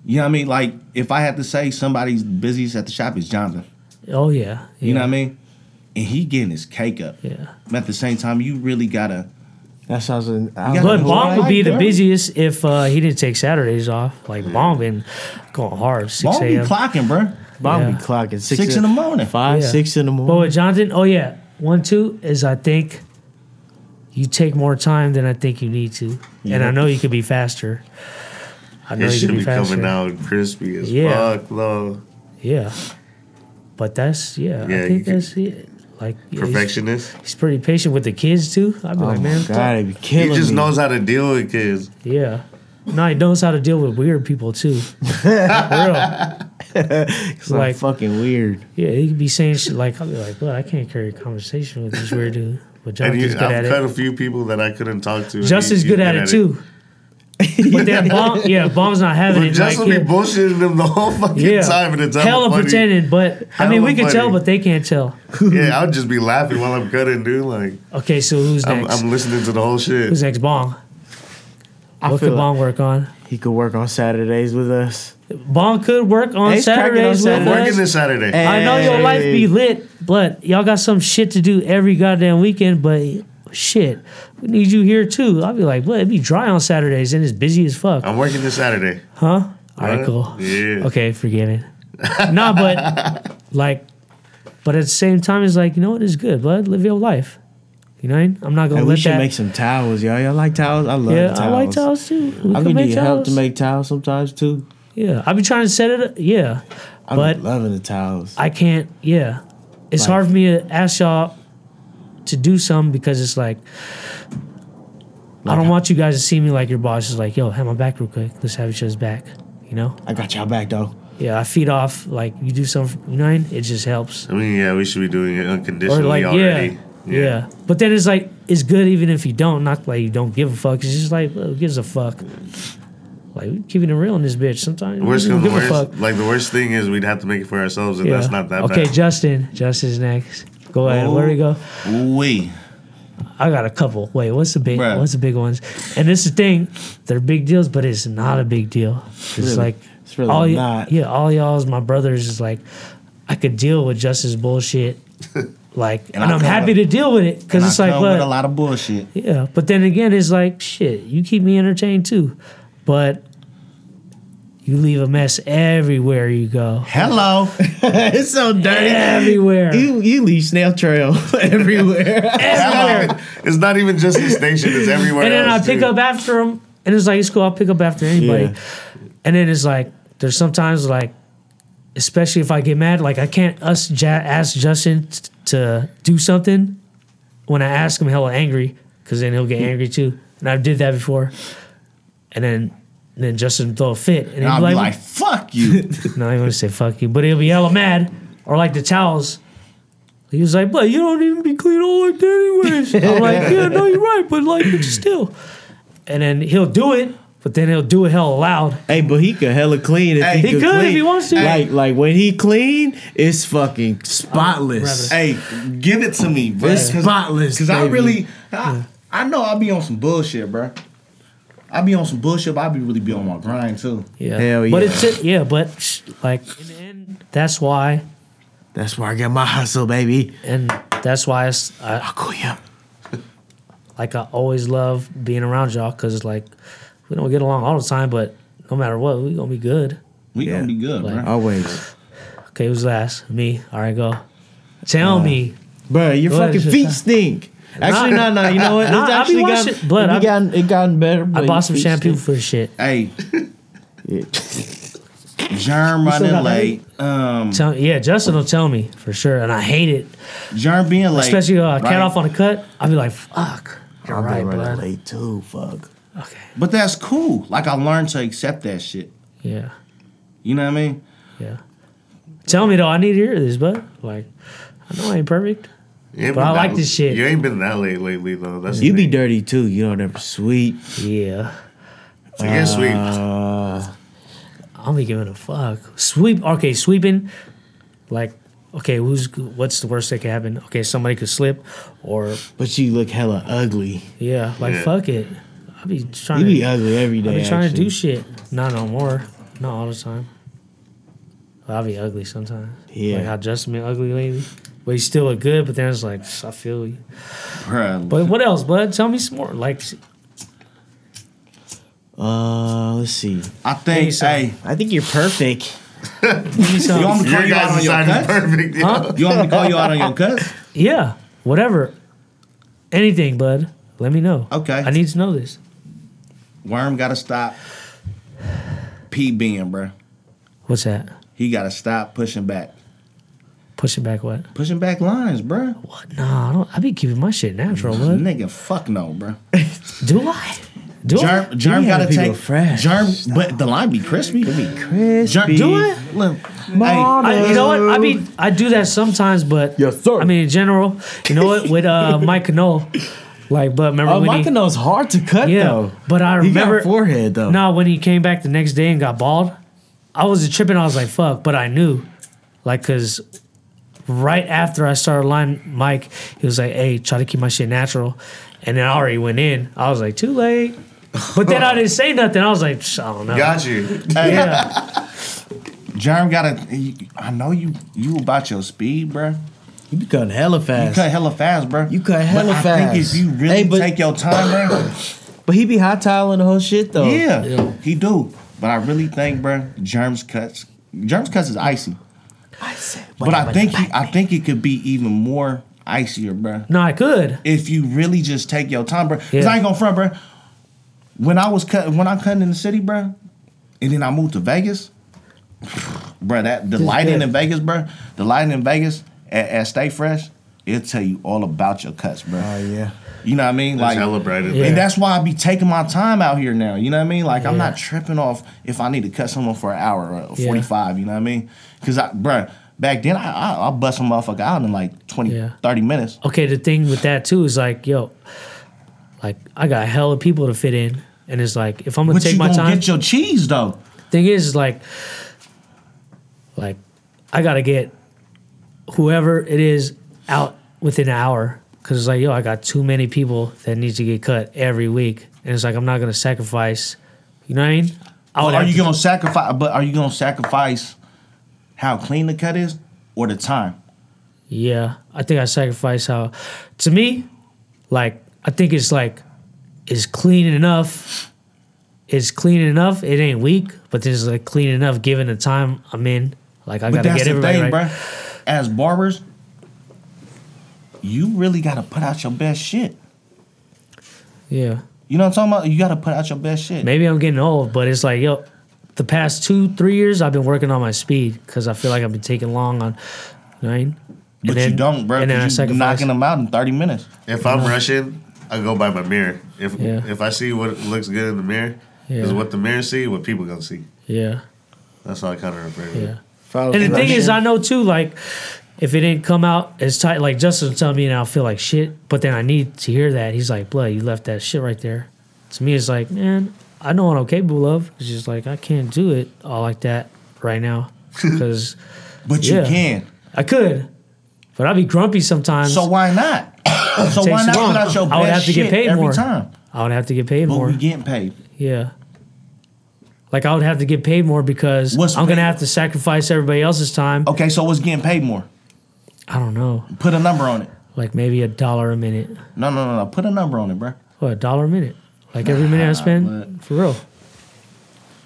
[SPEAKER 2] You know what I mean? Like if I had to say somebody's busiest at the shop is Jonathan.
[SPEAKER 3] Oh yeah.
[SPEAKER 2] You know what I mean? And he getting his cake up.
[SPEAKER 3] Yeah.
[SPEAKER 2] But at the same time, you really gotta.
[SPEAKER 1] That sounds. An, I
[SPEAKER 2] Yeah,
[SPEAKER 1] don't
[SPEAKER 3] But
[SPEAKER 1] know
[SPEAKER 3] Bong
[SPEAKER 1] why.
[SPEAKER 3] would be the
[SPEAKER 2] Yeah.
[SPEAKER 3] busiest if uh, he didn't take Saturdays off.
[SPEAKER 5] Hmm.
[SPEAKER 3] Like Bong been going hard, six
[SPEAKER 2] Ball be
[SPEAKER 3] a.m.
[SPEAKER 2] clocking, bro.
[SPEAKER 1] Bong
[SPEAKER 3] yeah.
[SPEAKER 1] be clocking six,
[SPEAKER 2] Six in the morning.
[SPEAKER 1] Five,
[SPEAKER 3] Yeah.
[SPEAKER 1] six in the morning.
[SPEAKER 3] But with Jonathan, oh yeah, one two is I think you take more time than I think you need to, and I know you could be faster. I know
[SPEAKER 5] It
[SPEAKER 3] you
[SPEAKER 5] should
[SPEAKER 3] could
[SPEAKER 5] be
[SPEAKER 3] be faster.
[SPEAKER 5] coming out crispy as
[SPEAKER 3] Yeah.
[SPEAKER 5] fuck, though.
[SPEAKER 3] Yeah, but that's yeah.
[SPEAKER 5] Yeah,
[SPEAKER 3] I
[SPEAKER 5] you
[SPEAKER 3] think
[SPEAKER 5] could-
[SPEAKER 3] that's it. Like yeah, he's-
[SPEAKER 5] Perfectionist.
[SPEAKER 3] He's, pretty patient with the kids too. I'd
[SPEAKER 5] Um,
[SPEAKER 3] be
[SPEAKER 1] oh
[SPEAKER 3] like, man,
[SPEAKER 1] man, God, it be
[SPEAKER 5] He
[SPEAKER 1] killing
[SPEAKER 5] just
[SPEAKER 1] me.
[SPEAKER 5] knows how to deal with kids.
[SPEAKER 3] yeah. No, he knows how to deal with weird people too. For real.
[SPEAKER 1] it's like,
[SPEAKER 3] like-
[SPEAKER 1] fucking weird.
[SPEAKER 3] Yeah, he could be saying shit like, I'll be like, well, I can't carry a conversation with this weird dude. But
[SPEAKER 5] And you,
[SPEAKER 3] Justin's good
[SPEAKER 5] I've
[SPEAKER 3] at
[SPEAKER 5] cut
[SPEAKER 3] it.
[SPEAKER 5] a few people that I couldn't talk to. and
[SPEAKER 3] Justin's
[SPEAKER 5] he- he's
[SPEAKER 3] good at it too. But then bomb, yeah, bomb's not having it.
[SPEAKER 5] Just
[SPEAKER 3] like,
[SPEAKER 5] will be
[SPEAKER 3] yeah.
[SPEAKER 5] bullshitting them the whole fucking
[SPEAKER 3] yeah,
[SPEAKER 5] time, and it's hella
[SPEAKER 3] hella
[SPEAKER 5] funny.
[SPEAKER 3] pretending. But I
[SPEAKER 5] Hella
[SPEAKER 3] mean, we can
[SPEAKER 5] funny.
[SPEAKER 3] tell, but they can't tell.
[SPEAKER 5] Yeah, I'll just be laughing while I'm cutting, dude. Like
[SPEAKER 3] Okay, so who's
[SPEAKER 5] I'm,
[SPEAKER 3] next?
[SPEAKER 5] I'm listening to the whole shit.
[SPEAKER 3] who's next? Bomb.
[SPEAKER 1] I
[SPEAKER 3] What
[SPEAKER 1] feel
[SPEAKER 3] could
[SPEAKER 1] like
[SPEAKER 3] Bomb work on?
[SPEAKER 1] he could work on Saturdays with us.
[SPEAKER 3] Bomb could work on
[SPEAKER 1] Ace cracking on
[SPEAKER 3] Saturdays with
[SPEAKER 5] I'm working
[SPEAKER 1] Saturdays.
[SPEAKER 3] us.
[SPEAKER 5] this Saturday.
[SPEAKER 3] I know your
[SPEAKER 1] Hey.
[SPEAKER 3] life be lit, but y'all got some shit to do every goddamn weekend. But shit, we need you here too. I'll be like, what? It'd be dry on Saturdays and it's busy as fuck,
[SPEAKER 5] I'm working this Saturday.
[SPEAKER 3] huh? All right, cool.
[SPEAKER 5] Oh. Yeah.
[SPEAKER 3] Okay, forgiven. nah, but like, but at the same time, it's like you know what? It's good, bud. Live your life. You know, what I mean? I'm not gonna
[SPEAKER 1] And
[SPEAKER 3] let
[SPEAKER 1] we should
[SPEAKER 3] that.
[SPEAKER 1] make some towels, y'all. Y'all like towels? I love
[SPEAKER 3] yeah,
[SPEAKER 1] towels.
[SPEAKER 3] I like towels too. We
[SPEAKER 1] I
[SPEAKER 3] can
[SPEAKER 1] be
[SPEAKER 3] make
[SPEAKER 1] need help to
[SPEAKER 3] towels.
[SPEAKER 1] make towels sometimes too.
[SPEAKER 3] Yeah, I be trying to set it. up. Yeah,
[SPEAKER 1] I'm
[SPEAKER 3] but
[SPEAKER 1] loving the towels.
[SPEAKER 3] I can't. Yeah, it's hard for me to ask y'all to do something because it's like, I don't want you guys to see me like your boss is like, yo, have my back real quick. Let's have each other's back. You know?
[SPEAKER 1] I got y'all back though.
[SPEAKER 3] Yeah, I feed off like you do something. You know, what I mean? it just helps.
[SPEAKER 5] I mean, yeah, we should be doing it
[SPEAKER 3] Or
[SPEAKER 5] unconditionally
[SPEAKER 3] like, yeah,
[SPEAKER 5] already.
[SPEAKER 3] yeah, But then it's like it's good even if you don't. Not like you don't give a fuck. It's just like well, who gives a fuck. Like we keeping it real in this bitch. Sometimes we
[SPEAKER 5] Worst
[SPEAKER 3] don't
[SPEAKER 5] comes to
[SPEAKER 3] give a
[SPEAKER 5] worst,
[SPEAKER 3] fuck.
[SPEAKER 5] like the worst thing is we'd have to make it for ourselves, and that's not that
[SPEAKER 3] okay,
[SPEAKER 5] bad. Oh.
[SPEAKER 3] Justin. Justin's next. Go ahead. Where do we go?
[SPEAKER 2] We.
[SPEAKER 3] I got a couple. Wait, what's the big?
[SPEAKER 2] Bruh.
[SPEAKER 3] What's the big ones? And this is the thing. They're big deals, but it's not a big deal. It's
[SPEAKER 1] Really,
[SPEAKER 3] like
[SPEAKER 1] it's really
[SPEAKER 3] all y-
[SPEAKER 1] not.
[SPEAKER 3] Yeah, all y'all is my brothers. Is like I could deal with Justin's bullshit. Like, and,
[SPEAKER 2] And I
[SPEAKER 3] I'm
[SPEAKER 2] come
[SPEAKER 3] happy
[SPEAKER 2] with-
[SPEAKER 3] to deal with it because
[SPEAKER 2] And
[SPEAKER 3] it's
[SPEAKER 2] I
[SPEAKER 3] like,
[SPEAKER 2] come with
[SPEAKER 3] what?
[SPEAKER 2] a lot of bullshit.
[SPEAKER 3] Yeah, but then again, it's like shit. You keep me entertained too, but you leave a mess everywhere you go.
[SPEAKER 2] Hello.
[SPEAKER 1] it's so
[SPEAKER 3] Everywhere,
[SPEAKER 1] You you leave snail trail everywhere.
[SPEAKER 3] everywhere.
[SPEAKER 5] It's not even just the station; it's everywhere.
[SPEAKER 3] and then I
[SPEAKER 5] else,
[SPEAKER 3] pick
[SPEAKER 5] dude.
[SPEAKER 3] up after him, and it's like it's cool. I'll pick up after anybody,
[SPEAKER 1] Yeah.
[SPEAKER 3] and then it's like there's sometimes like, especially if I get mad, like I can't us ja- ask Justin t- to do something when I ask him hella angry, because then he'll get angry too, and I did that before, and then. And then Justin throw a fit, and,
[SPEAKER 2] And
[SPEAKER 3] he'll
[SPEAKER 2] I'll
[SPEAKER 3] be like,
[SPEAKER 2] fuck you.
[SPEAKER 3] "No, he wouldn't say fuck you," but he'll be hella mad, or like the towels. He was like, "But you don't even be clean all like that, anyways." I'm like, "Yeah, no, you're right, but like, but still." And then he'll do it, but then he'll do it hell loud.
[SPEAKER 1] hey, but he could hella clean if
[SPEAKER 2] Hey,
[SPEAKER 1] he,
[SPEAKER 2] he
[SPEAKER 1] could
[SPEAKER 3] could if
[SPEAKER 1] clean.
[SPEAKER 3] he wants to.
[SPEAKER 1] Like like when he clean, it's fucking spotless.
[SPEAKER 2] hey, give it to me, bro.
[SPEAKER 1] It's spotless.
[SPEAKER 2] Because I
[SPEAKER 1] baby.
[SPEAKER 2] really, I, I know I'll be on some bullshit, bro. I be on some bullshit, but I be really be on my grind, too.
[SPEAKER 3] Yeah,
[SPEAKER 1] Hell
[SPEAKER 3] But
[SPEAKER 1] yeah.
[SPEAKER 3] it's yeah, but sh- like in the end, that's why,
[SPEAKER 1] That's where I get my hustle, baby.
[SPEAKER 3] and that's why it's, I
[SPEAKER 1] Cool, yeah.
[SPEAKER 3] like I always love being around y'all because it's like we don't get along all the time, but no matter what, we gonna be good.
[SPEAKER 2] We
[SPEAKER 1] Yeah.
[SPEAKER 2] gonna be good,
[SPEAKER 3] Like-
[SPEAKER 2] bro.
[SPEAKER 1] Always.
[SPEAKER 3] Okay, who's last? Me. All right, go. Tell me.
[SPEAKER 1] Bro, your
[SPEAKER 3] Go ahead,
[SPEAKER 1] fucking
[SPEAKER 3] it's
[SPEAKER 1] feet
[SPEAKER 3] your
[SPEAKER 1] stink. Actually, no, no. You know what? It's
[SPEAKER 3] Nah, I be
[SPEAKER 1] actually
[SPEAKER 3] washing-
[SPEAKER 1] gotten,
[SPEAKER 3] blood,
[SPEAKER 1] it
[SPEAKER 3] I-
[SPEAKER 1] gotten, it gotten better. but
[SPEAKER 3] I
[SPEAKER 1] your
[SPEAKER 3] bought some
[SPEAKER 1] feet
[SPEAKER 3] shampoo
[SPEAKER 1] stink.
[SPEAKER 3] for shit.
[SPEAKER 2] Hey,
[SPEAKER 1] Yeah.
[SPEAKER 2] germ running
[SPEAKER 1] got
[SPEAKER 2] late. Um,
[SPEAKER 3] Tell, yeah, Justin will tell me for sure, and I hate it.
[SPEAKER 2] germ being late.
[SPEAKER 3] Especially uh, cat
[SPEAKER 2] right?
[SPEAKER 3] off on a cut, I'll be like, fuck. You're
[SPEAKER 1] I'm
[SPEAKER 3] right,
[SPEAKER 1] running
[SPEAKER 3] bud.
[SPEAKER 1] late too. Fuck.
[SPEAKER 3] Okay.
[SPEAKER 2] But that's cool. Like, I learned to accept that shit.
[SPEAKER 3] Yeah.
[SPEAKER 2] You know what I mean?
[SPEAKER 3] Yeah. Tell me though, I need to hear this, bud. Like, I know I ain't perfect.
[SPEAKER 5] You ain't
[SPEAKER 3] But
[SPEAKER 5] been
[SPEAKER 3] I
[SPEAKER 5] that-
[SPEAKER 3] like this shit.
[SPEAKER 5] You ain't been that late lately, though. That's the
[SPEAKER 1] You be
[SPEAKER 5] thing.
[SPEAKER 1] dirty too. You don't ever sweet.
[SPEAKER 3] Yeah.
[SPEAKER 5] So you're sweet.
[SPEAKER 1] Uh,
[SPEAKER 3] I don't be giving a fuck. Sweep. Okay, sweeping. Like, okay, who's what's the worst that could happen? Okay, somebody could slip, or
[SPEAKER 1] but you look hella ugly.
[SPEAKER 3] yeah, like
[SPEAKER 5] Yeah.
[SPEAKER 3] fuck it. I'll be
[SPEAKER 1] You
[SPEAKER 3] trying
[SPEAKER 1] be
[SPEAKER 3] to.
[SPEAKER 1] ugly every day.
[SPEAKER 3] I'll be trying to
[SPEAKER 1] actually.
[SPEAKER 3] do shit. Not no more. Not all the time. I'll be ugly sometimes.
[SPEAKER 1] Yeah.
[SPEAKER 3] Like how Justin been ugly lately. But he still look good, but then it's like, I feel you.
[SPEAKER 2] Bruh.
[SPEAKER 3] But what else, bud? Tell me some more. Like,
[SPEAKER 1] Uh, let's see.
[SPEAKER 2] I
[SPEAKER 3] Give me
[SPEAKER 2] think,
[SPEAKER 3] some.
[SPEAKER 2] hey,
[SPEAKER 1] I think you're perfect.
[SPEAKER 3] give me
[SPEAKER 2] you
[SPEAKER 3] some.
[SPEAKER 2] want me to
[SPEAKER 5] Your
[SPEAKER 2] call you out
[SPEAKER 5] guys'
[SPEAKER 2] on your
[SPEAKER 5] side is
[SPEAKER 2] cuss?
[SPEAKER 5] perfect. You know?
[SPEAKER 2] You want me to call you out on your cuss?
[SPEAKER 3] yeah, whatever. Anything, bud. Let me know.
[SPEAKER 2] Okay.
[SPEAKER 3] I need to know this.
[SPEAKER 2] Worm gotta stop P being, bruh.
[SPEAKER 3] What's that?
[SPEAKER 2] He gotta stop pushing back.
[SPEAKER 3] Push it back, what?
[SPEAKER 2] Pushing back lines, bruh.
[SPEAKER 3] What? Nah, I don't. I be keeping my shit natural, bud.
[SPEAKER 2] Nigga, fuck no, bruh.
[SPEAKER 3] Do I? Do I?
[SPEAKER 2] Germ, germ
[SPEAKER 1] you
[SPEAKER 2] gotta
[SPEAKER 1] gotta
[SPEAKER 2] take
[SPEAKER 1] people fresh.
[SPEAKER 2] germ, but the line be crispy. It be
[SPEAKER 1] Crispy.
[SPEAKER 2] do it. Look, hey,
[SPEAKER 3] I, you know what? I mean, I do that sometimes, but
[SPEAKER 1] Yes, sir.
[SPEAKER 3] I mean, in general, you know what? With uh, Mike Knoll, Like, but remember
[SPEAKER 1] Oh,
[SPEAKER 3] when he,
[SPEAKER 1] Makino's hard to cut
[SPEAKER 3] yeah,
[SPEAKER 1] though.
[SPEAKER 3] but I
[SPEAKER 1] He got
[SPEAKER 3] remember
[SPEAKER 1] forehead though.
[SPEAKER 3] Nah, when he came back the next day and got bald, I was tripping. I was like, fuck. But I knew, like, cause right after I started lying, Mike, he was like, hey, try to keep my shit natural. And then I already went in. I was like, too late. But then I didn't say nothing. I was like, "Psh, I don't know.
[SPEAKER 5] Got you.
[SPEAKER 3] Yeah.
[SPEAKER 2] Jerm got a. I know you. You about your speed, bruh.
[SPEAKER 1] You be cutting hella
[SPEAKER 2] You
[SPEAKER 1] fast.
[SPEAKER 2] cut hella fast, bruh.
[SPEAKER 1] You cut hella
[SPEAKER 2] but I think
[SPEAKER 1] fast.
[SPEAKER 2] if you really
[SPEAKER 1] Hey, but-
[SPEAKER 2] take your time, bruh,
[SPEAKER 1] but he be hot tiling the whole shit though.
[SPEAKER 2] yeah, he do. But I really think, bruh, Germ's cuts. Germ's cuts is icy. But I think he, I think it could be even more icier, bruh.
[SPEAKER 3] no, I could.
[SPEAKER 2] if you really just take your time, bro. Because
[SPEAKER 3] Yeah.
[SPEAKER 2] I ain't gonna front, bro. When I was cut, when I cutting in the city, bro, and then I moved to Vegas, bro. That the lighting
[SPEAKER 3] good.
[SPEAKER 2] in Vegas, bro. The lighting in Vegas at, at Stay Fresh, it'll tell you all about your cuts, bro.
[SPEAKER 1] Oh yeah.
[SPEAKER 2] You know what I mean?
[SPEAKER 5] That's
[SPEAKER 2] Like.
[SPEAKER 5] hella bright in
[SPEAKER 3] Yeah.
[SPEAKER 5] there.
[SPEAKER 2] And that's why I be taking my time out here now. You know what I mean? Like I'm
[SPEAKER 3] Yeah.
[SPEAKER 2] not tripping off if I need to cut someone for an hour or 45. You know what I mean? Because I, bro, back then I, I I bust a motherfucker out in like 20,
[SPEAKER 3] Yeah.
[SPEAKER 2] 30 minutes.
[SPEAKER 3] okay, the thing with that too is like, yo, like I got hella people to fit in, and it's like if I'm gonna
[SPEAKER 2] But
[SPEAKER 3] take
[SPEAKER 2] you
[SPEAKER 3] my
[SPEAKER 2] gonna
[SPEAKER 3] time,
[SPEAKER 2] get your cheese though.
[SPEAKER 3] thing is is like, like I gotta get whoever it is out within an hour because it's like, yo, I got too many people that need to get cut every week, and it's like I'm not gonna sacrifice. You know what I mean?
[SPEAKER 2] But
[SPEAKER 3] I would
[SPEAKER 2] Oh, are
[SPEAKER 3] have
[SPEAKER 2] you
[SPEAKER 3] to-
[SPEAKER 2] gonna sacrifice? But are you gonna sacrifice how clean the cut is or the time?
[SPEAKER 3] Yeah, I think I sacrifice how. To me, like I think it's like it's clean enough. It's clean enough. It ain't weak, but this is like clean enough given the time I'm in. Like I
[SPEAKER 2] But
[SPEAKER 3] gotta
[SPEAKER 2] that's
[SPEAKER 3] get
[SPEAKER 2] the
[SPEAKER 3] everybody
[SPEAKER 2] thing,
[SPEAKER 3] right.
[SPEAKER 2] bruh. As barbers, you really gotta put out your best shit.
[SPEAKER 3] Yeah,
[SPEAKER 2] You know what I'm talking about? You gotta put out your best shit.
[SPEAKER 3] maybe I'm getting old, but it's like yo, the past two three years I've been working on my speed because I feel like I've been taking long on. You know what I mean?
[SPEAKER 2] but
[SPEAKER 3] And then-
[SPEAKER 2] you don't, bro.
[SPEAKER 3] And then I
[SPEAKER 2] You're
[SPEAKER 3] sacrifice.
[SPEAKER 2] knocking them out in 30 minutes.
[SPEAKER 5] If I'm rushing, I go by my mirror. If
[SPEAKER 3] Yeah.
[SPEAKER 5] if I see what looks good in the mirror, is
[SPEAKER 3] Yeah.
[SPEAKER 5] what the mirror see, what people gonna see.
[SPEAKER 3] Yeah,
[SPEAKER 5] That's all I kind of refer to.
[SPEAKER 3] yeah.
[SPEAKER 1] If I was
[SPEAKER 3] And the thing is, I
[SPEAKER 1] rushing-
[SPEAKER 3] know too, like, if it didn't come out as tight, like Justin tell me, and I'll feel like shit. But then I need to hear that. He's like, "Blood, you left that shit right there." To me, it's like, man, I know what I'm capable of. It's just like I can't do it all like that right now because
[SPEAKER 2] But
[SPEAKER 3] Yeah.
[SPEAKER 2] you can.
[SPEAKER 3] I could, but I'd be grumpy sometimes.
[SPEAKER 2] So why not? so why
[SPEAKER 3] Takes
[SPEAKER 2] not
[SPEAKER 3] long.
[SPEAKER 2] put out your best
[SPEAKER 3] I would have to
[SPEAKER 2] shit
[SPEAKER 3] get paid
[SPEAKER 2] every
[SPEAKER 3] more.
[SPEAKER 2] time?
[SPEAKER 3] I would have to get paid
[SPEAKER 2] But
[SPEAKER 3] more.
[SPEAKER 2] we getting paid.
[SPEAKER 3] yeah. Like I would have to get paid more because
[SPEAKER 2] What's
[SPEAKER 3] I'm gonna
[SPEAKER 2] paid? Oh.
[SPEAKER 3] have to sacrifice everybody else's time.
[SPEAKER 2] Okay, so what's getting paid more?
[SPEAKER 3] I don't know,
[SPEAKER 2] Put a number on it.
[SPEAKER 3] like maybe a dollar a minute.
[SPEAKER 2] No, no, no, no. Put a number on it, bro.
[SPEAKER 3] What, a dollar a minute? Like every minute I spend?
[SPEAKER 2] but-
[SPEAKER 3] For real.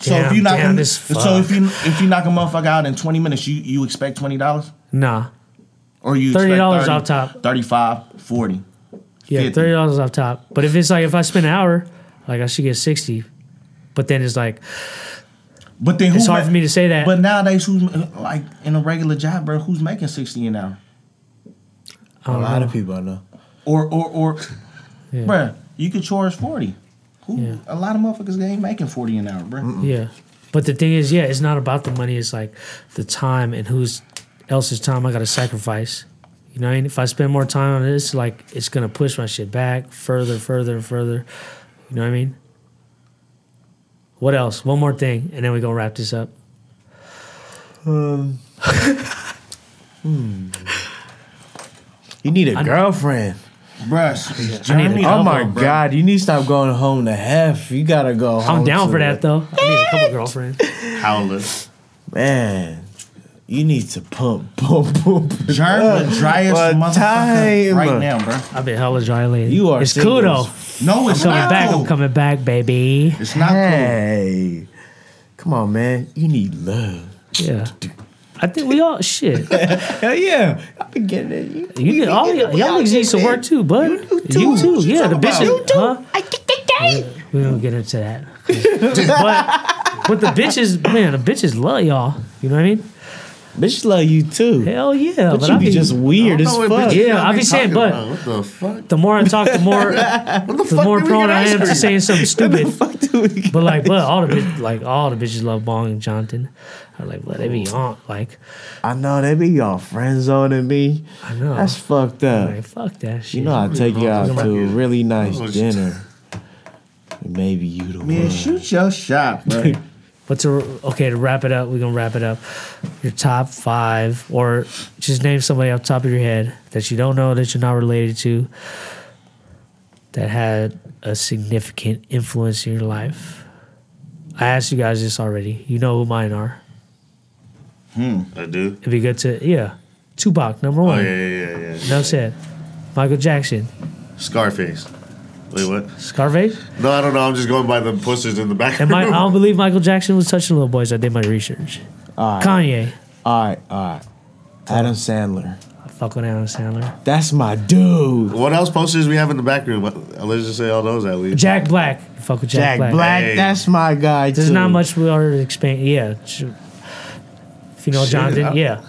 [SPEAKER 2] So if
[SPEAKER 3] Damn,
[SPEAKER 2] you knock
[SPEAKER 3] damn,
[SPEAKER 2] him,
[SPEAKER 3] this
[SPEAKER 2] so if you if you knock a motherfucker out in twenty minutes, you you expect twenty dollars
[SPEAKER 3] Nah.
[SPEAKER 2] or you expect
[SPEAKER 3] $30
[SPEAKER 2] 30,
[SPEAKER 3] off top.
[SPEAKER 2] 35 40
[SPEAKER 3] Yeah,
[SPEAKER 2] Fifty.
[SPEAKER 3] thirty dollars off top. But if it's like if I spend an hour, like I should get sixty. But then it's like
[SPEAKER 2] But then who
[SPEAKER 3] it's hard
[SPEAKER 2] ma-
[SPEAKER 3] for me to say that.
[SPEAKER 2] But nowadays, who's like in a regular job, bro? Who's making sixty an hour?
[SPEAKER 3] I
[SPEAKER 1] a
[SPEAKER 3] don't
[SPEAKER 1] lot
[SPEAKER 3] know.
[SPEAKER 1] of people I know.
[SPEAKER 2] Or or or,
[SPEAKER 3] Yeah.
[SPEAKER 2] bruh, you could charge forty. Who?
[SPEAKER 3] Yeah.
[SPEAKER 2] A lot of motherfuckers ain't making forty an hour, bro.
[SPEAKER 3] Yeah. But the thing is, yeah, it's not about the money, it's like the time and who's else's time I gotta sacrifice. You know, what I mean? if I spend more time on this, like it's gonna push my shit back further, further, and further. You know what I mean? What else? One more thing, and then we gonna wrap this up.
[SPEAKER 1] You need a girlfriend.
[SPEAKER 2] Bruh,
[SPEAKER 3] I need a
[SPEAKER 1] Oh
[SPEAKER 3] couple,
[SPEAKER 1] my
[SPEAKER 3] bro.
[SPEAKER 1] god, you need to stop going home to hef. You gotta go home.
[SPEAKER 3] I'm down
[SPEAKER 1] to
[SPEAKER 3] for
[SPEAKER 1] it.
[SPEAKER 3] that though. I need a couple girlfriends.
[SPEAKER 5] Howler.
[SPEAKER 1] Man, you need to pump, pump, pump.
[SPEAKER 2] Germ the driest
[SPEAKER 1] What
[SPEAKER 2] motherfucker
[SPEAKER 1] time?
[SPEAKER 2] right now, bro.
[SPEAKER 3] I've been hella dry lately.
[SPEAKER 1] You are
[SPEAKER 3] It's
[SPEAKER 1] single
[SPEAKER 3] cool
[SPEAKER 1] as
[SPEAKER 3] though.
[SPEAKER 2] No, it's
[SPEAKER 3] Coming
[SPEAKER 2] not
[SPEAKER 3] back,
[SPEAKER 2] cool.
[SPEAKER 3] I'm coming back, baby.
[SPEAKER 2] It's not cool.
[SPEAKER 1] Hey, come on, man. You need love.
[SPEAKER 3] Yeah. I think we all shit.
[SPEAKER 1] Hell yeah, I've been getting it. You,
[SPEAKER 3] You get all y'all niggas needs to work too, bud. You too. Yeah, the bitches. Huh? I get that We don't get into that. but but the bitches, man, the bitches love y'all. You know what I mean?
[SPEAKER 1] Bitch love you too.
[SPEAKER 3] Hell yeah.
[SPEAKER 1] but, you
[SPEAKER 3] I
[SPEAKER 1] be, just weird as
[SPEAKER 5] what
[SPEAKER 1] fuck.
[SPEAKER 5] bitch you
[SPEAKER 3] Yeah,
[SPEAKER 5] got
[SPEAKER 3] I
[SPEAKER 5] me
[SPEAKER 3] be saying,
[SPEAKER 5] talking
[SPEAKER 3] but-
[SPEAKER 5] about. What the fuck?
[SPEAKER 3] The more I talk, the more
[SPEAKER 5] What the
[SPEAKER 3] the
[SPEAKER 5] fuck
[SPEAKER 3] more
[SPEAKER 5] did we get
[SPEAKER 3] prone I
[SPEAKER 5] ice
[SPEAKER 3] am to
[SPEAKER 5] cream?
[SPEAKER 3] saying something stupid.
[SPEAKER 1] Fuck do we get?
[SPEAKER 3] But like, but all the bitch, like all the bitches love Bong and Jonathan. I'm like, but they be on like,
[SPEAKER 1] I know they be y'all friend zoning me.
[SPEAKER 3] I know.
[SPEAKER 1] That's fucked up.
[SPEAKER 3] like fuck that shit.
[SPEAKER 1] You know I take you out to a really nice
[SPEAKER 5] Oh, shit.
[SPEAKER 1] dinner. And maybe you the
[SPEAKER 2] Man,
[SPEAKER 1] one.
[SPEAKER 2] shoot your shot, bro.
[SPEAKER 3] But to okay to wrap it up, we're gonna wrap it up. Your top five, or just name somebody off the top of your head that you don't know that you're not related to, that had a significant influence in your life. I asked you guys this already. You know who mine are.
[SPEAKER 5] I do.
[SPEAKER 3] It'd be good to yeah, Tupac number
[SPEAKER 5] Oh
[SPEAKER 3] one.
[SPEAKER 5] yeah, yeah, yeah, yeah.
[SPEAKER 3] No said, Michael Jackson,
[SPEAKER 5] Scarface. Wait, what?
[SPEAKER 3] Scarface.
[SPEAKER 5] No, I don't know. I'm just going by the pussies in the back.
[SPEAKER 3] And my, I
[SPEAKER 5] room.
[SPEAKER 3] don't believe Michael Jackson was touching little boys. I did my research.
[SPEAKER 1] All right.
[SPEAKER 3] Kanye,
[SPEAKER 1] All right, all right. Adam Sandler.
[SPEAKER 3] I fuck with Adam Sandler.
[SPEAKER 1] That's my dude.
[SPEAKER 5] What else posters we have in the back room? Let's just say all those at least.
[SPEAKER 3] Jack Black, I fuck with Jack,
[SPEAKER 1] Jack Black.
[SPEAKER 5] Hey.
[SPEAKER 1] That's my guy too.
[SPEAKER 3] There's not much we are expand. Yeah, sh- female
[SPEAKER 5] Shit,
[SPEAKER 3] Jonathan.
[SPEAKER 5] I-
[SPEAKER 3] yeah,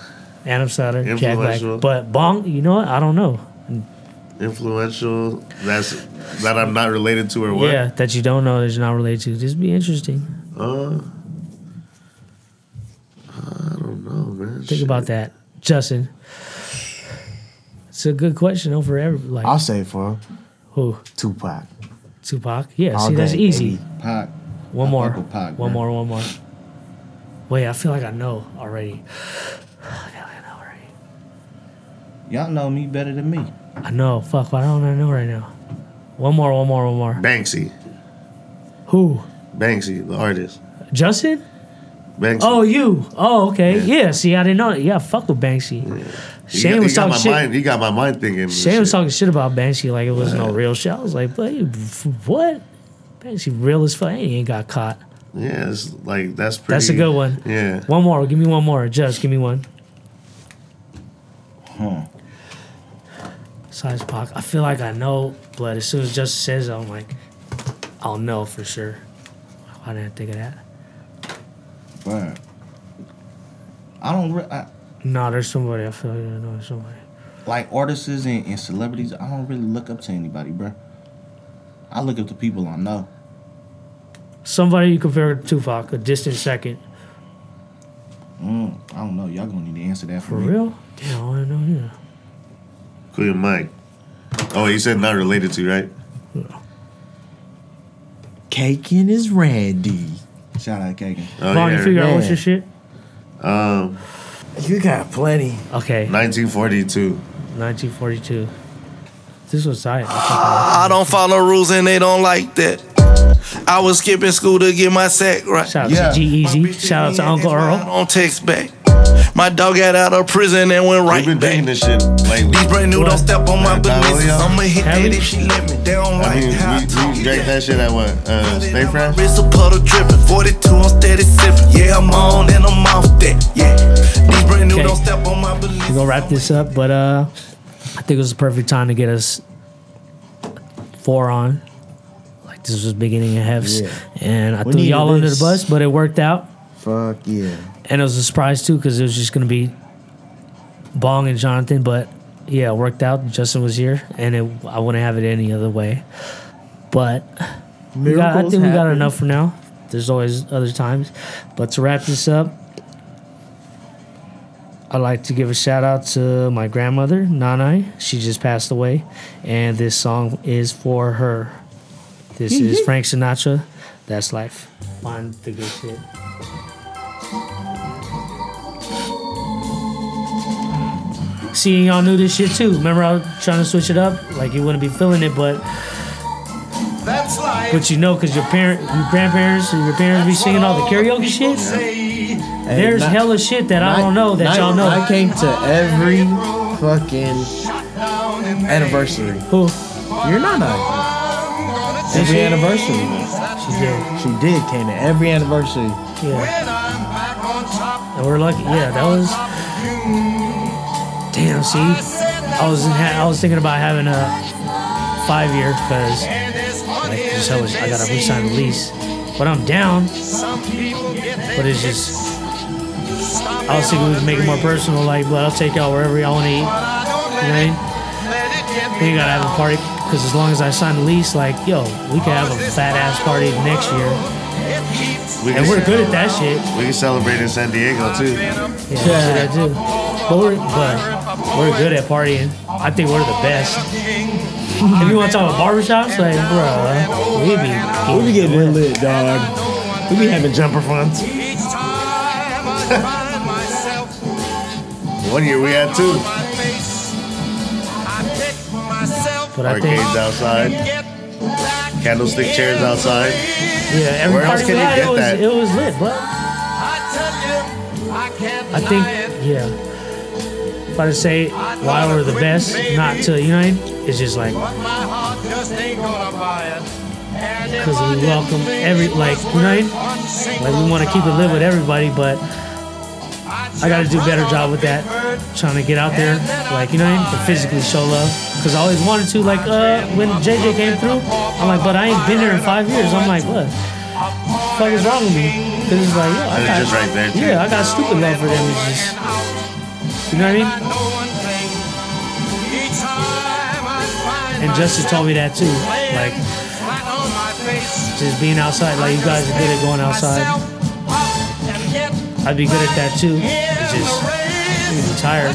[SPEAKER 3] Adam Sandler, Jack
[SPEAKER 5] Influential.
[SPEAKER 3] Black. But Bong, you know what? I don't know.
[SPEAKER 5] Influential. That's that I'm not related to or what?
[SPEAKER 3] Yeah, that you don't know that you're not related to. This would be interesting.
[SPEAKER 5] Uh, I don't know, man.
[SPEAKER 3] Think about that, Justin. It's a good question though for every like
[SPEAKER 1] I'll say it for him.
[SPEAKER 3] who
[SPEAKER 1] Tupac.
[SPEAKER 3] Tupac. Yeah,
[SPEAKER 1] All
[SPEAKER 3] see that's
[SPEAKER 1] day,
[SPEAKER 3] easy.
[SPEAKER 1] baby.
[SPEAKER 2] Pop.
[SPEAKER 3] One more.
[SPEAKER 2] fuck with Pac,
[SPEAKER 3] one
[SPEAKER 2] man.
[SPEAKER 3] more. One more. Wait, I feel like I know already. I feel like I know already.
[SPEAKER 2] Y'all know me better than me.
[SPEAKER 3] I know. Fuck. Why don't I know right now? One more. One more. One more.
[SPEAKER 5] Banksy.
[SPEAKER 3] Who?
[SPEAKER 5] Banksy, the artist.
[SPEAKER 3] Justin?
[SPEAKER 5] Banksy.
[SPEAKER 3] Oh, you. Oh, okay. Yeah. See, I didn't know. Yeah. Fuck with Banksy.
[SPEAKER 5] He
[SPEAKER 3] Shane
[SPEAKER 5] got-
[SPEAKER 3] was
[SPEAKER 5] he got
[SPEAKER 3] talking
[SPEAKER 5] my
[SPEAKER 3] shit.
[SPEAKER 5] Mind, he got my mind thinking. and
[SPEAKER 3] Shane was
[SPEAKER 5] shit.
[SPEAKER 3] talking shit about Banksy like it was no real shit. I was like, but you- f- what? Banksy real as fuck. And he ain't got caught.
[SPEAKER 5] Yeah, it's like that's pretty.
[SPEAKER 3] That's a good one.
[SPEAKER 5] Yeah.
[SPEAKER 3] One more. Give me one more. Just give me one. Size Pac. I feel like I know, but as soon as Justin says it, I'm like, I'll know for sure. Why didn't I think of that?
[SPEAKER 2] Bruh. I don't re- I,
[SPEAKER 3] No, there's somebody. I feel like I know somebody.
[SPEAKER 2] like artists and, and celebrities. I don't really look up to anybody, bruh. I look up to people I know.
[SPEAKER 3] Somebody you compare to Tupac, a distant second.
[SPEAKER 2] Mm, I don't know. Y'all gonna need to answer that for,
[SPEAKER 3] For
[SPEAKER 2] me.
[SPEAKER 3] real? Damn, Mm-hmm. I don't know either.
[SPEAKER 5] Queen Mike. Oh, you said not related to, right?
[SPEAKER 1] Caking is Randy.
[SPEAKER 2] Shout out, Kagan.
[SPEAKER 5] Oh,
[SPEAKER 3] Vaughn, you figure out what's
[SPEAKER 1] Yeah.
[SPEAKER 3] your shit?
[SPEAKER 5] Um,
[SPEAKER 1] You got plenty.
[SPEAKER 3] Okay,
[SPEAKER 5] 1942.
[SPEAKER 3] 1942. This was tight.
[SPEAKER 7] I don't follow rules and they don't like that. I was skipping school to get my sack right.
[SPEAKER 3] Shout out
[SPEAKER 2] Yeah.
[SPEAKER 3] to G E Easy. Shout out to Uncle
[SPEAKER 7] I
[SPEAKER 3] Earl.
[SPEAKER 7] don't text back. My dog got out of prison and went
[SPEAKER 5] We've
[SPEAKER 7] right
[SPEAKER 5] been drinking
[SPEAKER 7] back.
[SPEAKER 5] this shit lately.
[SPEAKER 7] These brand new
[SPEAKER 3] What?
[SPEAKER 7] don't step on my
[SPEAKER 5] That
[SPEAKER 7] business.
[SPEAKER 5] Dahlia?
[SPEAKER 7] I'ma hit
[SPEAKER 3] Have
[SPEAKER 7] that
[SPEAKER 3] we?
[SPEAKER 7] if she let me. They don't
[SPEAKER 5] I
[SPEAKER 7] like
[SPEAKER 5] mean,
[SPEAKER 7] how I
[SPEAKER 5] we,
[SPEAKER 7] talk.
[SPEAKER 5] we drank that shit at what? Uh, Stay Fresh?
[SPEAKER 7] Wrist a puddle dripping, 42 I'm steady sipping. Yeah, I'm on and I'm off that. Yeah, these brand new
[SPEAKER 3] Okay.
[SPEAKER 7] don't step on my business.
[SPEAKER 3] We're gonna wrap this up, but uh, I think it was the perfect time to get us four on. Like this was beginning of hefts,
[SPEAKER 1] Yeah.
[SPEAKER 3] and I
[SPEAKER 1] We
[SPEAKER 3] threw
[SPEAKER 1] needed
[SPEAKER 3] y'all under the
[SPEAKER 1] this.
[SPEAKER 3] bus, but it worked out,
[SPEAKER 1] Fuck yeah.
[SPEAKER 3] and it was a surprise too because it was just gonna be Bong and Jonathan, but yeah, it worked out. Justin was here, and it, I wouldn't have it any other way. But we got, I think we got
[SPEAKER 1] happen.
[SPEAKER 3] enough for now. There's always other times, but to wrap this up, I'd like to give a shout out to my grandmother, Nanai. She just passed away, and this song is for her. This is Frank Sinatra. That's life. Find the good shit. Seeing y'all knew this shit too. Remember, I was trying to switch it up, like you wouldn't be feeling it, but
[SPEAKER 7] That's life.
[SPEAKER 3] but you know, cause your parent, your grandparents, and your parents be singing all the karaoke shit.
[SPEAKER 1] Hey,
[SPEAKER 3] There's
[SPEAKER 1] not-
[SPEAKER 3] hella shit that I
[SPEAKER 1] Night-
[SPEAKER 3] don't know that
[SPEAKER 1] night-
[SPEAKER 3] y'all know.
[SPEAKER 1] I came to every fucking anniversary.
[SPEAKER 3] Who?
[SPEAKER 1] You're not nice. Every anniversary.
[SPEAKER 3] She did.
[SPEAKER 1] She did came to every anniversary.
[SPEAKER 3] Yeah. And we're lucky. Yeah, that was. Damn. See, I was in ha- I was thinking about having a five year because like just hella shit. I gotta re-sign the lease, but I'm down. But it's just I was thinking we could make it more personal. Like, but I'll take y'all wherever y'all want to eat. You know what I mean? We ain't gotta have a party because as long as I sign the lease, like, yo, we could have a fat ass party next year,
[SPEAKER 5] We
[SPEAKER 3] and
[SPEAKER 5] can,
[SPEAKER 3] we're good at that shit.
[SPEAKER 5] we can celebrate in San Diego too.
[SPEAKER 3] Yeah, that shit I do. But we're, but we're good at partying. I think we're the best. If you want to talk about barbershops, like, bro, we be
[SPEAKER 1] We be getting real lit, dog. We be having jumper funds.
[SPEAKER 5] One year we had two
[SPEAKER 3] But I think,
[SPEAKER 5] arcades outside, candlestick chairs outside.
[SPEAKER 3] yeah, every
[SPEAKER 5] Where else
[SPEAKER 3] party we
[SPEAKER 5] can you
[SPEAKER 3] had,
[SPEAKER 5] get
[SPEAKER 3] it was,
[SPEAKER 5] that?
[SPEAKER 3] it was lit, but I think, yeah. If I just say why we're the best, not to, you know, what I mean? it's just like, because we welcome every, like, you know, what I mean? like we want to keep it live with everybody, but I got to do a better job with that. Trying to get out there, like, you know, what I mean? to physically show love. Because I always wanted to, like, uh, when JJ came through, I'm like, but I ain't been here in five years. I'm like, what? The fuck is wrong with me? Because it's like, yeah, I
[SPEAKER 5] And it's
[SPEAKER 3] got,
[SPEAKER 5] just right there, too.
[SPEAKER 3] yeah, I got stupid love for them. It's just, you know what I mean? And Justice told me that too. Like, just being outside. Like, you guys are good at going outside. I'd be good at that too. It's just, I'm tired.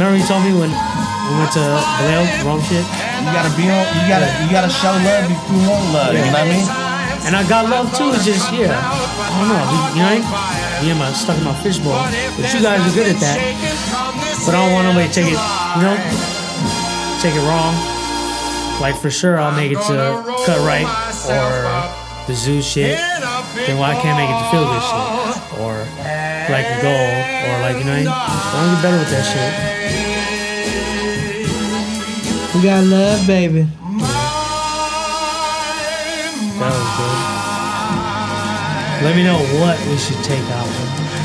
[SPEAKER 3] Remember you told me when we went to Vallejo, Rome shit?
[SPEAKER 2] You gotta be on. You gotta. You gotta show love if you want love. You know what I mean?
[SPEAKER 3] And I got love too. It's just, yeah. I don't know. You know what I mean? Yeah, my, stuck in my fishbowl. But you guys are good at that. But I don't want nobody to take it, you know, take it wrong. Like for sure, I'll make it to Cut Right or the Zoo shit. Then why I can't make it to Feel Good shit or like Goal or like you know, I don't get better with that shit.
[SPEAKER 1] We got love, baby.
[SPEAKER 3] That was good. Let me know what we should take out.